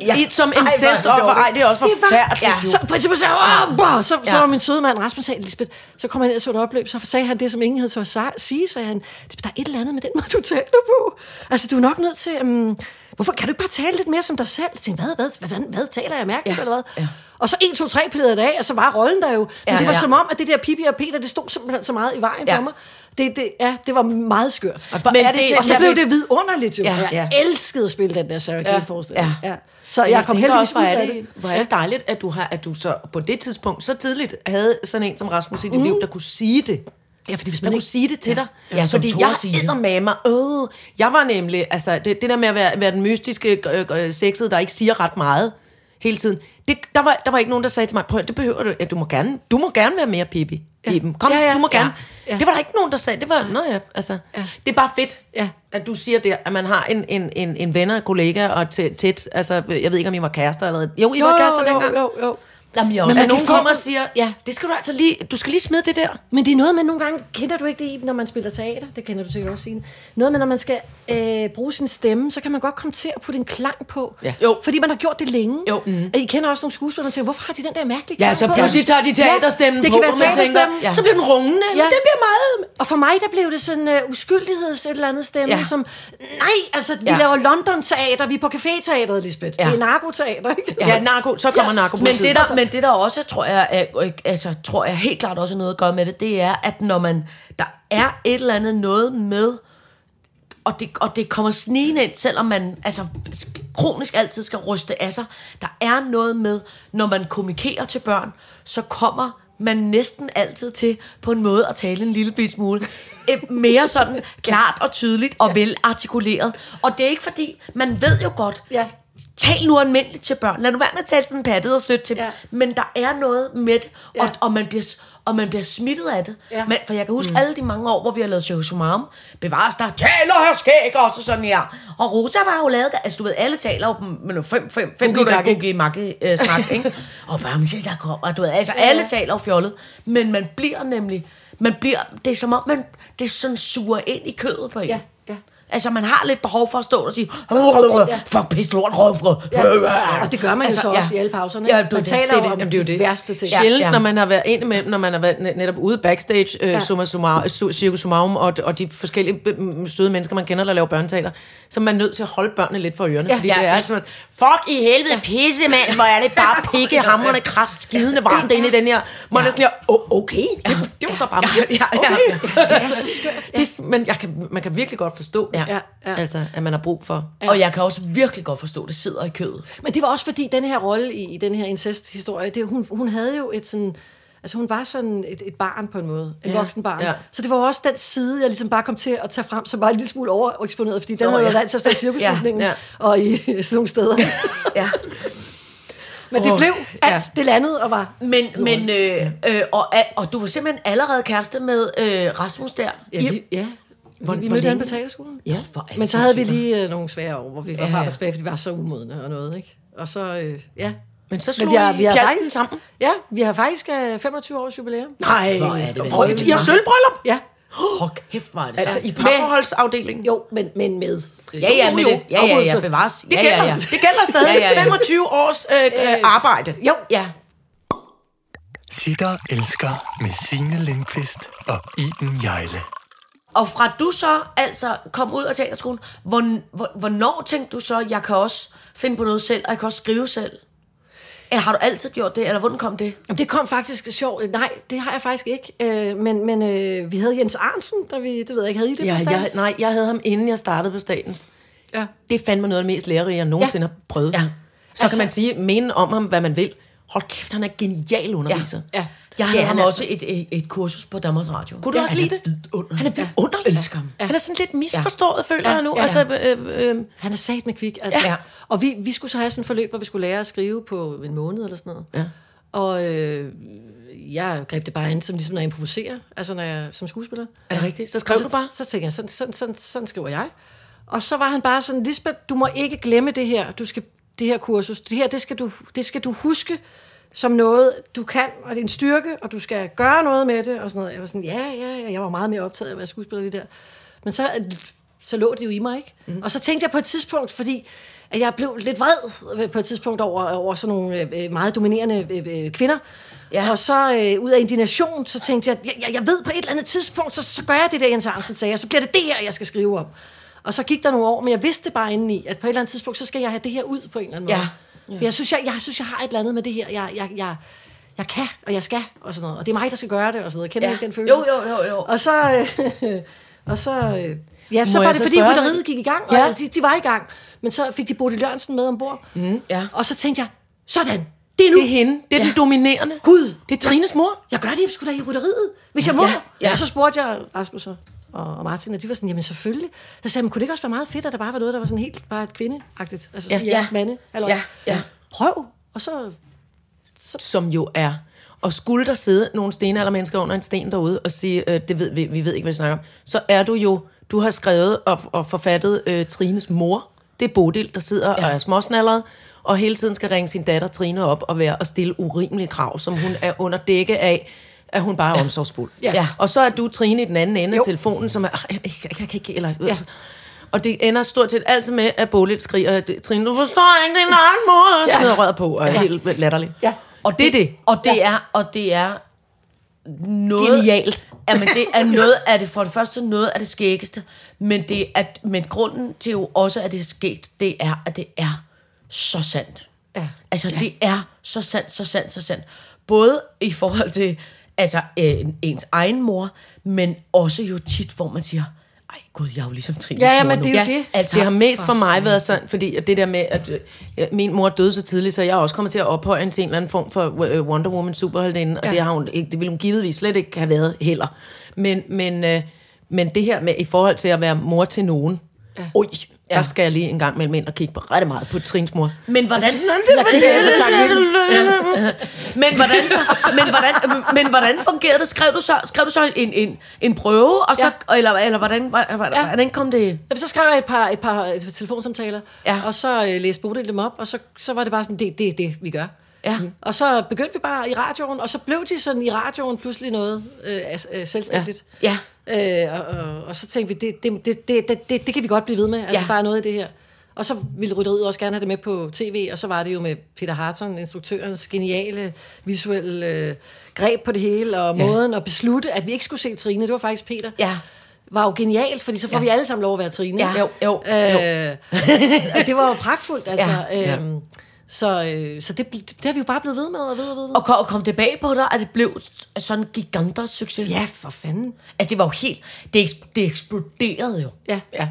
[SPEAKER 3] Ja. I, som incestoffer. Ej, det er også forfærdeligt.
[SPEAKER 4] Ja. Så, på, så, så, så, så, så
[SPEAKER 5] Ja.
[SPEAKER 4] var min søde mand Rasmus sagde, Lisbeth, så kom han ned og så et opløb, så sagde han det, som ingen havde tør sa- sige, sagde han, Lisbeth, der er et eller andet med den måde, du taler på. Altså, du er nok nødt til, um, hvorfor kan du ikke bare tale lidt mere som dig selv? Jeg tænkte, hvad, hvad, hvad, hvad, hvad taler jeg mærkeligt,
[SPEAKER 5] Ja.
[SPEAKER 4] ja. eller hvad?
[SPEAKER 5] Ja.
[SPEAKER 4] Ja. Og så 1, 2, 3 pillede jeg det af, og så var rollen der jo. Men
[SPEAKER 5] Ja,
[SPEAKER 4] ja, det var
[SPEAKER 5] ja.
[SPEAKER 4] ja. som om, at det der Pippi og Peter, det stod simpelthen så meget i vejen
[SPEAKER 5] Ja.
[SPEAKER 4] ja. for mig. Det, det, ja, det var meget skørt.
[SPEAKER 3] hvor
[SPEAKER 4] Men
[SPEAKER 3] er det
[SPEAKER 4] og så
[SPEAKER 3] tænkt-
[SPEAKER 4] blev det vidunderligt jo.
[SPEAKER 5] Ja,
[SPEAKER 4] Ja, ja. Jeg
[SPEAKER 5] ja.
[SPEAKER 4] elskede at spille den der Sarah
[SPEAKER 3] Ja,
[SPEAKER 4] Kane forestilling.
[SPEAKER 5] ja.
[SPEAKER 4] Ja. Så jeg,
[SPEAKER 3] Men
[SPEAKER 4] kom
[SPEAKER 3] tænker
[SPEAKER 4] heldigvis
[SPEAKER 3] også, hvor
[SPEAKER 4] ud
[SPEAKER 3] er
[SPEAKER 4] af
[SPEAKER 3] det, Hvor er det dejligt, at du, har, at du så på det tidspunkt så tidligt havde sådan en som Rasmus
[SPEAKER 4] Mm.
[SPEAKER 3] i dit liv, der kunne sige det.
[SPEAKER 4] Ja, fordi hvis
[SPEAKER 3] Man
[SPEAKER 4] man
[SPEAKER 3] kunne
[SPEAKER 4] ikke...
[SPEAKER 3] sige det til dig.
[SPEAKER 5] Ja, som
[SPEAKER 3] fordi
[SPEAKER 5] turde
[SPEAKER 3] jeg
[SPEAKER 5] sige det.
[SPEAKER 3] sidder med mig. Øh, jeg var nemlig, altså det, det der med at være, være den mystiske øh, øh, sexede, der ikke siger ret meget hele tiden. Det, der, var, der var ikke nogen, der sagde til mig, prøv at- det behøver du, ja, du må gerne, du må gerne være mere pippi. Ja. Kom, ja,
[SPEAKER 4] Ja,
[SPEAKER 3] ja,
[SPEAKER 4] ja.
[SPEAKER 3] du må gerne. Ja,
[SPEAKER 4] Ja,
[SPEAKER 3] ja.
[SPEAKER 4] ja.
[SPEAKER 3] Det var der ikke nogen, der sagde, det var, nå ja, altså. Ja. Det er bare fedt,
[SPEAKER 4] Ja.
[SPEAKER 3] at du siger der, at man har en, en, en, en venner, kollega og tæ- tæt, altså jeg ved ikke, om I var kærester eller... Jo, I
[SPEAKER 4] Jo,
[SPEAKER 3] var kærester
[SPEAKER 4] jo,
[SPEAKER 3] dengang.
[SPEAKER 4] jo, jo.
[SPEAKER 5] Jamen, jeg er
[SPEAKER 3] Men
[SPEAKER 5] også.
[SPEAKER 3] man
[SPEAKER 5] Men,
[SPEAKER 3] nogen
[SPEAKER 4] få-
[SPEAKER 3] kommer og siger, ja,
[SPEAKER 4] Ja.
[SPEAKER 3] det skal du altså lige, du skal lige smide det der.
[SPEAKER 4] Men det er noget med nogle gange, kender du ikke det, Iben, når man spiller teater? Det kender du sikkert også, Signe. Noget med, når man skal øh, bruge sin stemme, så kan man godt komme til at putte en klang på.
[SPEAKER 3] Ja.
[SPEAKER 5] Jo.
[SPEAKER 4] Fordi man har gjort det længe.
[SPEAKER 5] Jo.
[SPEAKER 4] Mm. Og I kender også nogle skuespillere, der tænker, hvorfor har de den der mærkelige
[SPEAKER 3] Ja,
[SPEAKER 4] klang
[SPEAKER 3] så
[SPEAKER 4] på?
[SPEAKER 3] pludselig tager de teaterstemmen
[SPEAKER 4] ja, det
[SPEAKER 3] på,
[SPEAKER 4] kan være
[SPEAKER 3] og man tænker,
[SPEAKER 4] teaterstemmen.
[SPEAKER 3] ja. så bliver den rungende, ja.
[SPEAKER 4] Ja.
[SPEAKER 3] den bliver meget...
[SPEAKER 4] Og for mig, der blev det sådan uh, uskyldigheds et eller andet stemme,
[SPEAKER 5] Ja.
[SPEAKER 4] ja. som, nej, altså, vi
[SPEAKER 5] Ja.
[SPEAKER 4] ja. laver London-teater, vi er på café-teateret, Lisbeth.
[SPEAKER 5] Ja.
[SPEAKER 4] Ja. Det er narkoteater, ikke?
[SPEAKER 3] Ja, narko, så kommer ja. narkopolitiet. Altså-
[SPEAKER 5] men, det der, men det der også, tror jeg, er, øh, altså, tror jeg helt klart også har noget at gøre med det, det er, at når man, der er et eller andet noget med, og det, og det kommer snigende ind, selvom man altså, sk- kronisk altid skal ryste af sig. Der er noget med, når man kommunikerer til børn, så kommer man næsten altid til på en måde at tale en lille bit smule øh, mere sådan klart og tydeligt og velartikuleret. Og det er ikke fordi, man ved jo godt,
[SPEAKER 4] Ja.
[SPEAKER 5] Tal nu almindeligt til børn. Lad nu være med at tale sådan pattet og sødt til dem.
[SPEAKER 4] Ja.
[SPEAKER 5] Men der er noget med det, og,
[SPEAKER 4] Ja.
[SPEAKER 5] og, man, bliver, s- og man bliver smittet af det.
[SPEAKER 4] Ja.
[SPEAKER 5] Men, for jeg kan huske mm. alle de mange år, hvor vi har lavet show som arm. Bevares der, taler her skæg også sådan her. Og Rosa var jo lavet, altså du ved, alle taler jo dem med nogle fem, fem, fem minutter
[SPEAKER 3] gakke.
[SPEAKER 5] i makke øh, snak, ikke? Og bare, men se, der kommer, du ved, altså alle taler jo fjollet. Men man bliver nemlig, man bliver, det er som om, man, det er sådan suger ind i kødet på en.
[SPEAKER 4] Ja, ja.
[SPEAKER 5] Altså, man har lidt behov for at stå og sige, fuck, pis, lort, røv,
[SPEAKER 4] Ja. Og det gør man altså, jo så også ja. i alle pauserne. ikke?
[SPEAKER 5] Ja, det er
[SPEAKER 4] man
[SPEAKER 5] det.
[SPEAKER 4] taler
[SPEAKER 5] Det er
[SPEAKER 4] jo
[SPEAKER 5] det.
[SPEAKER 4] om
[SPEAKER 5] Jamen,
[SPEAKER 3] det er jo
[SPEAKER 4] de
[SPEAKER 3] det.
[SPEAKER 4] værste ting.
[SPEAKER 5] Ja.
[SPEAKER 4] Ja.
[SPEAKER 3] Sjældent, ja, ja. når man har været ind imellem, når man har været net- netop ude backstage, øh,
[SPEAKER 4] Ja.
[SPEAKER 3] ja. summa summa, su, cirkus summarum, og, og de forskellige b- m- søde mennesker, man kender, der laver børnetaler, så er man nødt til at holde børnene lidt for ørerne, ja. fordi
[SPEAKER 4] Ja.
[SPEAKER 3] ja. det er sådan, at, fuck i helvede, pisse mand, hvor er det bare pikke, hammerne, krast, skidende varmt inde i den her. Man er sådan her, oh, okay, det, det var så bare ja, ja, ja, okay. ja. Det er så skørt. Ja. Det, men jeg kan, man kan virkelig godt forstå, ja.
[SPEAKER 4] Ja,
[SPEAKER 3] Ja,
[SPEAKER 4] ja.
[SPEAKER 3] ja. Altså, at man har brug for...
[SPEAKER 5] Ja. Og jeg kan også virkelig godt forstå, at det sidder i kødet.
[SPEAKER 4] Men det var også fordi, den her rolle i, i den her incest-historie, det, hun, hun havde jo et sådan... Altså hun var sådan et, et barn på en måde, en
[SPEAKER 3] Ja,
[SPEAKER 4] voksen barn. Ja.
[SPEAKER 3] ja.
[SPEAKER 4] Så det var jo også den side, jeg ligesom bare kom til at tage frem, som var en lille smule overeksponeret, fordi den
[SPEAKER 3] Nå,
[SPEAKER 4] havde jeg
[SPEAKER 3] ja.
[SPEAKER 4] vant til at stå i cirkusbygningen ja,
[SPEAKER 3] Ja,
[SPEAKER 4] ja.
[SPEAKER 3] ja.
[SPEAKER 4] og i sådan nogle steder.
[SPEAKER 5] Ja.
[SPEAKER 4] Men det
[SPEAKER 3] Åh,
[SPEAKER 4] blev alt, ja.
[SPEAKER 3] ja.
[SPEAKER 4] det landede og var...
[SPEAKER 5] Men, men øh, øh, og, og du var simpelthen allerede kæreste med øh, Rasmus der.
[SPEAKER 4] Ja,
[SPEAKER 5] I-
[SPEAKER 4] vi, ja. Hvor,
[SPEAKER 3] Hvor-
[SPEAKER 4] vi
[SPEAKER 3] hvor
[SPEAKER 4] mødte han på
[SPEAKER 3] længe?
[SPEAKER 4] teaterskolen.
[SPEAKER 3] Ja, for er det
[SPEAKER 4] Men så havde vi
[SPEAKER 3] sindssygt.
[SPEAKER 4] lige øh, nogle svære år, hvor vi var ja,
[SPEAKER 3] Ja,
[SPEAKER 4] frem
[SPEAKER 3] ja.
[SPEAKER 4] og tilbage, fordi vi var så umodne og noget, ikke? Og så, øh, ja.
[SPEAKER 3] Men så slog
[SPEAKER 4] Men vi har, vi har
[SPEAKER 3] pjalten
[SPEAKER 4] faktisk,
[SPEAKER 3] sammen.
[SPEAKER 4] Ja, vi har faktisk øh, 25 års jubilæum.
[SPEAKER 3] Nej,
[SPEAKER 5] Hvor er det
[SPEAKER 3] Prøv,
[SPEAKER 5] vanvittigt.
[SPEAKER 3] I har sølvbryllup?
[SPEAKER 4] Ja.
[SPEAKER 5] Hold kæft, hvor er det
[SPEAKER 3] Altså,
[SPEAKER 5] sejt.
[SPEAKER 3] i parforholdsafdelingen?
[SPEAKER 4] Jo, men, men med.
[SPEAKER 5] Ja, ja, men det, ja, ja, ja,
[SPEAKER 4] afbrydelse.
[SPEAKER 5] bevares.
[SPEAKER 3] Det
[SPEAKER 5] ja,
[SPEAKER 3] gælder,
[SPEAKER 5] ja, ja.
[SPEAKER 3] det gælder stadig.
[SPEAKER 5] Ja, ja, ja.
[SPEAKER 3] 25 års øh, øh, arbejde.
[SPEAKER 5] Jo, ja.
[SPEAKER 1] Sitter elsker med Signe Lindqvist og Iben Jejle.
[SPEAKER 5] Og fra du så altså kom ud af teaterskolen, hvorn- hvor, hvornår tænkte du så, jeg kan også finde på noget selv, og jeg kan også skrive selv? Eller har du altid gjort det, eller hvordan kom det?
[SPEAKER 4] Jamen, Det kom faktisk sjovt. Nej, det har jeg faktisk ikke. Øh, men men øh, vi havde Jens Arnsen, der vi, det ved jeg ikke, havde I det
[SPEAKER 3] Ja,
[SPEAKER 4] på
[SPEAKER 3] jeg,
[SPEAKER 4] stands?
[SPEAKER 3] nej, jeg havde ham, inden jeg startede på Statens.
[SPEAKER 4] Ja.
[SPEAKER 3] Det fandt mig noget af det mest lærerige, jeg nogensinde
[SPEAKER 4] Ja.
[SPEAKER 3] har prøvet. Ja. Så
[SPEAKER 4] Altså-
[SPEAKER 3] altså, kan man sige, mene om ham, hvad man vil. Hold kæft, han er genial underviser.
[SPEAKER 4] Ja.
[SPEAKER 5] Jeg havde
[SPEAKER 3] Ja,
[SPEAKER 5] ja,
[SPEAKER 3] han
[SPEAKER 5] ham
[SPEAKER 3] er-
[SPEAKER 4] altså.
[SPEAKER 5] også et, et, et kursus på Danmarks Radio.
[SPEAKER 3] Kunne du også lide det? Han er vildt underlig.
[SPEAKER 5] elsker ham.
[SPEAKER 3] Ja. Han er sådan lidt misforstået, ja. føler
[SPEAKER 4] Ja,
[SPEAKER 3] jeg nu.
[SPEAKER 4] ja.
[SPEAKER 3] Ja. Altså, øh, øh,
[SPEAKER 4] Han er sat med kvik. Altså.
[SPEAKER 3] Ja.
[SPEAKER 4] Og vi, vi skulle så have sådan et forløb, hvor vi skulle lære at skrive på en måned eller sådan noget.
[SPEAKER 3] Ja.
[SPEAKER 4] Og øh, jeg greb det bare an, som ligesom når jeg improviserer, altså når jeg, som skuespiller.
[SPEAKER 3] er det rigtigt? Så skrev
[SPEAKER 4] Og
[SPEAKER 3] du bare?
[SPEAKER 4] Så tænkte jeg, sådan, sådan, sådan, sådan skriver jeg. Og så var han bare sådan, Lisbeth, du må ikke glemme det her, du skal, det her kursus. Det her, det skal, du, det skal du huske som noget, du kan, og det er en styrke, og du skal gøre noget med det, og sådan noget. Jeg var sådan, ja, ja, ja, jeg var meget mere optaget af at være skuespiller lige der. Men så, så lå det jo i mig, ikke? Mm. Og så tænkte jeg på et tidspunkt, fordi at jeg blev lidt vred på et tidspunkt over, over sådan nogle øh, øh, meget dominerende øh, øh, kvinder. Ja. Og så øh, ud af indignation, så tænkte jeg, jeg, jeg, jeg ved på et eller andet tidspunkt, så, så gør jeg det der, Jens Arnsen sagde, og så bliver det det her, jeg skal skrive om. Og så gik der nogle år, men jeg vidste bare indeni, at på et eller andet tidspunkt, så skal jeg have det her ud på en eller anden måde. Ja. For jeg synes, jeg, jeg synes, jeg har et eller andet med det her. Jeg, jeg, jeg, jeg kan, og jeg skal, og sådan noget. Og det er mig, der skal gøre det, og sådan noget. Kender ja.
[SPEAKER 5] Ja.
[SPEAKER 4] ikke den følelse?
[SPEAKER 5] Jo, jo, jo, jo.
[SPEAKER 4] Og så... Øh, og så øh, ja, så
[SPEAKER 3] Må
[SPEAKER 4] var
[SPEAKER 3] jeg
[SPEAKER 4] det,
[SPEAKER 3] så
[SPEAKER 4] fordi
[SPEAKER 3] spørge-
[SPEAKER 4] rytteriet gik i gang, og ja.
[SPEAKER 3] Ja.
[SPEAKER 4] de, de var i gang. Men så fik de Bodil Jørgensen med ombord. Mm,
[SPEAKER 5] ja.
[SPEAKER 4] Og så tænkte jeg, sådan, det er nu.
[SPEAKER 3] Det er hende. Det er ja. den dominerende.
[SPEAKER 4] Gud.
[SPEAKER 3] Det er Trines mor.
[SPEAKER 4] Jeg gør det sgu da i rytteriet, hvis jeg må. Ja,
[SPEAKER 5] Ja,
[SPEAKER 4] ja.
[SPEAKER 5] ja.
[SPEAKER 4] Og så spurgte jeg Rasmus og, og Martin, og de var sådan, jamen selvfølgelig. Så sagde jeg, men kunne det ikke også være meget fedt, at der bare var noget, der var sådan helt bare et kvindeagtigt? Altså sådan ja,
[SPEAKER 5] Ja,
[SPEAKER 4] jeres ja.
[SPEAKER 5] ja.
[SPEAKER 4] mande. Eller,
[SPEAKER 5] Ja, ja.
[SPEAKER 4] Prøv. Og så
[SPEAKER 3] som jo er. Og skulle der sidde nogle stenaldermennesker under en sten derude og sige, øh, det ved vi, vi ved ikke, hvad vi snakker om, så er du jo, du har skrevet og, og forfattet øh, Trines mor. Det er Bodil, der sidder ja. og er småsnalleret, og hele tiden skal ringe sin datter Trine op og være og stille urimelige krav, som hun er under dække af, at hun bare er omsorgsfuld.
[SPEAKER 4] Ja.
[SPEAKER 3] Og så er du Trine i den anden ende
[SPEAKER 4] Jo.
[SPEAKER 3] af telefonen, som er, "Ah, jeg, jeg, jeg kan ikke, eller...
[SPEAKER 4] Ja.
[SPEAKER 3] Ja. Og det ender stort set altid med, at Bodil skriger, Trine, du forstår ikke din egen mor, og
[SPEAKER 4] Ja.
[SPEAKER 3] smider røret på, og er helt latterlig.
[SPEAKER 4] Ja.
[SPEAKER 3] Og det er det.
[SPEAKER 5] Og det er, og det er noget...
[SPEAKER 3] Genialt.
[SPEAKER 5] Ja, men det er noget af det, for det første noget af det skæggeste, men, det er, men grunden til jo også, at det er skægt, det er, at det er så sandt.
[SPEAKER 4] Ja.
[SPEAKER 5] Altså, det er så sandt, så sandt, så sandt. Både i forhold til altså, øh, ens egen mor, men også jo tit, hvor man siger, ej gud, jeg er jo ligesom Trines
[SPEAKER 4] Ja, ja,
[SPEAKER 5] mor
[SPEAKER 4] men
[SPEAKER 5] nu."
[SPEAKER 4] det er jo det.
[SPEAKER 3] Altså, det har mest for mig været sådan, fordi at det der med, at øh, ja, min mor døde så tidligt, så jeg er også kommet til at ophøje hende til en eller anden form for øh, Wonder Woman superheldinde, og ja. det, har hun, ikke- det ville hun givetvis slet ikke have været heller. Men, men, øh, men det her med, i forhold til at være mor til nogen, ja. oj, Ja. Der skal jeg lige en gang mellem ind og kigge på ret meget på Trins mor.
[SPEAKER 5] Men hvordan...
[SPEAKER 3] Nå, det er det, tak.
[SPEAKER 5] Men hvordan, så, men, hvordan, men hvordan fungerede det? Skrev du så, skrev du så en, en, en prøve, og så, ja. eller, eller hvordan, hvordan, ja. hvordan kom det?
[SPEAKER 4] Jamen, så skrev jeg et par, et par et par telefonsamtaler, ja. og så øh, læste Bodil dem op, og så, så var det bare sådan, det det, det, vi gør. Mm.
[SPEAKER 5] Ja.
[SPEAKER 4] Og så begyndte vi bare i radioen, og så blev de sådan i radioen pludselig noget øh, øh, selvstændigt.
[SPEAKER 5] Ja.
[SPEAKER 4] Øh, og, og, og så tænkte vi, det, det, det, det, det, det, det kan vi godt blive ved med. Altså,
[SPEAKER 5] Ja.
[SPEAKER 4] ja. der er noget i det her. Og så ville rytteriet også gerne have det med på tv, og så var det jo med Peter Harton, instruktørens geniale visuelle øh, greb på det hele, og måden at beslutte, at vi ikke skulle se Trine, det var faktisk Peter,
[SPEAKER 5] Ja.
[SPEAKER 4] var jo genialt, fordi så får ja. vi alle sammen lov at være Trine.
[SPEAKER 5] Ja.
[SPEAKER 4] ikke?
[SPEAKER 5] Jo, jo,
[SPEAKER 4] Øh, og det var jo pragtfuldt, altså.
[SPEAKER 5] Ja,
[SPEAKER 4] Ja.
[SPEAKER 5] ja.
[SPEAKER 4] Øhm, så øh, så det, bl- det har vi jo bare blevet ved med og ved og ved. Og ved.
[SPEAKER 5] Og kom, kom det bag på dig, at det blev sådan en gigantisk succes?
[SPEAKER 4] Ja, for fanden.
[SPEAKER 5] Altså, det var jo helt... Det, eks- det eksploderede jo.
[SPEAKER 4] Ja.
[SPEAKER 3] Ja.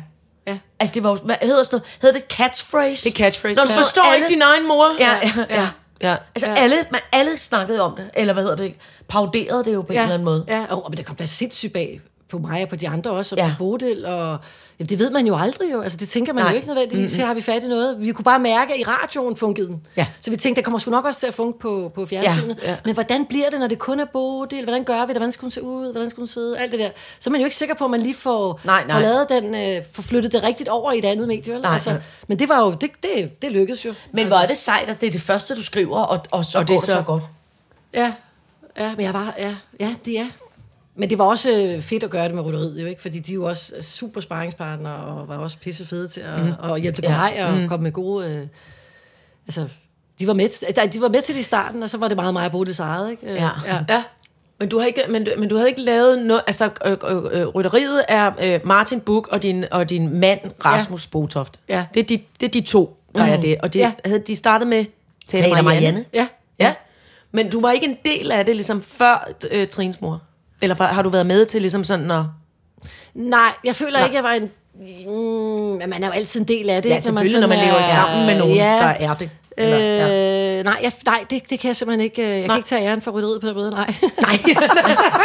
[SPEAKER 4] ja.
[SPEAKER 5] Altså, det var jo... Hvad hedder sådan noget? Hedder det catchphrase?
[SPEAKER 3] Det er catchphrase.
[SPEAKER 5] Når
[SPEAKER 3] Når
[SPEAKER 5] du
[SPEAKER 3] du
[SPEAKER 5] ja.
[SPEAKER 3] forstår
[SPEAKER 5] alle,
[SPEAKER 3] ikke din egen mor.
[SPEAKER 5] Ja, ja, ja.
[SPEAKER 3] ja.
[SPEAKER 5] Altså, alle, man, alle snakkede om det. Eller hvad hedder det? Pauderede det jo på ja. en eller anden måde.
[SPEAKER 4] Ja, og, og men det kom da sindssygt bag på mig og på de andre også, og
[SPEAKER 5] Ja.
[SPEAKER 4] ja. på Bodil, og jamen, det ved man jo aldrig jo. Altså, det tænker man
[SPEAKER 5] Nej.
[SPEAKER 4] Nej. jo ikke nødvendigvis. Her har vi fat i noget. Vi kunne bare mærke, at i radioen funkede den.
[SPEAKER 5] Ja.
[SPEAKER 4] Så vi tænkte, der kommer sgu nok også til at funke på, på fjernsynet.
[SPEAKER 3] Ja, ja.
[SPEAKER 4] Men hvordan bliver det, når det kun er Bodil? Hvordan gør vi det? Hvordan skal hun se ud? Hvordan skal hun sidde? Alt det der. Så er man jo ikke sikker på, at man lige får,
[SPEAKER 5] Nej, nej.
[SPEAKER 4] får lavet den, øh, får flyttet det rigtigt over i et andet medie. Vel?
[SPEAKER 5] Nej,
[SPEAKER 4] altså,
[SPEAKER 5] nej.
[SPEAKER 4] Men det var jo, det, det, det lykkedes jo.
[SPEAKER 5] Men hvor er det sejt, at det er det første, du skriver, og, og så og
[SPEAKER 3] Og
[SPEAKER 5] det
[SPEAKER 3] det
[SPEAKER 5] går
[SPEAKER 3] er
[SPEAKER 5] det så godt.
[SPEAKER 3] så-
[SPEAKER 4] Ja, ja men jeg var, ja, ja, det er. Men det var også øh, fedt at gøre det med rytteriet, jo ikke? Fordi de er jo også øh, super sparringspartnere, og var også pisse fede til
[SPEAKER 3] Mhm.
[SPEAKER 4] at, mm. at hjælpe det på
[SPEAKER 5] Ja.
[SPEAKER 4] ja. vej, og mm. komme med gode... Øh, altså, de var, med, til- nej, de var med til det i starten, og så var det meget mig at bruge det eget, ikke? Øh,
[SPEAKER 5] Ja.
[SPEAKER 4] ja.
[SPEAKER 3] Ja. Men du, har ikke, men, du- men du havde ikke lavet noget... Altså, øh, øh, øh, rytteriet er øh, Martin Buk og din, og din mand, Rasmus ja. Botoft.
[SPEAKER 4] Ja.
[SPEAKER 3] Det, er de, det er de to, der mm. er det. Og det
[SPEAKER 4] Ja.
[SPEAKER 3] havde de startet med Tale,
[SPEAKER 5] Teater Marianne.
[SPEAKER 4] ja.
[SPEAKER 3] Ja. Men du var ikke en del af det, ligesom før øh, Trins mor? Eller var- har du været med til ligesom sådan at...
[SPEAKER 4] Nej, jeg føler ikke, jeg var en... Mm, men man er jo altid en del af det. ikke?
[SPEAKER 3] Ja,
[SPEAKER 5] Altså,
[SPEAKER 3] selvfølgelig, når man,
[SPEAKER 4] sådan
[SPEAKER 3] lever
[SPEAKER 4] er-
[SPEAKER 3] sammen med nogen, der er det. Eller, ja.
[SPEAKER 4] Øh, nej, jeg, nej det, det kan jeg simpelthen ikke. øh, Jeg nej.
[SPEAKER 3] Nej.
[SPEAKER 4] kan ikke tage æren for rytteriet på den måde, nej.
[SPEAKER 3] Nej.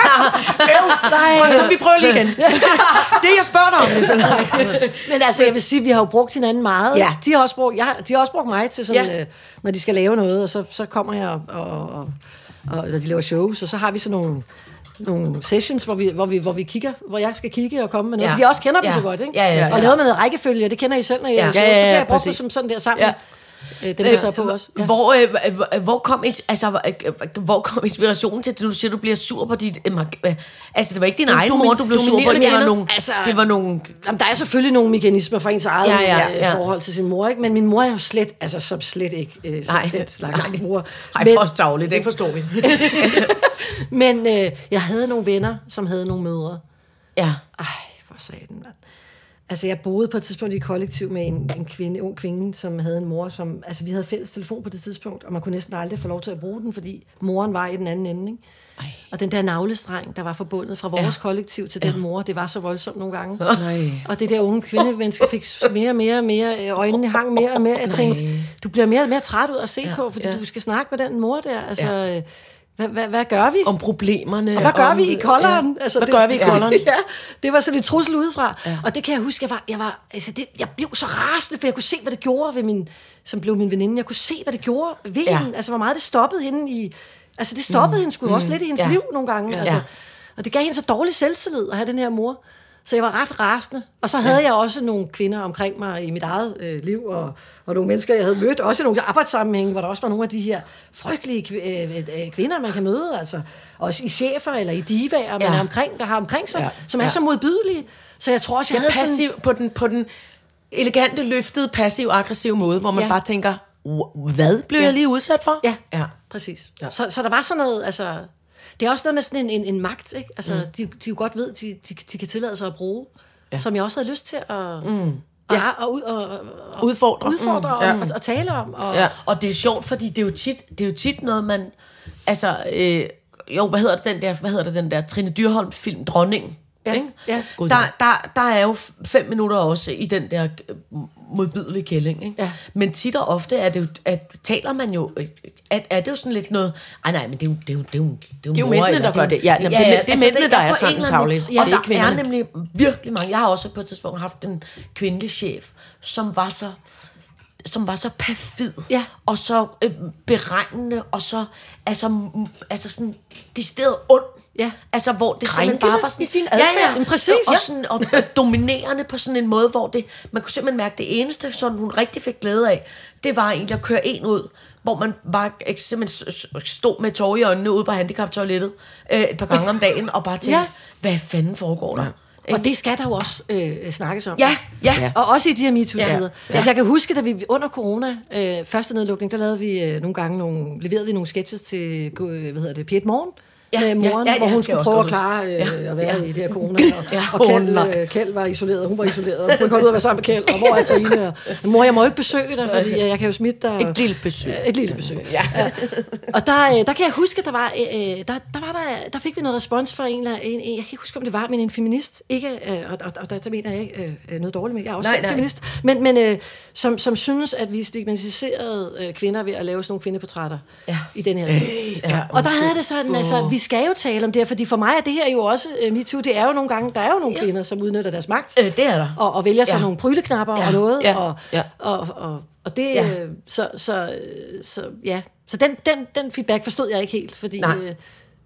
[SPEAKER 3] Nej. Vi prøver lige igen. Det, jeg spørger dig om, ligesom.
[SPEAKER 4] Men altså, jeg vil sige, vi har jo brugt hinanden meget.
[SPEAKER 3] Ja.
[SPEAKER 4] De har også brugt, jeg, de har også brugt mig til sådan,
[SPEAKER 3] Ja.
[SPEAKER 4] ja. øh, når de skal lave noget, og så, så kommer jeg og, og, og, og når de laver shows, og så har vi sådan nogle, nogle sessions, hvor vi, hvor, vi, hvor vi kigger, hvor jeg skal kigge og komme med noget,
[SPEAKER 5] Ja.
[SPEAKER 4] ja. fordi jeg også kender dem
[SPEAKER 5] Ja.
[SPEAKER 4] så godt, ikke?
[SPEAKER 5] Ja, ja, ja.
[SPEAKER 4] og laver med noget rækkefølge, og det kender I selv, når I ja. laver shows,
[SPEAKER 3] Ja, ja, ja,
[SPEAKER 4] så bliver jeg brugt
[SPEAKER 3] præcis.
[SPEAKER 4] som sådan der sammen. Ja. Øh, dem, der så er på os. Ja.
[SPEAKER 5] Hvor, øh, hvor- hvor, kom, ins- altså, øh, hvor kom inspirationen til, at du siger, du bliver sur på dit... Øh, mark- øh, altså, det var ikke din egen
[SPEAKER 3] domi-
[SPEAKER 5] mor, du blev sur på.
[SPEAKER 3] dominerende
[SPEAKER 5] Det var
[SPEAKER 3] kvinder.
[SPEAKER 5] nogle... Altså,
[SPEAKER 4] Altså-
[SPEAKER 5] det var nogle
[SPEAKER 4] Jamen, der er selvfølgelig nogle mekanismer for ens eget
[SPEAKER 5] Ja,
[SPEAKER 4] ja,
[SPEAKER 5] ja,
[SPEAKER 4] ja, øh,
[SPEAKER 5] ja.
[SPEAKER 4] forhold til sin mor, ikke? men min mor er jo slet, altså som slet ikke øh, som
[SPEAKER 5] Nej.
[SPEAKER 4] den slags
[SPEAKER 5] Nej.
[SPEAKER 4] mor.
[SPEAKER 5] Ej,
[SPEAKER 4] Men-
[SPEAKER 5] for os tavligt, det forstår vi.
[SPEAKER 4] Men øh, jeg havde nogle venner, som havde nogle mødre.
[SPEAKER 5] ja.
[SPEAKER 4] Ej, hvor satan, mand. Altså, jeg boede på et tidspunkt i et kollektiv med en, en kvinde, ung kvinde, som havde en mor, som... Altså, vi havde fælles telefon på det tidspunkt, og man kunne næsten aldrig få lov til at bruge den, fordi moren var i den anden ende, ikke? Ej. Og den der navlestreng, der var forbundet fra vores ja. kollektiv til den mor, det var så voldsomt nogle gange.
[SPEAKER 3] Nej.
[SPEAKER 4] Og det der unge kvindemenneske fik mere og mere og mere, øh, øjnene hang mere og mere. Jeg tænkte, du bliver mere og mere træt ud at se ja. på, fordi
[SPEAKER 3] ja.
[SPEAKER 4] ja. du skal snakke med den mor der. Altså, ja. hvad, hvad, hvad gør vi?
[SPEAKER 3] Om problemerne.
[SPEAKER 4] Og hvad gør
[SPEAKER 3] øh, om,
[SPEAKER 4] vi i kolderen?
[SPEAKER 3] Ja. Altså, hvad gør vi i kolderen?
[SPEAKER 4] ja, det var sådan et trussel udefra. Ja. Og det kan jeg huske, jeg var, jeg var, altså det, jeg blev så rasende, for jeg kunne se, hvad det gjorde ved min, som blev min veninde. Jeg kunne se, hvad det gjorde ved
[SPEAKER 5] Ja.
[SPEAKER 4] ja. hende. Altså, hvor meget det stoppede hende i, altså det stoppede mm. hende sgu mm. også lidt i hendes
[SPEAKER 5] Ja.
[SPEAKER 4] ja. liv nogle gange.
[SPEAKER 5] Ja.
[SPEAKER 4] Ja. Altså.
[SPEAKER 5] Ja.
[SPEAKER 4] Og det gav hende så dårlig selvtillid at have den her mor. Så jeg var ret rasende. Og så havde ja. jeg også nogle kvinder omkring mig i mit eget øh, liv, og, og nogle mennesker, jeg havde mødt. Også i nogle arbejdssammenhænge, hvor der også var nogle af de her frygtelige kv- øh, øh, kvinder, man kan møde. Altså, også i chefer eller i divaer, man
[SPEAKER 5] Ja.
[SPEAKER 4] er omkring, der har omkring sig,
[SPEAKER 3] Ja.
[SPEAKER 4] ja. som er
[SPEAKER 3] Ja.
[SPEAKER 4] så modbydelige. Så jeg tror også, jeg, jeg havde sådan...
[SPEAKER 3] Passiv på den, på den elegante, løftede, passiv-aggressive måde, hvor man ja.
[SPEAKER 4] Ja.
[SPEAKER 3] bare tænker, "Wh- hvad blev ja. jeg lige udsat for?
[SPEAKER 4] Ja,
[SPEAKER 5] Ja.
[SPEAKER 4] ja. præcis. Ja. Så, så der var sådan noget, altså... Det er også noget med sådan en, en, en magt, ikke? Altså, mm. de, de jo godt ved, de, de, de kan tillade sig at bruge, ja. som jeg også havde lyst til at... Mm. Ja. Og, og, ud- og, og
[SPEAKER 3] Udfordre.
[SPEAKER 4] udfordre mm,
[SPEAKER 3] Mm.
[SPEAKER 4] ja. og, og, og tale om. Og,
[SPEAKER 5] Ja. Og det er sjovt, fordi det er jo tit, det er jo tit noget, man... Altså, øh, jo, hvad hedder det, den der, hvad hedder det, den der Trine Dyrholm-film Dronningen?
[SPEAKER 4] Ja,
[SPEAKER 5] ikke?
[SPEAKER 4] ja.
[SPEAKER 5] Der, der, der er jo f- fem minutter også i den der øh, modbydelig kælling. Ikke? Ja. Men tit og ofte er det jo, at taler man jo, at, er det jo sådan lidt noget, ej Ah, nej, men det er jo, det er jo, det er jo, det er
[SPEAKER 3] jo
[SPEAKER 5] jo altså,
[SPEAKER 3] mændene,
[SPEAKER 5] eller
[SPEAKER 3] der gør det. Ja, jamen, det er mænd- det er mændene, der er
[SPEAKER 5] på
[SPEAKER 3] sådan
[SPEAKER 5] en eller anden
[SPEAKER 3] tavlige.
[SPEAKER 5] måde.
[SPEAKER 3] Ja,
[SPEAKER 5] Og
[SPEAKER 3] det er
[SPEAKER 5] der
[SPEAKER 3] ikke kvinderne.
[SPEAKER 5] er nemlig virkelig mange. Jeg har også på et tidspunkt haft en kvindelig chef, som var så som var så perfid,
[SPEAKER 4] Ja.
[SPEAKER 5] og så øh, beregnende, og så altså, m- altså sådan decideret ond.
[SPEAKER 4] Ja.
[SPEAKER 5] Altså, hvor det simpelthen
[SPEAKER 4] Krænkende
[SPEAKER 5] bare var sådan...
[SPEAKER 4] i sin adfærd.
[SPEAKER 5] Ja, ja,
[SPEAKER 4] Men præcis,
[SPEAKER 5] Og,
[SPEAKER 4] ja.
[SPEAKER 5] sådan, og, og dominerende på sådan en måde, hvor det, man kunne simpelthen mærke, det eneste, sådan hun rigtig fik glæde af, det var egentlig at køre en ud, hvor man bare ikke simpelthen s- s- stod med tårer i øjnene ude på handicaptoilettet øh, et par gange om dagen, og bare tænkte, ja.
[SPEAKER 4] Ja.
[SPEAKER 5] hvad fanden foregår der? Ja.
[SPEAKER 4] Og det skal der jo også øh, snakkes om.
[SPEAKER 5] Ja, ja.
[SPEAKER 3] Ja.
[SPEAKER 4] Og også i de her MeToo-tider.
[SPEAKER 5] Ja.
[SPEAKER 4] Ja. Altså, jeg kan huske, da vi under corona, øh, første nedlukning, der lavede vi øh, nogle gange nogle, leverede vi nogle sketches til, øh, hvad hedder det, Piet Morgen,
[SPEAKER 5] Ja,
[SPEAKER 4] ja, med moren, ja, ja, ja, hvor
[SPEAKER 5] det
[SPEAKER 4] hun
[SPEAKER 5] kan jeg
[SPEAKER 4] skulle
[SPEAKER 5] også
[SPEAKER 4] prøve
[SPEAKER 5] godt
[SPEAKER 4] at klare øh,
[SPEAKER 5] huske. Ja,
[SPEAKER 4] ja, at være
[SPEAKER 5] ja.
[SPEAKER 4] ja. i det her corona. Og,
[SPEAKER 5] Ja,
[SPEAKER 4] ja,
[SPEAKER 5] åh,
[SPEAKER 4] og Kjeld,
[SPEAKER 5] nej.
[SPEAKER 4] øh, Kjeld var isoleret, og hun var isoleret, og hun kunne ikke holde ud at være sammen med Kjeld, og hvor er Trine? Og, mor, jeg må jo ikke besøge dig, fordi jeg, jeg kan jo smitte dig.
[SPEAKER 3] Et lille besøg.
[SPEAKER 4] Øh, Et lille besøg. Ja. Og der, øh, der kan jeg huske, at der var, øh, øh, der, der, var der, der fik vi noget respons fra en, eller en, en, jeg kan ikke huske, om det var, men en feminist, ikke, øh, og, og, og der, der mener jeg ikke øh, øh, noget dårligt, men jeg er også
[SPEAKER 5] Nej,
[SPEAKER 4] nej, selv
[SPEAKER 5] nej.
[SPEAKER 4] nej. feminist, men, men øh, som, som synes, at vi stigmatiserede øh, kvinder ved at lave sådan nogle kvindeportrætter ja. i den her tid. Øh, ja, og der havde det sådan, altså, vi skal jo tale om det her, fordi for mig er det her jo også, øh, MeToo, det er jo nogle gange, der er jo nogle ja. kvinder, som udnytter deres magt,
[SPEAKER 5] Øh, det er der.
[SPEAKER 4] og, og vælger sig
[SPEAKER 5] Ja.
[SPEAKER 4] ja. nogle pryleknapper ja. og noget,
[SPEAKER 5] Ja.
[SPEAKER 4] og,
[SPEAKER 5] Ja.
[SPEAKER 4] og, og, og det,
[SPEAKER 5] Ja.
[SPEAKER 4] ja. øh, så, så, øh, så, ja. Så den, den, den feedback forstod jeg ikke helt, fordi
[SPEAKER 5] Nej.
[SPEAKER 4] øh,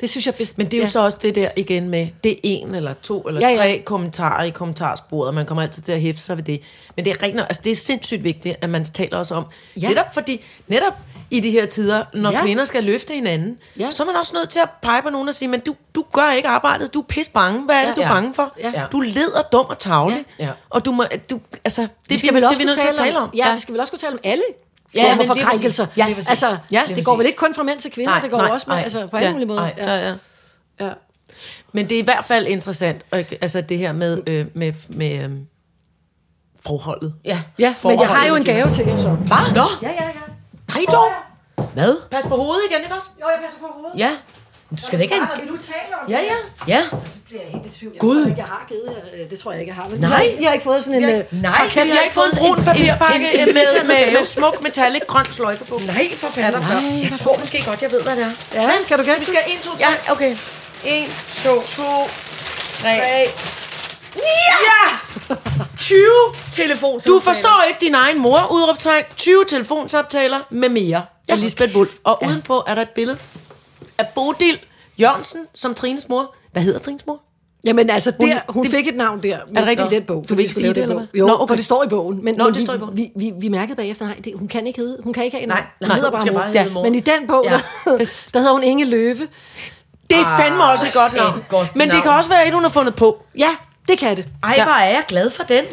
[SPEAKER 4] det synes jeg bedst.
[SPEAKER 3] Men det er jo
[SPEAKER 4] ja.
[SPEAKER 3] ja. så også det der igen med, det er en eller to eller
[SPEAKER 4] Ja,
[SPEAKER 3] ja,
[SPEAKER 4] ja.
[SPEAKER 3] ja. tre kommentarer i kommentarsporet, og man kommer altid til at hæfte sig ved det. Men det er, rigtig, altså det er sindssygt vigtigt, at man taler også om.
[SPEAKER 4] Ja.
[SPEAKER 3] Ja. Netop fordi, netop i de her tider, når
[SPEAKER 4] Ja.
[SPEAKER 3] ja. kvinder skal løfte hinanden,
[SPEAKER 4] Ja.
[SPEAKER 3] ja. så er man også nødt til at pege på nogen og sige, men du, du gør ikke arbejdet, du er pis bange. Hvad er det,
[SPEAKER 4] Ja.
[SPEAKER 3] du er
[SPEAKER 4] Ja.
[SPEAKER 3] bange for?
[SPEAKER 4] Ja.
[SPEAKER 3] Ja. Du leder dum og tavlig.
[SPEAKER 4] Ja.
[SPEAKER 3] Ja. Og du må, du, altså, det
[SPEAKER 4] vi skal
[SPEAKER 3] vi-
[SPEAKER 4] vel
[SPEAKER 3] det
[SPEAKER 4] også
[SPEAKER 3] vi
[SPEAKER 4] kunne
[SPEAKER 3] nødt til
[SPEAKER 4] tale,
[SPEAKER 3] at tale om.
[SPEAKER 4] Ja, vi skal vel også kunne tale om alle
[SPEAKER 5] Ja,
[SPEAKER 4] ja,
[SPEAKER 5] men
[SPEAKER 4] former for
[SPEAKER 5] lige præcis.
[SPEAKER 4] krænkelser.
[SPEAKER 5] Ja, lige præcis.
[SPEAKER 4] altså,
[SPEAKER 5] Ja.
[SPEAKER 4] ja,
[SPEAKER 5] Lige
[SPEAKER 4] det går vel
[SPEAKER 5] præcis.
[SPEAKER 4] ikke kun fra mænd til kvinder, nej, det går jo også med, altså, på alle mulige måder.
[SPEAKER 3] Nej,
[SPEAKER 4] Ja.
[SPEAKER 3] ja, ja.
[SPEAKER 4] Ja.
[SPEAKER 3] Men det er i hvert fald interessant, og ikke- altså det her med, øh, med, med øh, forholdet.
[SPEAKER 5] Ja.
[SPEAKER 4] ja, men jeg har jo en
[SPEAKER 3] Forholdet.
[SPEAKER 4] gave til jer så.
[SPEAKER 3] Hvad? Nå,
[SPEAKER 4] Ja, ja, ja.
[SPEAKER 3] nej dog.
[SPEAKER 5] Hvad?
[SPEAKER 3] Pas på hovedet igen, ikke også?
[SPEAKER 4] Jo, jeg passer på hovedet.
[SPEAKER 5] Ja. Men Du skal da ikke have en...
[SPEAKER 4] Når vi nu taler om
[SPEAKER 3] Ja, ja.
[SPEAKER 5] Ja.
[SPEAKER 4] bliver jeg helt i tvivl. Jeg
[SPEAKER 5] Gud.
[SPEAKER 4] tror ikke, jeg har givet jer, øh, det tror jeg ikke, jeg har. Men
[SPEAKER 5] Nej.
[SPEAKER 4] jeg, jeg har ikke fået sådan en... øh,
[SPEAKER 5] Nej,
[SPEAKER 3] Kan vi ikke få en brun papirpakke
[SPEAKER 5] en- en-
[SPEAKER 3] med, med,
[SPEAKER 5] en-
[SPEAKER 3] med, med smuk metallic grøn sløjfe på?
[SPEAKER 5] Nej, for fanden. Jeg tror måske godt, jeg ved, hvad det er.
[SPEAKER 4] Ja, skal du gætte?
[SPEAKER 3] Vi skal 1, 2, 3.
[SPEAKER 5] Ja, okay.
[SPEAKER 3] 1, 2, 3.
[SPEAKER 5] Ja! 20 telefon.
[SPEAKER 3] Du forstår ikke din egen mor, udråbtegn, 20 telefonsamtaler med mere. Ja. Af Lisbeth Wulf. Og ja. udenpå er der et billede af Bodil Jørgensen, som Trines mor. Hvad hedder Trines mor?
[SPEAKER 4] Jamen altså, der, hun,
[SPEAKER 3] det-
[SPEAKER 4] fik et navn der. Men, er
[SPEAKER 3] det rigtigt?
[SPEAKER 4] I den bog.
[SPEAKER 3] Du vil ikke sige det, eller hvad?
[SPEAKER 4] Jo,
[SPEAKER 3] Nå,
[SPEAKER 4] Nå, okay. for
[SPEAKER 3] okay.
[SPEAKER 4] det står i bogen. Men,
[SPEAKER 3] Nå,
[SPEAKER 4] men
[SPEAKER 3] det
[SPEAKER 4] vi,
[SPEAKER 3] står i bogen.
[SPEAKER 4] Vi, vi, vi mærkede bagefter, nej, det, hun kan ikke hedde. Hun kan ikke have en
[SPEAKER 5] Nej,
[SPEAKER 4] navn.
[SPEAKER 5] nej,
[SPEAKER 4] Hun hedder
[SPEAKER 5] hun skal
[SPEAKER 4] bare, mor.
[SPEAKER 5] bare hedde mor.
[SPEAKER 4] Men i den bog,
[SPEAKER 5] Ja.
[SPEAKER 4] ja. der, der hedder hun Inge Løve.
[SPEAKER 3] Det er fandme også et godt navn.
[SPEAKER 5] et godt
[SPEAKER 3] Men det kan
[SPEAKER 5] navn.
[SPEAKER 3] også være et, hun har fundet på.
[SPEAKER 4] Ja, det kan det.
[SPEAKER 5] Ej,
[SPEAKER 3] Ja.
[SPEAKER 5] hvor er jeg glad for den.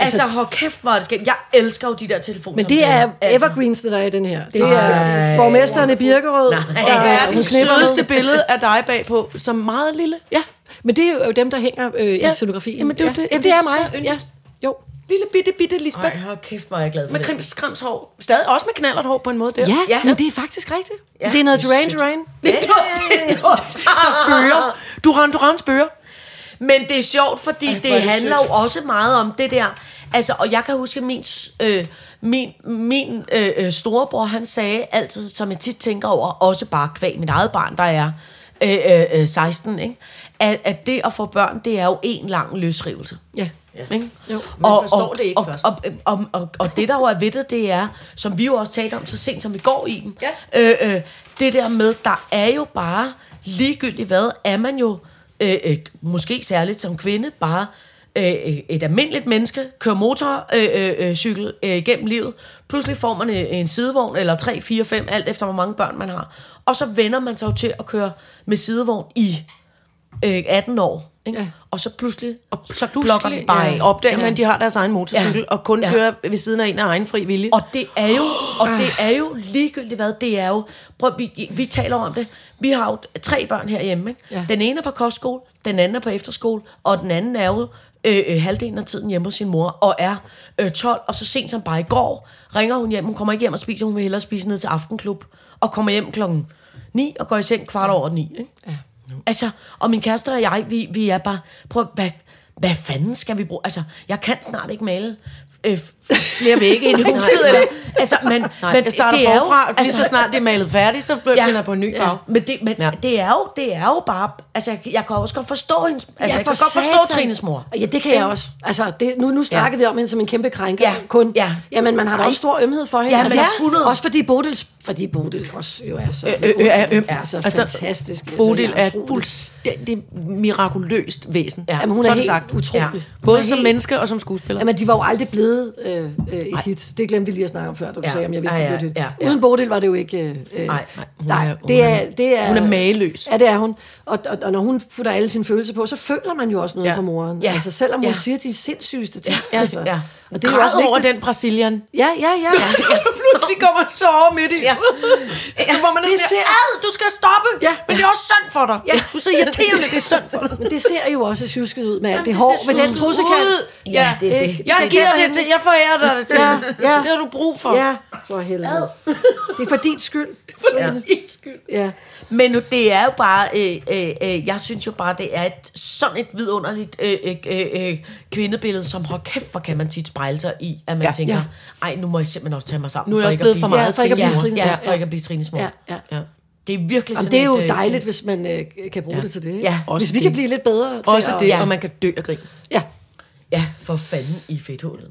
[SPEAKER 5] Altså, hold kæft, hvor er det skæmt. Jeg elsker jo de der telefoner.
[SPEAKER 4] Men det er
[SPEAKER 5] Altså,
[SPEAKER 4] evergreens, det der er i den her. Det er borgmesteren i Birkerød.
[SPEAKER 5] Nej.
[SPEAKER 4] der-
[SPEAKER 5] Det er
[SPEAKER 4] hun
[SPEAKER 3] Det
[SPEAKER 4] knipper noget.
[SPEAKER 3] sødeste billede af dig bagpå, som meget lille.
[SPEAKER 4] Ja, men det er jo dem, der hænger øh, i
[SPEAKER 3] Ja.
[SPEAKER 4] scenografien.
[SPEAKER 3] Jamen, det er jo
[SPEAKER 4] ja.
[SPEAKER 3] det.
[SPEAKER 4] Jamen, det er
[SPEAKER 3] Det er så
[SPEAKER 4] mig. Ja. Jo.
[SPEAKER 3] Lille bitte, bitte
[SPEAKER 5] Ej,
[SPEAKER 3] Lisbeth.
[SPEAKER 5] hold kæft, hvor er jeg glad for
[SPEAKER 3] Med
[SPEAKER 5] det.
[SPEAKER 3] krims, krams hår. Stadig også med knallert hår på en måde der.
[SPEAKER 4] Ja,
[SPEAKER 5] Ja.
[SPEAKER 4] ja, men det er faktisk rigtigt. Ja. Det er noget
[SPEAKER 5] Det er
[SPEAKER 4] Duran
[SPEAKER 5] sødt.
[SPEAKER 4] Duran.
[SPEAKER 3] Det er der spørger. Duran Duran spørger.
[SPEAKER 5] Men det er sjovt, fordi Ej,
[SPEAKER 3] hvor er
[SPEAKER 5] det
[SPEAKER 3] det
[SPEAKER 5] handler jo også meget om det der. Altså, og jeg kan huske, min, s- øh, min, min øh, øh, storebror, han sagde altid, som jeg tit tænker over, også bare kvæg mit eget barn, der er øh, øh, øh, 16, ikke? At, at det at få børn, det er jo en lang løsrivelse.
[SPEAKER 4] Ja.
[SPEAKER 5] Ikke?
[SPEAKER 4] Jo.
[SPEAKER 3] Man forstår det ikke
[SPEAKER 5] og,
[SPEAKER 3] først.
[SPEAKER 5] Og, og, og, og det, der jo er ved det, det er, som vi jo også talte om så sent som i går, Iben, ja. øh, øh, det der med, der er jo bare, ligegyldigt hvad, er man jo, øh, øh, måske særligt som kvinde, bare øh, øh, et almindeligt menneske, kører motorcykel øh, øh, cykel, øh, gennem livet, pludselig får man øh, en sidevogn, eller 3, 4, 5, alt efter hvor mange børn man har, og så vender man sig jo til at køre med sidevogn i øh, 18 år, ikke?
[SPEAKER 4] Ja.
[SPEAKER 5] og så pludselig, og så plukker
[SPEAKER 3] Pludselig
[SPEAKER 5] man bare af.
[SPEAKER 3] ja, opdager man, at de har deres egen motorcykel,
[SPEAKER 5] Ja.
[SPEAKER 3] og kun
[SPEAKER 5] Ja.
[SPEAKER 3] kører ved siden af en af egen fri vilje.
[SPEAKER 5] Og det er jo, og det er jo ligegyldigt hvad, det er jo, prøv, vi, vi taler om det, vi har jo tre børn herhjemme, ikke? Ja.
[SPEAKER 4] Ja.
[SPEAKER 5] den ene er på kostskole, den anden er på efterskole, og den anden er jo øh, øh, halvdelen af tiden hjemme hos sin mor, og er øh, 12, og så sent som bare i går, ringer hun hjem, hun kommer ikke hjem og spiser, hun vil hellere spise ned til aftenklub, og kommer hjem klokken 9 og går i seng kvart over 9, ikke? Ja. Altså, og min kæreste og jeg, vi, vi er bare, prøv, hvad, hvad fanden skal vi bruge? Altså, jeg kan snart ikke male øh, flere vægge ind i huset. eller, altså, men,
[SPEAKER 3] Nej,
[SPEAKER 5] men
[SPEAKER 3] men jeg starter
[SPEAKER 5] det er jo- Øh,
[SPEAKER 3] forfra, og lige altså, så snart det er malet færdigt, så bliver ja, jeg på en ny farve.
[SPEAKER 5] Men, det, men
[SPEAKER 3] Ja.
[SPEAKER 5] ja. det, er jo, det er jo bare... Altså, jeg, jeg kan også godt forstå hendes... Altså, jeg kan
[SPEAKER 4] for
[SPEAKER 5] godt forstå
[SPEAKER 4] satan.
[SPEAKER 5] Trines mor.
[SPEAKER 4] Og Ja, det kan jeg også. Altså, det, nu, nu snakkede ja. vi om hende som en kæmpe krænker
[SPEAKER 5] Ja.
[SPEAKER 4] kun.
[SPEAKER 5] Ja.
[SPEAKER 4] Jamen, man har da også stor ømhed for
[SPEAKER 5] Ja,
[SPEAKER 4] hende.
[SPEAKER 5] men
[SPEAKER 4] altså,
[SPEAKER 5] ja. 100.
[SPEAKER 4] Også fordi Bodil, fordi Bodil også jo er så, øh,
[SPEAKER 3] Øh, øh, er øm.
[SPEAKER 4] er så altså,
[SPEAKER 3] Altså,
[SPEAKER 4] fantastisk. Altså,
[SPEAKER 3] Bodil
[SPEAKER 4] jeg
[SPEAKER 3] er et
[SPEAKER 4] utrolig-
[SPEAKER 3] fuldstændig mirakuløst væsen. Ja.
[SPEAKER 4] Jamen, hun er
[SPEAKER 3] Sådan
[SPEAKER 4] helt
[SPEAKER 3] sagt.
[SPEAKER 4] utrolig. Hun er
[SPEAKER 3] Både som
[SPEAKER 4] helt-
[SPEAKER 3] menneske og som skuespiller.
[SPEAKER 4] Jamen, de var jo aldrig blevet øh, øh, et hit. Det glemte vi lige at snakke om før, da du ja.
[SPEAKER 5] Ja.
[SPEAKER 4] sagde, om jeg vidste,
[SPEAKER 5] Ja,
[SPEAKER 4] ja,
[SPEAKER 5] ja,
[SPEAKER 4] det blev det.
[SPEAKER 5] ja, ja.
[SPEAKER 4] Uden Bodil var det jo ikke... Øh,
[SPEAKER 5] Nej,
[SPEAKER 4] øh,
[SPEAKER 5] nej,
[SPEAKER 3] hun
[SPEAKER 4] nej
[SPEAKER 3] er-
[SPEAKER 4] det
[SPEAKER 3] hun
[SPEAKER 4] er,
[SPEAKER 3] er-
[SPEAKER 4] det er,
[SPEAKER 3] hun er mageløs.
[SPEAKER 4] Ja, det er hun. Og, og, og når hun putter alle sine følelser på, så føler man jo også noget ja.
[SPEAKER 3] Ja.
[SPEAKER 4] for moren. Ja.
[SPEAKER 5] Ja.
[SPEAKER 4] Altså, selvom hun ja.
[SPEAKER 5] Ja.
[SPEAKER 4] siger de sindssygeste ting.
[SPEAKER 3] Ja,
[SPEAKER 4] altså.
[SPEAKER 3] ja.
[SPEAKER 4] Og
[SPEAKER 3] Og
[SPEAKER 4] det er jo også
[SPEAKER 3] Græd over
[SPEAKER 4] vigtigt.
[SPEAKER 3] den brasilian.
[SPEAKER 4] Ja, ja, ja. ja.
[SPEAKER 3] Pludselig kommer en tårer midt i. Ja. ja. Så må man
[SPEAKER 4] Det
[SPEAKER 3] næsten
[SPEAKER 4] ser-
[SPEAKER 3] sige, ad, du skal stoppe,
[SPEAKER 4] Ja.
[SPEAKER 3] ja. men det er også synd for dig.
[SPEAKER 4] Ja.
[SPEAKER 3] Ja. Du er så irriterende, det er synd for dig.
[SPEAKER 4] Men det ser jo også sjusket ud med alt det,
[SPEAKER 3] det
[SPEAKER 4] hår,
[SPEAKER 3] ser
[SPEAKER 4] med den
[SPEAKER 3] sjusket
[SPEAKER 4] trussekant.
[SPEAKER 3] ud. Ja,
[SPEAKER 5] det er
[SPEAKER 4] Ikke?
[SPEAKER 5] det.
[SPEAKER 3] Jeg
[SPEAKER 4] Den
[SPEAKER 3] giver
[SPEAKER 4] kender
[SPEAKER 3] det
[SPEAKER 4] hende.
[SPEAKER 3] til, jeg forærer dig det til.
[SPEAKER 4] Ja, ja.
[SPEAKER 3] Det har du brug for.
[SPEAKER 4] Ja, for helvede. Det er for din skyld.
[SPEAKER 5] Ja.
[SPEAKER 4] Ja.
[SPEAKER 5] Men nu, det er jo bare, øh, øh, øh, jeg synes jo bare, det er et, sådan et vidunderligt øh, øh, øh, øh, kvindebillede, som hold kæft, hvor kan man tit spejle sig i, at man
[SPEAKER 3] Ja,
[SPEAKER 5] ja, tænker,
[SPEAKER 4] ja.
[SPEAKER 5] ja. ej, nu må jeg simpelthen også tage mig sammen.
[SPEAKER 3] Nu er jeg også
[SPEAKER 5] ikke at
[SPEAKER 3] blevet
[SPEAKER 5] blive-
[SPEAKER 3] for meget
[SPEAKER 5] ja, for ikke at blive
[SPEAKER 4] Trine.
[SPEAKER 5] Trines mor.
[SPEAKER 4] Ja,
[SPEAKER 5] Ja,
[SPEAKER 4] ja.
[SPEAKER 5] for ikke at blive Trines mor.
[SPEAKER 4] Ja, ja.
[SPEAKER 5] ja. Det er virkelig
[SPEAKER 4] Jamen,
[SPEAKER 5] sådan
[SPEAKER 4] det er jo
[SPEAKER 5] et, øh,
[SPEAKER 4] dejligt, hvis man øh, kan bruge ja. det til det. ikke?
[SPEAKER 5] Ja,
[SPEAKER 3] også
[SPEAKER 4] hvis vi
[SPEAKER 3] det.
[SPEAKER 4] kan blive lidt bedre til
[SPEAKER 3] Også
[SPEAKER 4] at,
[SPEAKER 3] det,
[SPEAKER 5] Ja.
[SPEAKER 3] og man kan dø af grin.
[SPEAKER 4] Ja.
[SPEAKER 5] Ja, for fanden i fedthullet.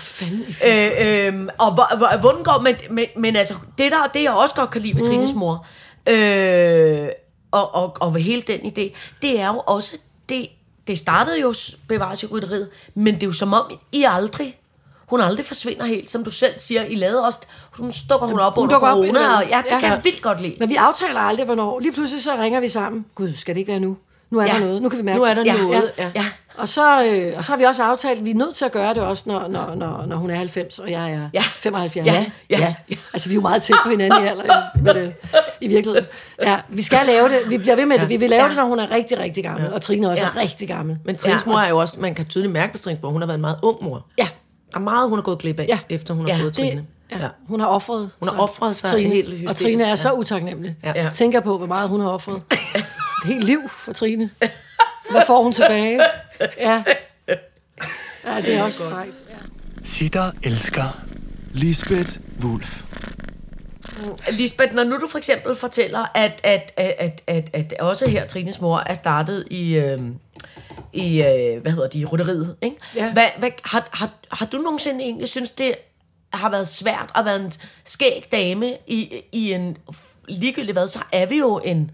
[SPEAKER 5] øh, øh, og hvor, hvor, hvordan går men, men, men altså, det der, det jeg også godt kan lide
[SPEAKER 3] Mhm.
[SPEAKER 5] ved Trines mor, øh, og, og, og ved hele den idé, det er jo også, det, det startede jo s- bevares i rytteriet, men det er jo som om, I aldrig, hun aldrig forsvinder helt, som du selv siger, I lavede også, hun stukker hun op under
[SPEAKER 4] dukker op
[SPEAKER 5] corona,
[SPEAKER 4] indimellem.
[SPEAKER 5] og ja, det
[SPEAKER 4] Ja.
[SPEAKER 5] ja, kan jeg vildt godt lide.
[SPEAKER 4] Men vi aftaler aldrig, hvornår. Lige pludselig så ringer vi sammen. Gud, skal det ikke være nu? Nu er
[SPEAKER 5] Ja.
[SPEAKER 4] der noget. Nu kan vi mærke
[SPEAKER 3] Nu er der
[SPEAKER 4] ja.
[SPEAKER 3] noget,
[SPEAKER 4] Ja.
[SPEAKER 3] ja.
[SPEAKER 4] Ja. Og, så, øh, og så har vi også aftalt, at vi er nødt til at gøre det også, når, når, når, når hun er 90, og jeg er ja.
[SPEAKER 5] Ja.
[SPEAKER 4] 75.
[SPEAKER 5] Ja. Ja.
[SPEAKER 4] Altså, vi er jo meget tæt på hinanden i alder, ja, men, øh, i virkeligheden. Ja, vi skal lave det. Vi bliver ved med det. Vi vil lave ja. det, når hun er rigtig, rigtig gammel. Ja. Og Trine også ja.
[SPEAKER 5] Ja.
[SPEAKER 4] er rigtig gammel.
[SPEAKER 3] Men Trines
[SPEAKER 5] Ja.
[SPEAKER 3] mor er jo også, man kan tydeligt mærke på Trines mor, hun har været en meget ung mor.
[SPEAKER 4] Ja.
[SPEAKER 3] Der er meget, hun har gået glip af,
[SPEAKER 4] Ja.
[SPEAKER 3] ja. efter hun har
[SPEAKER 5] Ja,
[SPEAKER 3] fået
[SPEAKER 4] det-
[SPEAKER 3] Trine.
[SPEAKER 4] Ja. Hun har offret
[SPEAKER 3] Hun har offret sig
[SPEAKER 4] Trine,
[SPEAKER 3] helt
[SPEAKER 4] Og
[SPEAKER 3] hysterisk.
[SPEAKER 4] Trine er ja. så utaknemmelig. Ja.
[SPEAKER 3] Ja.
[SPEAKER 4] Tænker på, hvor meget hun har offret. Et helt liv for Trine. Hvad får hun tilbage? Ja. Ja, det er også strengt.
[SPEAKER 1] Sitter elsker
[SPEAKER 2] Lisbeth Wulf.
[SPEAKER 5] Lisbeth, når nu du for eksempel fortæller, at, at, at, at, at, at også her Trines mor er startet i, øh, i øh, hvad hedder de, rytteriet, ikke?
[SPEAKER 4] Ja.
[SPEAKER 5] Hvad, hvad, har, har, har du nogensinde egentlig synes det har været svært at være en skæg dame i, i en, ligegyldigt hvad, så er vi jo en,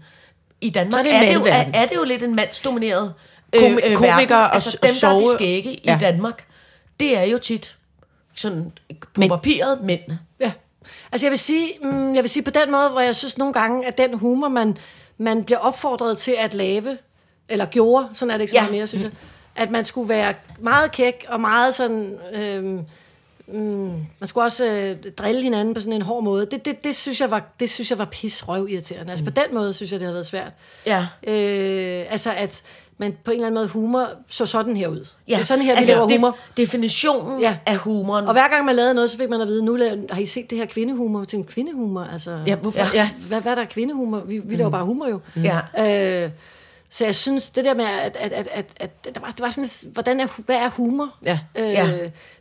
[SPEAKER 5] i Danmark
[SPEAKER 3] Så er det en
[SPEAKER 5] er, det jo, er,
[SPEAKER 3] mandverden.
[SPEAKER 5] er det jo lidt en mandsdomineret øh,
[SPEAKER 3] Komi-
[SPEAKER 5] verden.
[SPEAKER 3] komikere og
[SPEAKER 5] altså
[SPEAKER 3] s-
[SPEAKER 5] dem, der er de
[SPEAKER 3] sjove-
[SPEAKER 5] skægge
[SPEAKER 3] Ja.
[SPEAKER 5] i Danmark, det er jo tit sådan på
[SPEAKER 3] Men-
[SPEAKER 5] papiret mænd.
[SPEAKER 4] Ja. Altså jeg vil sige, mm, jeg vil sige på den måde, hvor jeg synes nogle gange, at den humor, man, man bliver opfordret til at lave, eller gjorde, sådan er det ikke så
[SPEAKER 5] Ja.
[SPEAKER 4] meget mere, synes jeg, at man skulle være meget kæk og meget sådan... Øhm, mm, man skulle også øh, drille hinanden på sådan en hård måde. Det, det, det, synes jeg var, det synes jeg var pisrøvirriterende. Altså på den måde synes jeg, det har været svært.
[SPEAKER 5] Mm. Ja.
[SPEAKER 4] Øh, altså at man på en eller anden måde humor så sådan her ud.
[SPEAKER 5] Ja,
[SPEAKER 4] Det er sådan her, altså, vi laver
[SPEAKER 5] de-
[SPEAKER 4] humor.
[SPEAKER 5] Definitionen
[SPEAKER 4] Ja.
[SPEAKER 5] ja. af humoren.
[SPEAKER 4] Og hver gang man lavede noget, så fik man at vide, nu laver, har I set det her kvindehumor? Til en kvindehumor, altså...
[SPEAKER 3] Ja, hvorfor?
[SPEAKER 4] Ja.
[SPEAKER 3] Ja. Mm.
[SPEAKER 4] Hvad, hvad er der er kvindehumor? Vi, vi laver bare humor jo.
[SPEAKER 5] Ja.
[SPEAKER 4] Øh, så jeg synes, det der med, at, at, at, at, at der var, det var sådan, et- hvordan er, hvad er humor?
[SPEAKER 3] Ja.
[SPEAKER 4] Øh,
[SPEAKER 5] Ja.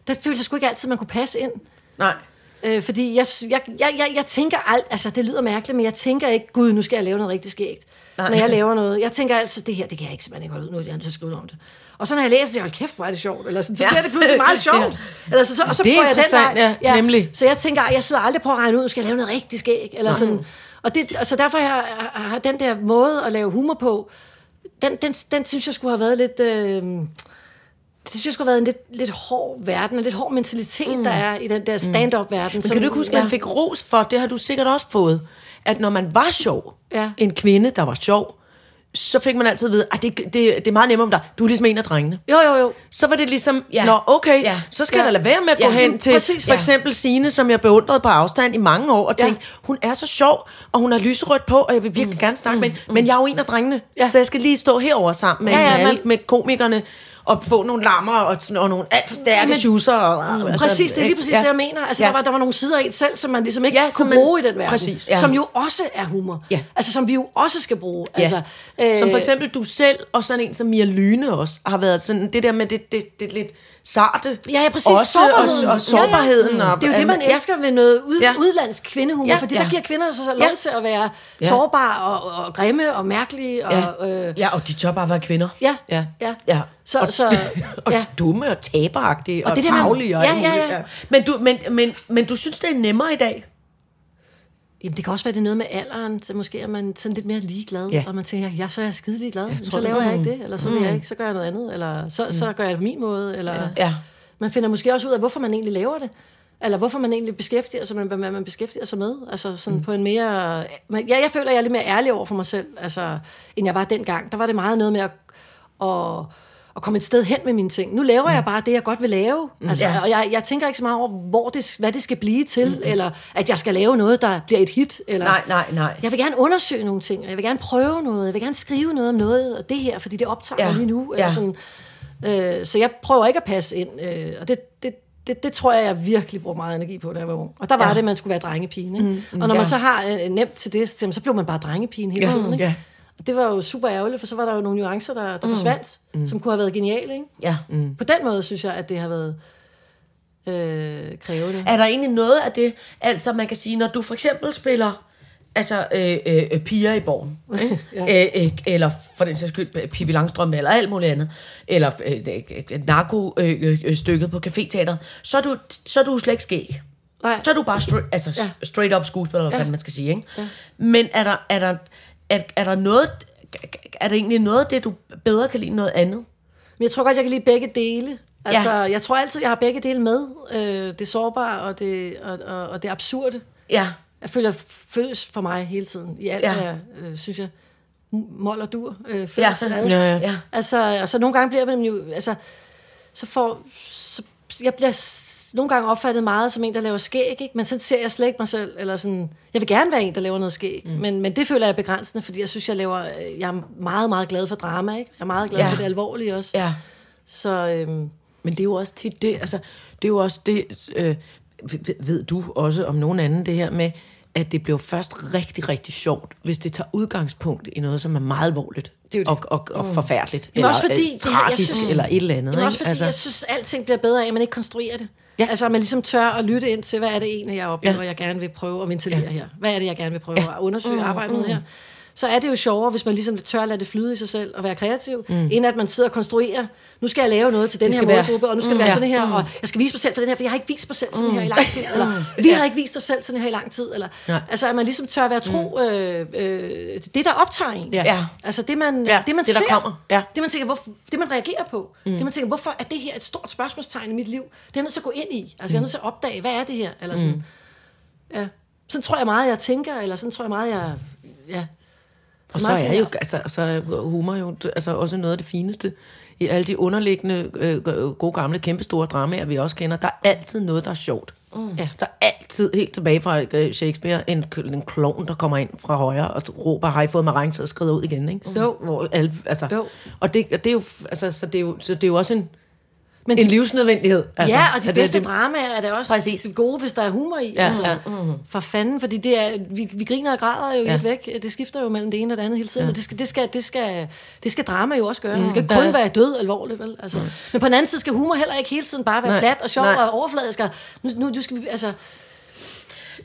[SPEAKER 4] Der følte jeg sgu ikke altid, man kunne passe ind.
[SPEAKER 5] Nej.
[SPEAKER 4] Øh, fordi jeg, sy- jeg, jeg, jeg, jeg tænker alt, altså det lyder mærkeligt, men jeg tænker ikke, gud, nu skal jeg lave noget rigtig skægt, Nej.
[SPEAKER 5] Nej.
[SPEAKER 4] når jeg laver noget. Jeg tænker altid, det her, det kan jeg ikke simpelthen ikke holde ud, nu er jeg nødt til at skrive om det. Og så når jeg læser det, hold kæft, hvor er det sjovt, eller sådan, så
[SPEAKER 5] Ja.
[SPEAKER 4] bliver det pludselig meget sjovt. Eller så, så, og så
[SPEAKER 3] Det er
[SPEAKER 4] går jeg den
[SPEAKER 3] interessant,
[SPEAKER 4] vej.
[SPEAKER 3] ja, nemlig.
[SPEAKER 4] Så jeg tænker, ej, jeg sidder aldrig på at regne ud, nu skal jeg lave noget rigtig skægt, eller sådan. Og det, altså derfor har, har den der måde at lave humor på, den, den, den synes jeg skulle have været lidt... Øh, det synes jeg skulle have været en lidt, lidt hård verden, en lidt hård mentalitet, mm. der er i den der stand-up-verden.
[SPEAKER 3] Men kan du ikke huske, at man fik ros for, det har du sikkert også fået, at når man var sjov,
[SPEAKER 4] Ja.
[SPEAKER 3] en kvinde, der var sjov, så fik man altid at vide, at det, det, det er meget nemmere om dig, du er ligesom en af drengene.
[SPEAKER 4] Jo, jo, jo.
[SPEAKER 3] Så var det ligesom,
[SPEAKER 5] Ja.
[SPEAKER 3] ja. nå okay,
[SPEAKER 5] Ja.
[SPEAKER 3] ja. så skal
[SPEAKER 4] Ja.
[SPEAKER 3] ja. jeg da lade være med at gå
[SPEAKER 5] Ja.
[SPEAKER 3] hen til
[SPEAKER 4] Præcis.
[SPEAKER 3] Præcis. for
[SPEAKER 4] Ja.
[SPEAKER 3] eksempel Sine, som jeg beundrede på afstand i mange år, og
[SPEAKER 4] Ja.
[SPEAKER 3] tænkte, hun er så sjov, og hun har lyserødt på, og jeg vil virkelig mm. gerne snakke mm. med hende, men jeg er jo en af drengene,
[SPEAKER 4] Ja.
[SPEAKER 3] ja. så jeg skal lige stå herover sammen med,
[SPEAKER 4] Ja,
[SPEAKER 3] ja,
[SPEAKER 4] ja,
[SPEAKER 3] ja,
[SPEAKER 4] man-
[SPEAKER 3] alt, med komikerne, og få nogle lammer og, sådan- og nogle alt for stærke
[SPEAKER 4] Men-
[SPEAKER 3] men, schusser. Og,
[SPEAKER 4] Altså, præcis, det er lige præcis ja. det, jeg mener. Altså, ja. der, var, der var nogle sider af en selv, som man ligesom ikke ja,
[SPEAKER 3] Ja, som
[SPEAKER 4] kunne
[SPEAKER 3] man-
[SPEAKER 4] bruge i den verden.
[SPEAKER 3] Præcis, ja.
[SPEAKER 4] Som jo også er humor.
[SPEAKER 3] Ja.
[SPEAKER 4] Altså, som vi jo også skal bruge.
[SPEAKER 3] Ja.
[SPEAKER 4] Altså,
[SPEAKER 3] som for eksempel du selv, og sådan en som Mia Lyne også, har været sådan, det der med det, det, det lidt sarte.
[SPEAKER 4] Ja, ja, præcis.
[SPEAKER 3] Også,
[SPEAKER 4] Sårbarheden.
[SPEAKER 3] og, og sårbarheden. Og,
[SPEAKER 4] Det er jo det, man
[SPEAKER 3] ja.
[SPEAKER 4] elsker ved noget ud,
[SPEAKER 3] Ja.
[SPEAKER 4] ja. udlandsk kvindehumor,
[SPEAKER 3] Ja,
[SPEAKER 4] ja. fordi
[SPEAKER 3] ja.
[SPEAKER 4] der giver kvinder sig selv
[SPEAKER 3] Ja.
[SPEAKER 4] lov til at være
[SPEAKER 3] Ja.
[SPEAKER 4] sårbare og, og grimme og mærkelige. Og, ja. Øh,
[SPEAKER 3] Ja, og de tør bare være kvinder.
[SPEAKER 4] ja.
[SPEAKER 3] Ja.
[SPEAKER 4] ja.
[SPEAKER 3] ja.
[SPEAKER 4] Så,
[SPEAKER 3] og,
[SPEAKER 4] så,
[SPEAKER 3] og
[SPEAKER 4] ja.
[SPEAKER 3] dumme og taberagtige og, og
[SPEAKER 4] det
[SPEAKER 3] det
[SPEAKER 4] der, man-
[SPEAKER 3] tavlige. og
[SPEAKER 4] ja,
[SPEAKER 3] alt muligt,
[SPEAKER 4] ja, ja.
[SPEAKER 5] Men du, men, men, men du synes, det er nemmere i dag?
[SPEAKER 4] Jamen, det kan også være, det er noget med alderen, så måske er man sådan lidt mere ligeglad,
[SPEAKER 3] Ja.
[SPEAKER 4] ja. og man tænker, ja, så er jeg skide ligeglad, jeg
[SPEAKER 3] tror,
[SPEAKER 4] så
[SPEAKER 3] det- Mm.
[SPEAKER 4] laver jeg ikke det, eller så vil jeg ikke, så gør jeg noget andet, eller så, så gør jeg det på min måde, eller...
[SPEAKER 3] Ja.
[SPEAKER 4] Man finder måske også ud af, hvorfor man egentlig laver det. Eller hvorfor man egentlig beskæftiger sig med, hvad man beskæftiger sig med. Altså sådan mm. på en mere... men Ja, jeg føler, jeg er lidt mere ærlig over for mig selv, altså, end jeg var dengang. Der var det meget noget med at, at, at komme et sted hen med mine ting. Nu laver jeg bare det, jeg godt vil lave. Altså,
[SPEAKER 3] Ja.
[SPEAKER 4] Og jeg, jeg tænker ikke så meget over, hvor det, hvad det skal blive til, mm. eller at jeg skal lave noget, der bliver et hit. Eller,
[SPEAKER 5] Nej, nej, nej.
[SPEAKER 4] Jeg vil gerne undersøge nogle ting, og jeg vil gerne prøve noget, jeg vil gerne skrive noget om noget, og det her, fordi det optager
[SPEAKER 5] Ja.
[SPEAKER 4] mig lige nu. Eller
[SPEAKER 5] Ja.
[SPEAKER 4] sådan, Øh, så jeg prøver ikke at passe ind, øh, og det, det, det, det tror jeg, jeg virkelig bruger meget energi på, da jeg var ung. Og der var ja. det, man skulle være drengepigen. Ikke? Mm, og når ja. man så har øh, nemt til det, så, så blev man bare drengepigen hele
[SPEAKER 3] Ja,
[SPEAKER 4] tiden. Ikke?
[SPEAKER 3] ja.
[SPEAKER 4] Og Det var jo super ærgerligt, for så var der jo nogle nuancer, der, der mm. forsvandt, mm. som kunne have været geniale. Ikke?
[SPEAKER 5] Ja.
[SPEAKER 4] Mm. På den måde synes jeg, at det har været øh, krævende.
[SPEAKER 5] Er der egentlig noget af det, altså man kan sige, når du for eksempel spiller altså øh, øh, øh, piger i borgen, ja. øh, øh, eller for den sags skyld øh, Pippi Langstrøm, eller alt muligt andet, eller øh, øh, narko-stykket øh, øh, stykket på kafeteateret, så er du, så er du slet ikke skæg.
[SPEAKER 4] Nej.
[SPEAKER 5] Så er du bare straight, altså ja. straight up skuespiller, eller hvad ja. fanden man skal sige. Ikke? Ja. Men er der, er, der, er, er der noget, er der egentlig noget af det, du bedre kan lide end noget andet?
[SPEAKER 4] Men jeg tror godt, jeg kan lide begge dele. Altså, ja. jeg tror altid, jeg har begge dele med. Øh, det sårbare og det, og, og, og det absurde.
[SPEAKER 5] Ja.
[SPEAKER 4] Jeg føler, føles for mig hele tiden. I alt,
[SPEAKER 5] Ja.
[SPEAKER 4] ja. jeg, øh, synes jeg, m- mål og dur øh,
[SPEAKER 5] Ja,
[SPEAKER 4] føles ja.
[SPEAKER 5] ja, ja.
[SPEAKER 4] Altså, og så nogle gange bliver man jo... Altså, så får... Så, jeg bliver s- nogle gange opfattet meget som en, der laver skæg, ikke? men sådan ser jeg slet ikke mig selv. Eller sådan, jeg vil gerne være en, der laver noget skæg, mm. men, men det føler jeg er begrænsende, fordi jeg synes, jeg laver... øh, Jeg er meget, meget glad for drama, ikke? Jeg er meget glad
[SPEAKER 5] Ja.
[SPEAKER 4] ja. for det alvorlige også.
[SPEAKER 5] ja.
[SPEAKER 4] Så øhm,
[SPEAKER 3] Men det er jo også tit det, altså, det er jo også det, øh, ved- ved du også om nogen anden, det her med, at det bliver først rigtig, rigtig sjovt, hvis det tager udgangspunkt i noget, som er meget alvorligt
[SPEAKER 4] er jo det.
[SPEAKER 3] og, og, og forfærdeligt,
[SPEAKER 4] Men
[SPEAKER 3] eller
[SPEAKER 4] også fordi,
[SPEAKER 3] øh,
[SPEAKER 4] det- jeg
[SPEAKER 3] tragisk,
[SPEAKER 4] synes-
[SPEAKER 3] eller et eller andet.
[SPEAKER 4] det er også
[SPEAKER 3] ikke?
[SPEAKER 4] fordi, altså, jeg synes, at alting bliver bedre af, at man ikke konstruerer det.
[SPEAKER 3] Ja.
[SPEAKER 4] Ja. Altså, at man ligesom tør at lytte ind til, hvad er det egentlig, jeg oplever,
[SPEAKER 3] Ja. Mm,
[SPEAKER 4] ja. jeg gerne vil prøve at ventilere ja. her? Hvad er det, jeg gerne vil prøve ja. at undersøge og arbejde med her? Så er det jo sjovere, hvis man ligesom tør at lade det flyde i sig selv og være kreativ, mm. inden at man sidder og konstruerer, nu skal jeg lave noget til den her
[SPEAKER 3] skal være-
[SPEAKER 4] målgruppe, og nu skal det
[SPEAKER 3] Mm.
[SPEAKER 4] være
[SPEAKER 3] Ja.
[SPEAKER 4] sådan her, og jeg skal vise mig selv for den her, for jeg har ikke vist mig selv sådan her i lang tid, eller vi har ikke vist os selv sådan her i lang tid, eller
[SPEAKER 3] Mm. Nej. Mm.
[SPEAKER 4] altså at man ligesom tør at være tro øh, øh, det, der optager en.
[SPEAKER 3] Ja. Ja.
[SPEAKER 4] Altså det, man,
[SPEAKER 3] Ja,
[SPEAKER 4] ja, det man
[SPEAKER 3] det, der
[SPEAKER 4] ser,
[SPEAKER 3] kommer. Ja.
[SPEAKER 4] det man tænker, hvorfor, det man reagerer på, mm. det man tænker, hvorfor er det her et stort spørgsmålstegn i mit liv? Det er jeg nødt til at gå ind i. Altså
[SPEAKER 3] Mm.
[SPEAKER 4] jeg er nødt til at opdage, hvad er det her? Eller sådan. Mm. Ja. Sådan tror jeg meget, jeg tænker, eller sådan tror jeg meget, jeg... Ja.
[SPEAKER 3] Og så
[SPEAKER 4] Meget
[SPEAKER 3] er
[SPEAKER 4] sådan,
[SPEAKER 3] jo
[SPEAKER 4] ja.
[SPEAKER 3] altså, så er humor jo altså, også noget af det fineste. I alle de underliggende, øh, gode gamle, kæmpestore dramaer, vi også kender, der er altid noget, der er sjovt. Mm.
[SPEAKER 4] Ja.
[SPEAKER 3] Der er altid, helt tilbage fra øh, Shakespeare, en, en klovn, der kommer ind fra højre og råber, har I fået mig så og skrider ud igen, ikke? Jo. Hvor alle, altså,
[SPEAKER 4] Jo.
[SPEAKER 3] Og det, og det, er jo, altså, så det er jo, så det er jo også en,
[SPEAKER 4] Men
[SPEAKER 3] en
[SPEAKER 4] de-
[SPEAKER 3] livsnødvendighed. Altså,
[SPEAKER 4] Altså, ja, og
[SPEAKER 3] at
[SPEAKER 4] de
[SPEAKER 3] det-
[SPEAKER 4] bedste
[SPEAKER 3] det-
[SPEAKER 4] dramaer er da også
[SPEAKER 3] Præcis.
[SPEAKER 4] Præcis. gode, hvis der er humor i.
[SPEAKER 3] Ja,
[SPEAKER 4] Ja, altså.
[SPEAKER 3] ja.
[SPEAKER 4] ja. Mm. For fanden, fordi det er, vi, vi griner og græder jo
[SPEAKER 3] Ja.
[SPEAKER 4] ja. helt væk. Det skifter jo mellem det ene og det andet hele tiden. Ja. Og det skal, det, skal, det, skal, det skal drama jo også gøre. Mm. Det skal ikke kun
[SPEAKER 3] Ja.
[SPEAKER 4] ja. være død alvorligt. Vel? Altså. Men på den anden side skal humor heller ikke hele tiden bare være
[SPEAKER 3] Nej.
[SPEAKER 4] Nej. plat og sjov
[SPEAKER 3] Nej.
[SPEAKER 4] og overfladisk. og Nu, nu du skal vi, altså,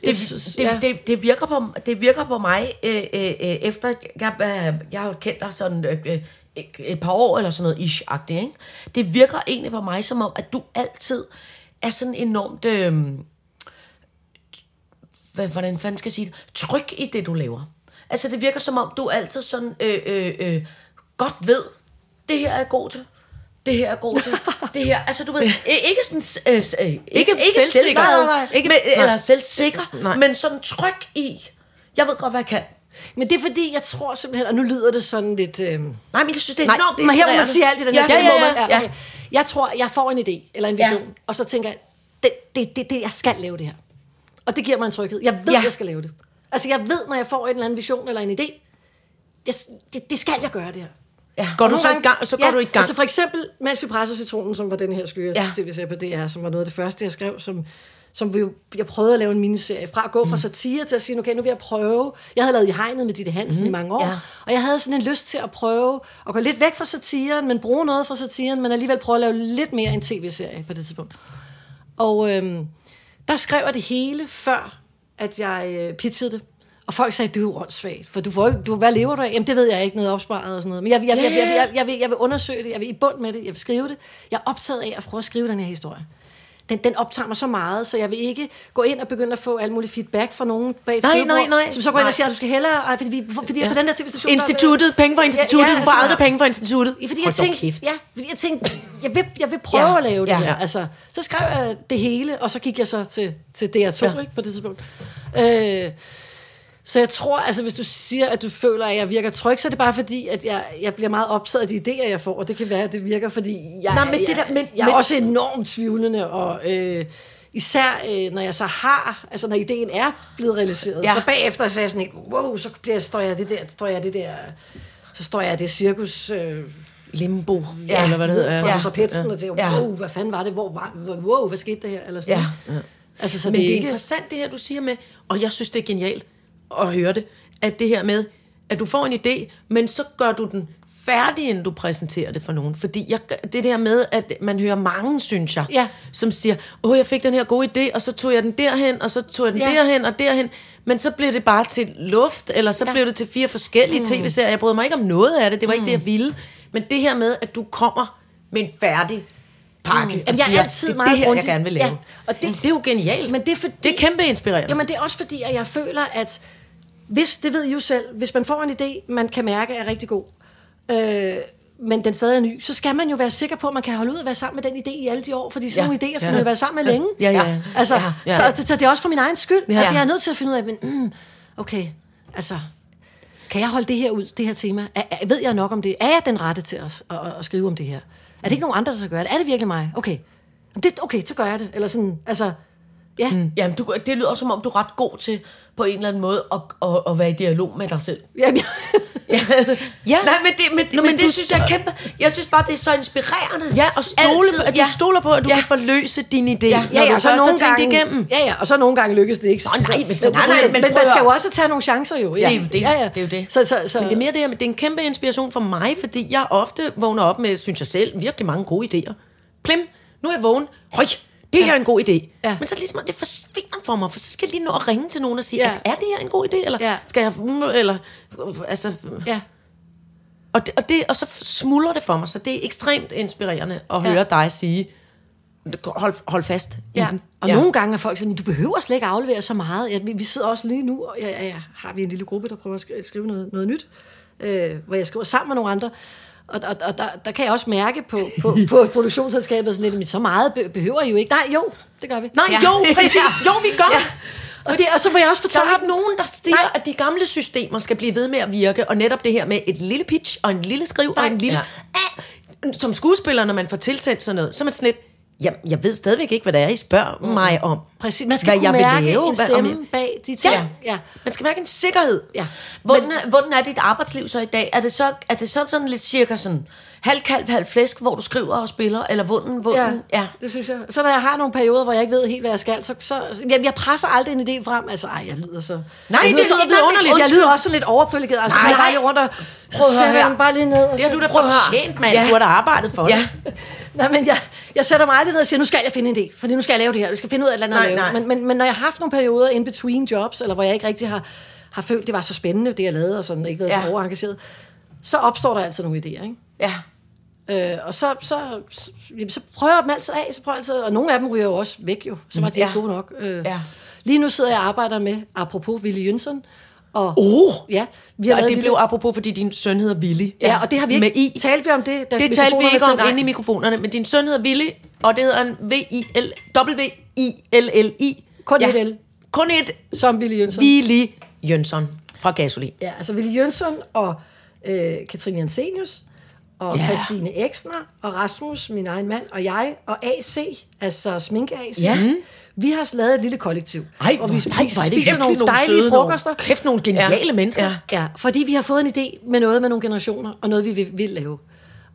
[SPEAKER 5] det,
[SPEAKER 4] synes-
[SPEAKER 5] det,
[SPEAKER 4] ja.
[SPEAKER 5] det, det, virker på, det virker på mig, øh, øh, øh, efter jeg, øh, jeg har jo kendt dig sådan øh, øh, et par år eller sådan noget ish ikke? Det virker egentlig på mig som om, at du altid er sådan enormt... Øh, hvad, hvordan fanden skal jeg sige det? Tryg i det, du laver. Altså, det virker som om, du altid sådan øh, øh, øh, godt ved, det her er jeg god til. Det her er jeg god til. Det her, altså du ved, i- ikke sådan... Øh, øh, ikke, ikke
[SPEAKER 3] selvsikker.
[SPEAKER 5] selvsikker.
[SPEAKER 3] Nej, nej, nej.
[SPEAKER 5] Ikke, men,
[SPEAKER 3] Nej.
[SPEAKER 5] eller selvsikker,
[SPEAKER 3] Nej.
[SPEAKER 5] nej. men sådan tryg i. Jeg ved godt, hvad jeg kan.
[SPEAKER 4] Men det er fordi, jeg tror simpelthen, og nu lyder det sådan lidt... Øh,
[SPEAKER 5] Nej, men jeg synes, det er
[SPEAKER 4] nej,
[SPEAKER 5] enormt
[SPEAKER 4] men her må man
[SPEAKER 5] inspirerende.
[SPEAKER 4] sige alt det der.
[SPEAKER 5] ja,
[SPEAKER 4] næste,
[SPEAKER 5] ja,
[SPEAKER 4] hvor
[SPEAKER 5] ja,
[SPEAKER 4] man-
[SPEAKER 5] ja, ja.
[SPEAKER 4] okay. Jeg tror, jeg får en idé, eller en
[SPEAKER 5] Ja.
[SPEAKER 4] vision, ja. og så tænker jeg, det, det, det, det, jeg skal lave det her. Og det giver mig en tryghed. Jeg ved,
[SPEAKER 5] Ja.
[SPEAKER 4] ja. jeg skal lave det. Altså, jeg ved, når jeg får en eller anden vision eller en idé, jeg, det, det skal jeg gøre det her.
[SPEAKER 5] ja.
[SPEAKER 3] Går du
[SPEAKER 4] Nogle
[SPEAKER 3] så i
[SPEAKER 4] gange-
[SPEAKER 3] gang, og så går du i gang.
[SPEAKER 4] Altså for eksempel, mens vi presser citronen, som var den her skyer,
[SPEAKER 5] Ja.
[SPEAKER 4] ja. tv-serie på DR, som var noget af det første, jeg skrev, som, som vi jo, jeg prøvede at lave en miniserie fra, at gå
[SPEAKER 3] Mm.
[SPEAKER 4] fra satire til at sige, okay, nu vil jeg prøve. Jeg havde lavet i hegnet med Ditte Hansen mm, i mange år,
[SPEAKER 5] ja.
[SPEAKER 4] ja. og jeg havde sådan en lyst til at prøve at gå lidt væk fra satiren, men bruge noget fra satiren, men alligevel prøve at lave lidt mere en tv-serie på det tidspunkt. Og øhm, der skrev jeg det hele, før at jeg øh, pitchede det. Og folk sagde, du er jo åndssvagt, for du får ikke, du, hvad lever du af? Jamen, det ved jeg ikke, noget opsparet og sådan noget. Men jeg, vil- jeg, jeg, jeg, jeg, jeg, jeg, vil, jeg vil undersøge det, jeg vil i bund med det, jeg vil skrive det. Jeg er optaget af at prøve at skrive den her historie. Den, den optager mig så meget, så jeg vil ikke gå ind og begynde at få alt muligt feedback fra nogen bag et
[SPEAKER 3] Nej,
[SPEAKER 4] skrivebord,
[SPEAKER 3] nej, nej.
[SPEAKER 4] som så går ind
[SPEAKER 3] Nej.
[SPEAKER 4] og siger, at du skal hellere, ej, fordi, vi, fordi ja. på den der tv-station... der-
[SPEAKER 3] Instituttet, penge for instituttet,
[SPEAKER 4] Ja, ja,
[SPEAKER 3] du får
[SPEAKER 4] altså-
[SPEAKER 3] aldrig penge for instituttet.
[SPEAKER 4] Ja, fordi jeg
[SPEAKER 3] Hold dog
[SPEAKER 4] tænkte,
[SPEAKER 3] kæft.
[SPEAKER 4] ja, fordi jeg tænkte, jeg vil, jeg vil prøve
[SPEAKER 5] Ja,
[SPEAKER 4] ja, at lave det
[SPEAKER 5] ja.
[SPEAKER 4] ja. her. Altså, så skrev jeg det hele, og så gik jeg så til, til DR2
[SPEAKER 5] Ja.
[SPEAKER 4] ja. ikke, på det tidspunkt. Øh, så jeg tror, altså hvis du siger, at du føler, at jeg virker tryg, så er det bare fordi, at jeg, jeg bliver meget optaget af de idéer, jeg får, og det kan være, at det virker, fordi jeg,
[SPEAKER 5] Nå, men det
[SPEAKER 4] jeg,
[SPEAKER 5] der- men-
[SPEAKER 4] jeg
[SPEAKER 5] men-
[SPEAKER 4] er også enormt tvivlende, og øh, især øh, når jeg så har, altså når ideen er blevet realiseret,
[SPEAKER 5] Ja.
[SPEAKER 4] ja. så bagefter så er jeg sådan helt, wow, så bliver, står jeg det der, står jeg det der, så står jeg i det cirkus... Øh,
[SPEAKER 3] Limbo,
[SPEAKER 5] Ja.
[SPEAKER 3] ja. eller hvad det hedder.
[SPEAKER 4] ja.
[SPEAKER 5] Ja.
[SPEAKER 4] fra Petsen og tænker,
[SPEAKER 5] Ja.
[SPEAKER 4] wow, hvad fanden var det, hvor var, hvor- wow, hvad skete der her, eller sådan
[SPEAKER 5] Ja.
[SPEAKER 4] noget. Altså, så
[SPEAKER 3] Men det er
[SPEAKER 4] ikke...
[SPEAKER 3] interessant det her, du siger med, og jeg synes, det er genialt at høre det, at det her med, at du får en idé, men så gør du den færdig, inden du præsenterer det for nogen. Fordi jeg, det der med, at man hører mange, synes jeg,
[SPEAKER 4] Ja.
[SPEAKER 3] som siger, åh, jeg fik den her gode idé, og så tog jeg den derhen, og så tog jeg den
[SPEAKER 4] Ja.
[SPEAKER 3] derhen, og derhen. Men så blev det bare til luft, eller så
[SPEAKER 4] Ja. Mm.
[SPEAKER 3] blev det til fire forskellige tv-serier. Jeg brød mig ikke om noget af det, det var ikke det, jeg ville. Men det her med, at du kommer med en færdig pakke, mm. og
[SPEAKER 4] Jamen, jeg er
[SPEAKER 3] siger,
[SPEAKER 4] altid
[SPEAKER 3] det er
[SPEAKER 4] meget
[SPEAKER 3] det her,
[SPEAKER 4] grundig."
[SPEAKER 3] jeg gerne vil lave.
[SPEAKER 4] Ja, og det-
[SPEAKER 3] Men det er jo genialt.
[SPEAKER 4] Men det er fordi-
[SPEAKER 3] det er kæmpe inspirerende.
[SPEAKER 4] Jamen, det er også fordi, at jeg føler, at hvis, det ved I jo selv, hvis man får en idé, man kan mærke er rigtig god, øh, men den stadig er ny, så skal man jo være sikker på, at man kan holde ud at være sammen med den idé i alle de år, fordi sådan
[SPEAKER 3] Ja.
[SPEAKER 4] nogle idéer skal
[SPEAKER 3] Ja.
[SPEAKER 4] man jo være sammen med længe.
[SPEAKER 3] Ja, ja, ja.
[SPEAKER 4] Altså,
[SPEAKER 3] Ja, ja.
[SPEAKER 4] Så, det- så det er også for min egen skyld.
[SPEAKER 3] Ja.
[SPEAKER 4] Ja. Altså, jeg er nødt til at finde ud af, men mm, okay, altså, kan jeg holde det her ud, det her tema? Er, er, ved jeg nok om det? Er jeg den rette til os at, at, at skrive om det her? Er det ikke nogen andre, der skal gøre det? Er det virkelig mig? Okay, det, okay så gør jeg det. Eller sådan, altså, ja. Mm.
[SPEAKER 5] Jamen, du, det lyder som om, du er ret god til på en eller anden måde at, at, at være i dialog med dig selv.
[SPEAKER 4] Jamen, jeg,
[SPEAKER 5] ja. Nej, men det, men, Nå, men, men det synes jeg er kæmpe. Jeg synes bare, det er så inspirerende.
[SPEAKER 3] Ja, og stole,
[SPEAKER 5] Altid,
[SPEAKER 3] Altid, at du
[SPEAKER 5] ja.
[SPEAKER 3] stoler på, at du
[SPEAKER 5] Ja.
[SPEAKER 3] ja. kan forløse din idé,
[SPEAKER 5] Ja,
[SPEAKER 3] ja.
[SPEAKER 5] ja,
[SPEAKER 3] når
[SPEAKER 5] ja,
[SPEAKER 3] du
[SPEAKER 5] og
[SPEAKER 3] først
[SPEAKER 5] så
[SPEAKER 3] har
[SPEAKER 4] nogle
[SPEAKER 3] tænkt det igennem.
[SPEAKER 4] Ja, ja, og så nogle gange lykkes det ikke.
[SPEAKER 5] Nå, nej, men så- nej, nej, men
[SPEAKER 4] men,
[SPEAKER 5] prøv
[SPEAKER 4] man skal
[SPEAKER 5] at-
[SPEAKER 4] jo også tage nogle chancer jo. Ja.
[SPEAKER 5] Det er jo det.
[SPEAKER 4] Ja, ja.
[SPEAKER 5] Det er jo det.
[SPEAKER 4] Så, så, så,
[SPEAKER 3] Men det er mere det her, med, det er en kæmpe inspiration for mig, fordi jeg ofte vågner op med, synes jeg selv, virkelig mange gode idéer. Plim, nu er jeg vågen. Høj, det her er en god idé.
[SPEAKER 4] Ja.
[SPEAKER 3] Men så er det ligesom, at det forsvinder for mig, for så skal jeg lige nå at ringe til nogen og sige,
[SPEAKER 4] Ja.
[SPEAKER 3] ja. er det her en god idé, eller
[SPEAKER 4] Ja.
[SPEAKER 3] skal jeg... mm, Eller, altså,
[SPEAKER 4] ja.
[SPEAKER 3] og, det, og, det, og så smuldrer det for mig, så det er ekstremt inspirerende at
[SPEAKER 4] Ja.
[SPEAKER 3] høre dig sige, hold, hold fast
[SPEAKER 4] Ja.
[SPEAKER 3] i den.
[SPEAKER 4] Og ja. nogle gange er folk sådan, du behøver slet ikke aflevere så meget. Ja, vi, vi sidder også lige nu, og ja, ja, ja, har vi en lille gruppe, der prøver at sk- skrive noget, noget nyt, øh, hvor jeg skriver sammen med nogle andre. Og, og, og der, der kan jeg også mærke på, på, på produktionsselskabet sådan lidt, men så meget be- behøver I jo ikke. Nej, jo, det gør vi.
[SPEAKER 3] Nej,
[SPEAKER 5] Ja.
[SPEAKER 3] ja. jo, præcis. Jo, vi gør.
[SPEAKER 5] Ja.
[SPEAKER 3] Ja.
[SPEAKER 4] Og, det, og så må jeg også
[SPEAKER 3] Der
[SPEAKER 4] forklare
[SPEAKER 3] er
[SPEAKER 4] dem.
[SPEAKER 3] ikke nogen, der siger, Nej. at de gamle systemer skal blive ved med at virke, og netop det her med et lille pitch, og en lille skriv, og
[SPEAKER 4] Nej.
[SPEAKER 3] en lille... Ja. Som skuespiller, når man får tilsendt sådan noget, så er man sådan lidt, jamen, jeg ved stadigvæk ikke, hvad det er, I spørger mm. mig om.
[SPEAKER 4] Præcis, man skal hvad kunne mærke en
[SPEAKER 3] hvad- om
[SPEAKER 4] stemme
[SPEAKER 3] jeg-
[SPEAKER 4] bag de ting.
[SPEAKER 3] Ja. ja,
[SPEAKER 4] ja.
[SPEAKER 3] man skal mærke en sikkerhed.
[SPEAKER 4] Ja.
[SPEAKER 5] Hvordan, er, hvordan er dit arbejdsliv så i dag? Er det så, er det så sådan lidt cirka sådan halv kalv, halv flæsk, hvor du skriver og spiller? Eller hvordan?
[SPEAKER 4] Ja,
[SPEAKER 5] hvordan?
[SPEAKER 4] ja, det synes jeg. Så når jeg har nogle perioder, hvor jeg ikke ved helt, hvad jeg skal, så, så jeg, jeg presser aldrig en idé frem. Altså, ej, jeg lyder så... Nej,
[SPEAKER 3] det
[SPEAKER 4] jeg lyder
[SPEAKER 3] er
[SPEAKER 4] så
[SPEAKER 3] ikke noget underligt.
[SPEAKER 4] Jeg
[SPEAKER 3] Undskyld.
[SPEAKER 4] lyder også sådan lidt overfølget. Altså,
[SPEAKER 5] Nej.
[SPEAKER 4] nej, nej. rundt og
[SPEAKER 5] Prøv at høre
[SPEAKER 4] sætter
[SPEAKER 5] her.
[SPEAKER 4] den bare lige ned. Og
[SPEAKER 3] Det har
[SPEAKER 4] så-
[SPEAKER 3] du da
[SPEAKER 5] Prøv at høre.
[SPEAKER 3] fortjent, mand.
[SPEAKER 5] Ja.
[SPEAKER 3] Ja. Du har da arbejdet for
[SPEAKER 5] Ja.
[SPEAKER 3] det.
[SPEAKER 4] Nej, men jeg, jeg sætter mig aldrig ned og siger, nu skal jeg finde en idé, for nu skal jeg lave det her, jeg skal finde ud af et eller andet
[SPEAKER 5] Nej, nej.
[SPEAKER 4] at lave. Men, men, men når jeg har haft nogle perioder in between jobs, eller hvor jeg ikke rigtig har, har følt, det var så spændende, det jeg lavede, og sådan ikke været
[SPEAKER 5] Ja.
[SPEAKER 4] så overengageret, så opstår der altid nogle idéer, ikke?
[SPEAKER 5] Ja.
[SPEAKER 4] Øh, og så, så, så, jamen, så prøver jeg dem altid af, så prøver jeg altid, og nogle af dem ryger jo også væk jo, så var de
[SPEAKER 5] Ja.
[SPEAKER 4] ja. gode nok. Øh,
[SPEAKER 5] Ja.
[SPEAKER 4] Lige nu sidder jeg og arbejder med, apropos Ville Jønsson, og
[SPEAKER 3] Oh.
[SPEAKER 4] ja, vi har
[SPEAKER 3] Ja, og
[SPEAKER 4] lavet
[SPEAKER 3] det
[SPEAKER 4] en
[SPEAKER 3] blev apropos, fordi din søn hedder Willy.
[SPEAKER 4] ja, og det har vi ikke,
[SPEAKER 3] Med I.
[SPEAKER 4] talte vi om det, da
[SPEAKER 3] Det talte vi
[SPEAKER 4] mikrofonerne
[SPEAKER 3] ikke om
[SPEAKER 4] tændte?
[SPEAKER 3] inde i mikrofonerne, men din søn hedder Willy, og det hedder han V-I-L, W-I-L-L-I.
[SPEAKER 4] Kun et L.
[SPEAKER 3] Kun et
[SPEAKER 4] Som Ville Jønsson.
[SPEAKER 3] Willy Jønsson fra Gasolin.
[SPEAKER 4] Ja, altså Ville Jønsson og øh, Katrine Jensenius og
[SPEAKER 3] Ja.
[SPEAKER 4] yeah. Christine Eksner og Rasmus, min egen mand, og jeg og AC, altså Smink AC.
[SPEAKER 3] Ja.
[SPEAKER 4] Vi har lavet et lille kollektiv,
[SPEAKER 3] Ej,
[SPEAKER 4] hvor
[SPEAKER 3] hvor-
[SPEAKER 4] vi
[SPEAKER 3] ej, hvor er
[SPEAKER 4] spiser,
[SPEAKER 3] det
[SPEAKER 4] spiser
[SPEAKER 3] virkelig
[SPEAKER 4] nogle
[SPEAKER 3] nogle
[SPEAKER 4] dejlige
[SPEAKER 3] søde nogle-
[SPEAKER 4] frokoster.
[SPEAKER 3] kæft, nogle geniale mennesker.
[SPEAKER 4] Ja, fordi vi har fået en idé med noget med nogle generationer, og noget vi vil, vil lave.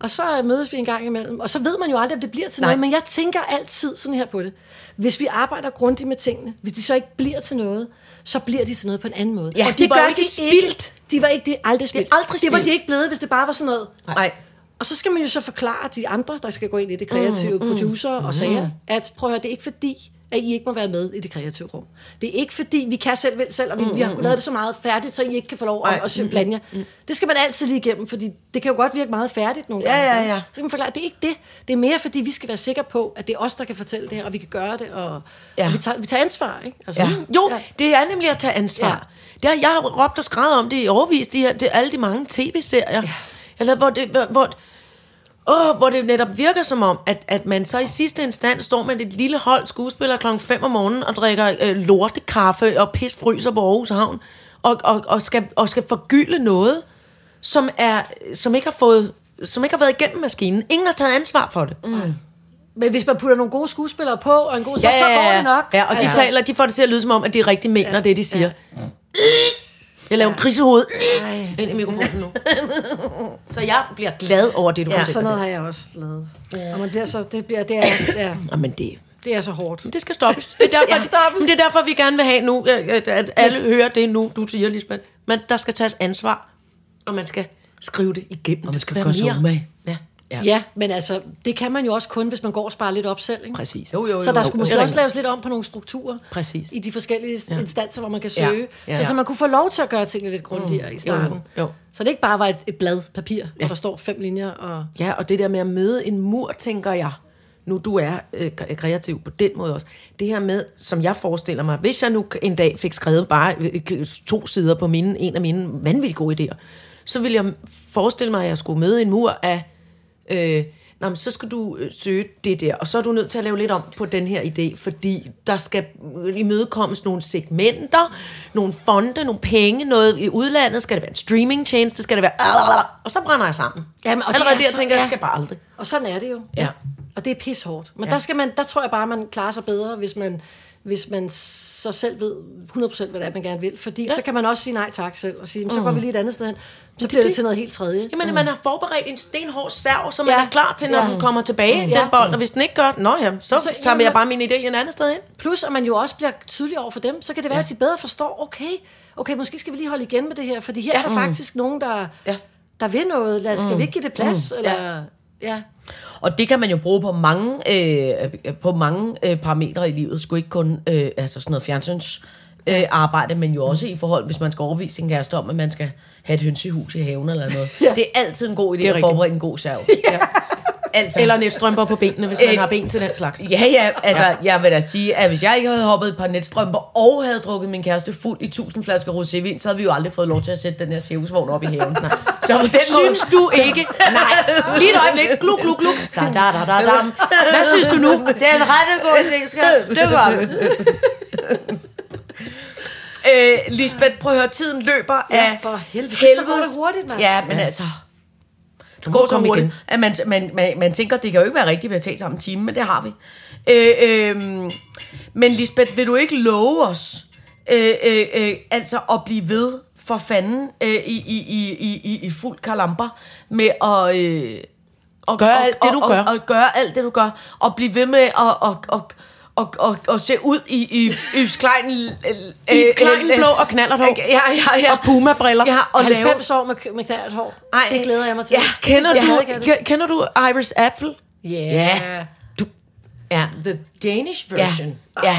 [SPEAKER 4] Og så mødes vi en gang imellem. Og så ved man jo aldrig, om det bliver til Nej. noget. Men jeg tænker altid sådan her på det. Hvis vi arbejder grundigt med tingene, hvis de så ikke bliver til noget, så bliver de til noget på en anden måde.
[SPEAKER 5] Ja,
[SPEAKER 4] og
[SPEAKER 5] de var jo ikke
[SPEAKER 4] Ikke,
[SPEAKER 5] spildt.
[SPEAKER 4] de var ikke det er aldrig spildt.
[SPEAKER 5] aldrig
[SPEAKER 4] det var de
[SPEAKER 5] spildt.
[SPEAKER 4] ikke blevet, hvis det bare var sådan noget.
[SPEAKER 5] Nej.
[SPEAKER 4] Og så skal man jo så forklare de andre, der skal gå ind i det kreative, mm, producer og sager, at prøv at høre, det er ikke fordi, at I ikke må være med i det kreative rum. Det er ikke fordi, vi kan selv, vel selv, og vi, mm, vi har lavet det så meget færdigt, så I ikke kan få lov at, at sy- blande jer. Det skal man altid lige igennem, fordi det kan jo godt virke meget færdigt nogle
[SPEAKER 5] Ja,
[SPEAKER 4] gange.
[SPEAKER 5] ja,
[SPEAKER 4] ikke?
[SPEAKER 5] ja.
[SPEAKER 4] Så kan man forklare, at det er ikke det. Det er mere fordi, vi skal være sikre på, at det er os, der kan fortælle det her, og vi kan gøre det, og, ja.
[SPEAKER 5] Ja.
[SPEAKER 4] og vi, tager, vi tager ansvar. Ikke? Altså,
[SPEAKER 5] Ja.
[SPEAKER 3] Jo, ja. det er nemlig at tage ansvar. Ja. Det har, jeg har råbt og skrevet om det i overvis, de her, det, alle de mange tv-serier, ja. eller hvor det, hvor, hvor, åh, hvor det netop virker som om, at, at man så i sidste instans står med et lille hold skuespillere klokken 5 om morgenen og drikker øh, lortekaffe og pis fryser på Aarhus Havn, og, og, og, skal, og skal forgylde noget, som, er, som ikke har fået som ikke har været igennem maskinen. Ingen har taget ansvar for det. Mm.
[SPEAKER 4] Men hvis man putter nogle gode skuespillere på, og en god, så, så går det nok. Altså,
[SPEAKER 3] Ja, og de, ja. taler, de får det til at lyde som om, at de rigtig mener ja. det, de siger. Ja. Jeg laver en grisehoved ind i mikrofonen nu. Så jeg bliver glad over det, du ja.
[SPEAKER 4] Og sådan
[SPEAKER 3] fortæller.
[SPEAKER 4] noget har jeg også lavet. Ja. Og man bliver så, det, bliver, det, er, det, er,
[SPEAKER 3] Nå, men det,
[SPEAKER 4] det er så hårdt.
[SPEAKER 3] det skal stoppes. Det er, derfor,
[SPEAKER 4] skal stoppes.
[SPEAKER 3] Men det er derfor, vi gerne vil have nu, øh, at, at alle hører det nu, du siger, Lisbeth. Men der skal tages ansvar, og man skal skrive det igennem. Og det skal,
[SPEAKER 5] gøre sig umage.
[SPEAKER 3] Ja. ja.
[SPEAKER 4] Ja, men altså, det kan man jo også kun, hvis man går og sparer lidt op selv. Ikke?
[SPEAKER 3] Præcis.
[SPEAKER 5] Jo, jo, jo.
[SPEAKER 4] Så der skulle
[SPEAKER 3] jo,
[SPEAKER 4] måske
[SPEAKER 3] jo.
[SPEAKER 4] også laves lidt om på nogle strukturer
[SPEAKER 3] Præcis.
[SPEAKER 4] i de forskellige ja. instanser, hvor man kan
[SPEAKER 3] Ja.
[SPEAKER 4] søge. Ja.
[SPEAKER 3] Ja. Mm.
[SPEAKER 4] Så, så man kunne få lov til at gøre tingene lidt grundigere i starten.
[SPEAKER 3] jo, jo.
[SPEAKER 4] Så det ikke bare var et, et blad papir, ja. hvor der står fem linjer. Og...
[SPEAKER 3] Ja, og det der med at møde en mur, tænker jeg, nu du er øh, kre- kreativ på den måde også, det her med, som jeg forestiller mig, hvis jeg nu en dag fik skrevet bare øh, øh, to sider på mine, en af mine vanvittigt gode idéer, så ville jeg forestille mig, at jeg skulle møde en mur af, øh, nå, men så skal du øh, søge det der, og så er du nødt til at lave lidt om på den her idé, fordi der skal øh, imødekommes nogle segmenter, nogle fonde, nogle penge, noget i udlandet, skal det være en streamingtjeneste, skal det være, og så brænder jeg sammen.
[SPEAKER 4] Jamen, og det
[SPEAKER 3] Allerede
[SPEAKER 4] er
[SPEAKER 3] der
[SPEAKER 4] så-
[SPEAKER 3] tænker jeg,
[SPEAKER 4] ja.
[SPEAKER 3] jeg skal bare aldrig.
[SPEAKER 4] Og sådan er det jo.
[SPEAKER 3] Ja.
[SPEAKER 4] Og det er pishårdt. Men ja. der, skal man, der tror jeg bare, man klarer sig bedre, hvis man, hvis man så selv ved 100% hvad det er, man gerne vil. Fordi ja. så kan man også sige nej tak selv, og sige, "Men så går vi lige et andet sted hen. Så bliver det,
[SPEAKER 3] det.
[SPEAKER 4] til noget helt tredje.
[SPEAKER 3] Jamen, mm. man har forberedt en stenhård serv, som man
[SPEAKER 4] Ja.
[SPEAKER 3] er klar til, når
[SPEAKER 4] Ja.
[SPEAKER 3] ja. den kommer tilbage,
[SPEAKER 4] Mm.
[SPEAKER 3] mm.
[SPEAKER 4] Ja.
[SPEAKER 3] den bold. Og hvis den ikke gør, nå ja, så,
[SPEAKER 4] Så-
[SPEAKER 3] så tager
[SPEAKER 4] jamen,
[SPEAKER 3] jeg bare min idé en andet sted hen.
[SPEAKER 4] Plus, at man jo også bliver tydelig over for dem, så kan det være, ja. at de bedre forstår, okay, okay, måske skal vi lige holde igen med det her, fordi her ja. er der faktisk nogen, der, ja.
[SPEAKER 5] Ja.
[SPEAKER 4] der vil noget. Lad os, skal vi ikke give det plads? Mm. Eller, ja.
[SPEAKER 5] Og det kan man jo bruge på mange, øh, på mange øh, parametre i livet. Sgu ikke kun øh, altså sådan noget fjernsyns øh, arbejde, men jo også i forhold, hvis man skal overbevise sin kæreste om, at man skal have et hønsehus i haven eller noget. ja. Det er altid en god idé at
[SPEAKER 3] rigtigt.
[SPEAKER 5] forberede en god serv. ja. Altså.
[SPEAKER 3] Eller netstrømper på benene, hvis man
[SPEAKER 5] Øh.
[SPEAKER 3] har ben til den slags.
[SPEAKER 5] Ja, ja, altså, ja. jeg vil da sige, at hvis jeg ikke havde hoppet et par netstrømper og havde drukket min kæreste fuld i tusind flasker rosévin, så havde vi jo aldrig fået lov til at sætte den her cirkusvogn op i haven. Nej. Så på den måde...
[SPEAKER 3] Synes du ikke? Nej. Lige et øjeblik. Gluk, gluk, gluk. Da, da, da, da, da. Hvad synes du nu? Det er en rette god idé, skat. Det gør vi.
[SPEAKER 5] Øh, Lisbeth, prøv at høre, tiden løber
[SPEAKER 4] Ja,
[SPEAKER 5] af
[SPEAKER 4] for helvede. Så går
[SPEAKER 5] helvede.
[SPEAKER 4] det hurtigt, mand.
[SPEAKER 5] Ja, men ja. altså...
[SPEAKER 3] Du
[SPEAKER 5] Det går så hurtigt, at man, man, man, man tænker, det kan jo ikke være rigtigt, vi har talt sammen en time, men det har vi. Øh, øh, men Lisbeth, vil du ikke love os øh, øh, øh, altså at blive ved for fanden øh, i, i, i, i- i, i fuld kalamper med at... Øh, og,
[SPEAKER 3] Gør alt det, du
[SPEAKER 5] og,
[SPEAKER 3] gør.
[SPEAKER 5] Og, og gøre alt det, du gør. Og blive ved med at... Og, og, og, og, og se ud i, i, i Yves Klein... øh,
[SPEAKER 3] I et klein blå og knaller dog.
[SPEAKER 5] Ja, ja, ja.
[SPEAKER 3] Og pumabriller.
[SPEAKER 5] Ja, og lave...
[SPEAKER 4] 90 år med, med knaldt hår.
[SPEAKER 5] Ej.
[SPEAKER 4] det glæder jeg mig til.
[SPEAKER 5] Ja,
[SPEAKER 3] Kender
[SPEAKER 4] Jeg
[SPEAKER 3] du,
[SPEAKER 4] havde gerne-
[SPEAKER 3] ke- kender du Iris Apfel?
[SPEAKER 5] Ja. Du... Ja.
[SPEAKER 3] The Danish
[SPEAKER 5] Ja. ja.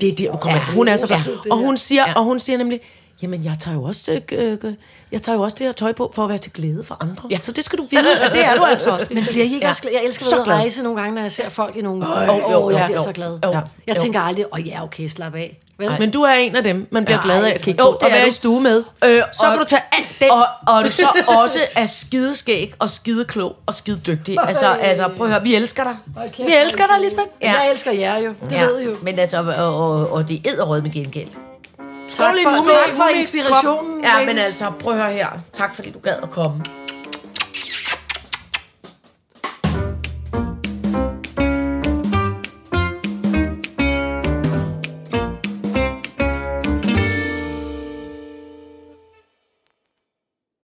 [SPEAKER 3] Det er der, hun kommer.
[SPEAKER 5] Ja.
[SPEAKER 3] Ja. Hun er så flot.
[SPEAKER 4] Absolut, det
[SPEAKER 3] Og hun
[SPEAKER 4] der.
[SPEAKER 3] siger, og hun siger nemlig, jamen jeg tager jo også, øh, øh, jeg tager jo også det her tøj på for at være til glæde for andre. Ja. Så det skal du vide, og det er du altså også.
[SPEAKER 4] Men bliver I ikke ja.
[SPEAKER 3] Ja.
[SPEAKER 4] også glad? Jeg elsker
[SPEAKER 3] Så
[SPEAKER 4] at, at
[SPEAKER 3] glad.
[SPEAKER 4] rejse nogle gange, når jeg ser folk i nogle... Åh,
[SPEAKER 3] jo,
[SPEAKER 4] oh, oh, jeg
[SPEAKER 3] ja,
[SPEAKER 4] bliver
[SPEAKER 3] jo,
[SPEAKER 4] så glad.
[SPEAKER 3] jo,
[SPEAKER 4] Jeg
[SPEAKER 3] jo.
[SPEAKER 4] tænker aldrig, åh oh, ja, okay, slap af. Vel?
[SPEAKER 3] Men du er en af dem, man bliver
[SPEAKER 4] Ej.
[SPEAKER 3] glad af at kigge
[SPEAKER 5] Jo,
[SPEAKER 3] på,
[SPEAKER 5] det
[SPEAKER 3] og
[SPEAKER 5] er
[SPEAKER 3] være
[SPEAKER 5] du.
[SPEAKER 3] i stue med.
[SPEAKER 5] Øh,
[SPEAKER 3] så
[SPEAKER 5] og-
[SPEAKER 3] kan du tage alt det.
[SPEAKER 5] Og, og du så også er skideskæg og skideklog og skidedygtig. Altså, altså, prøv at høre, vi elsker dig.
[SPEAKER 4] Okay,
[SPEAKER 3] Vi elsker dig, Lisbeth.
[SPEAKER 4] Ja. Jeg elsker jer jo. Det ja. ved I jo.
[SPEAKER 5] Men altså, og, og, og det æder rød med gengæld.
[SPEAKER 4] Tak
[SPEAKER 3] i
[SPEAKER 4] for,
[SPEAKER 3] Mumie-
[SPEAKER 4] tak for
[SPEAKER 3] Mumie-
[SPEAKER 4] inspirationen.
[SPEAKER 5] Ja,
[SPEAKER 4] ladies.
[SPEAKER 5] men altså, prøv at høre her. Tak fordi du gad at komme.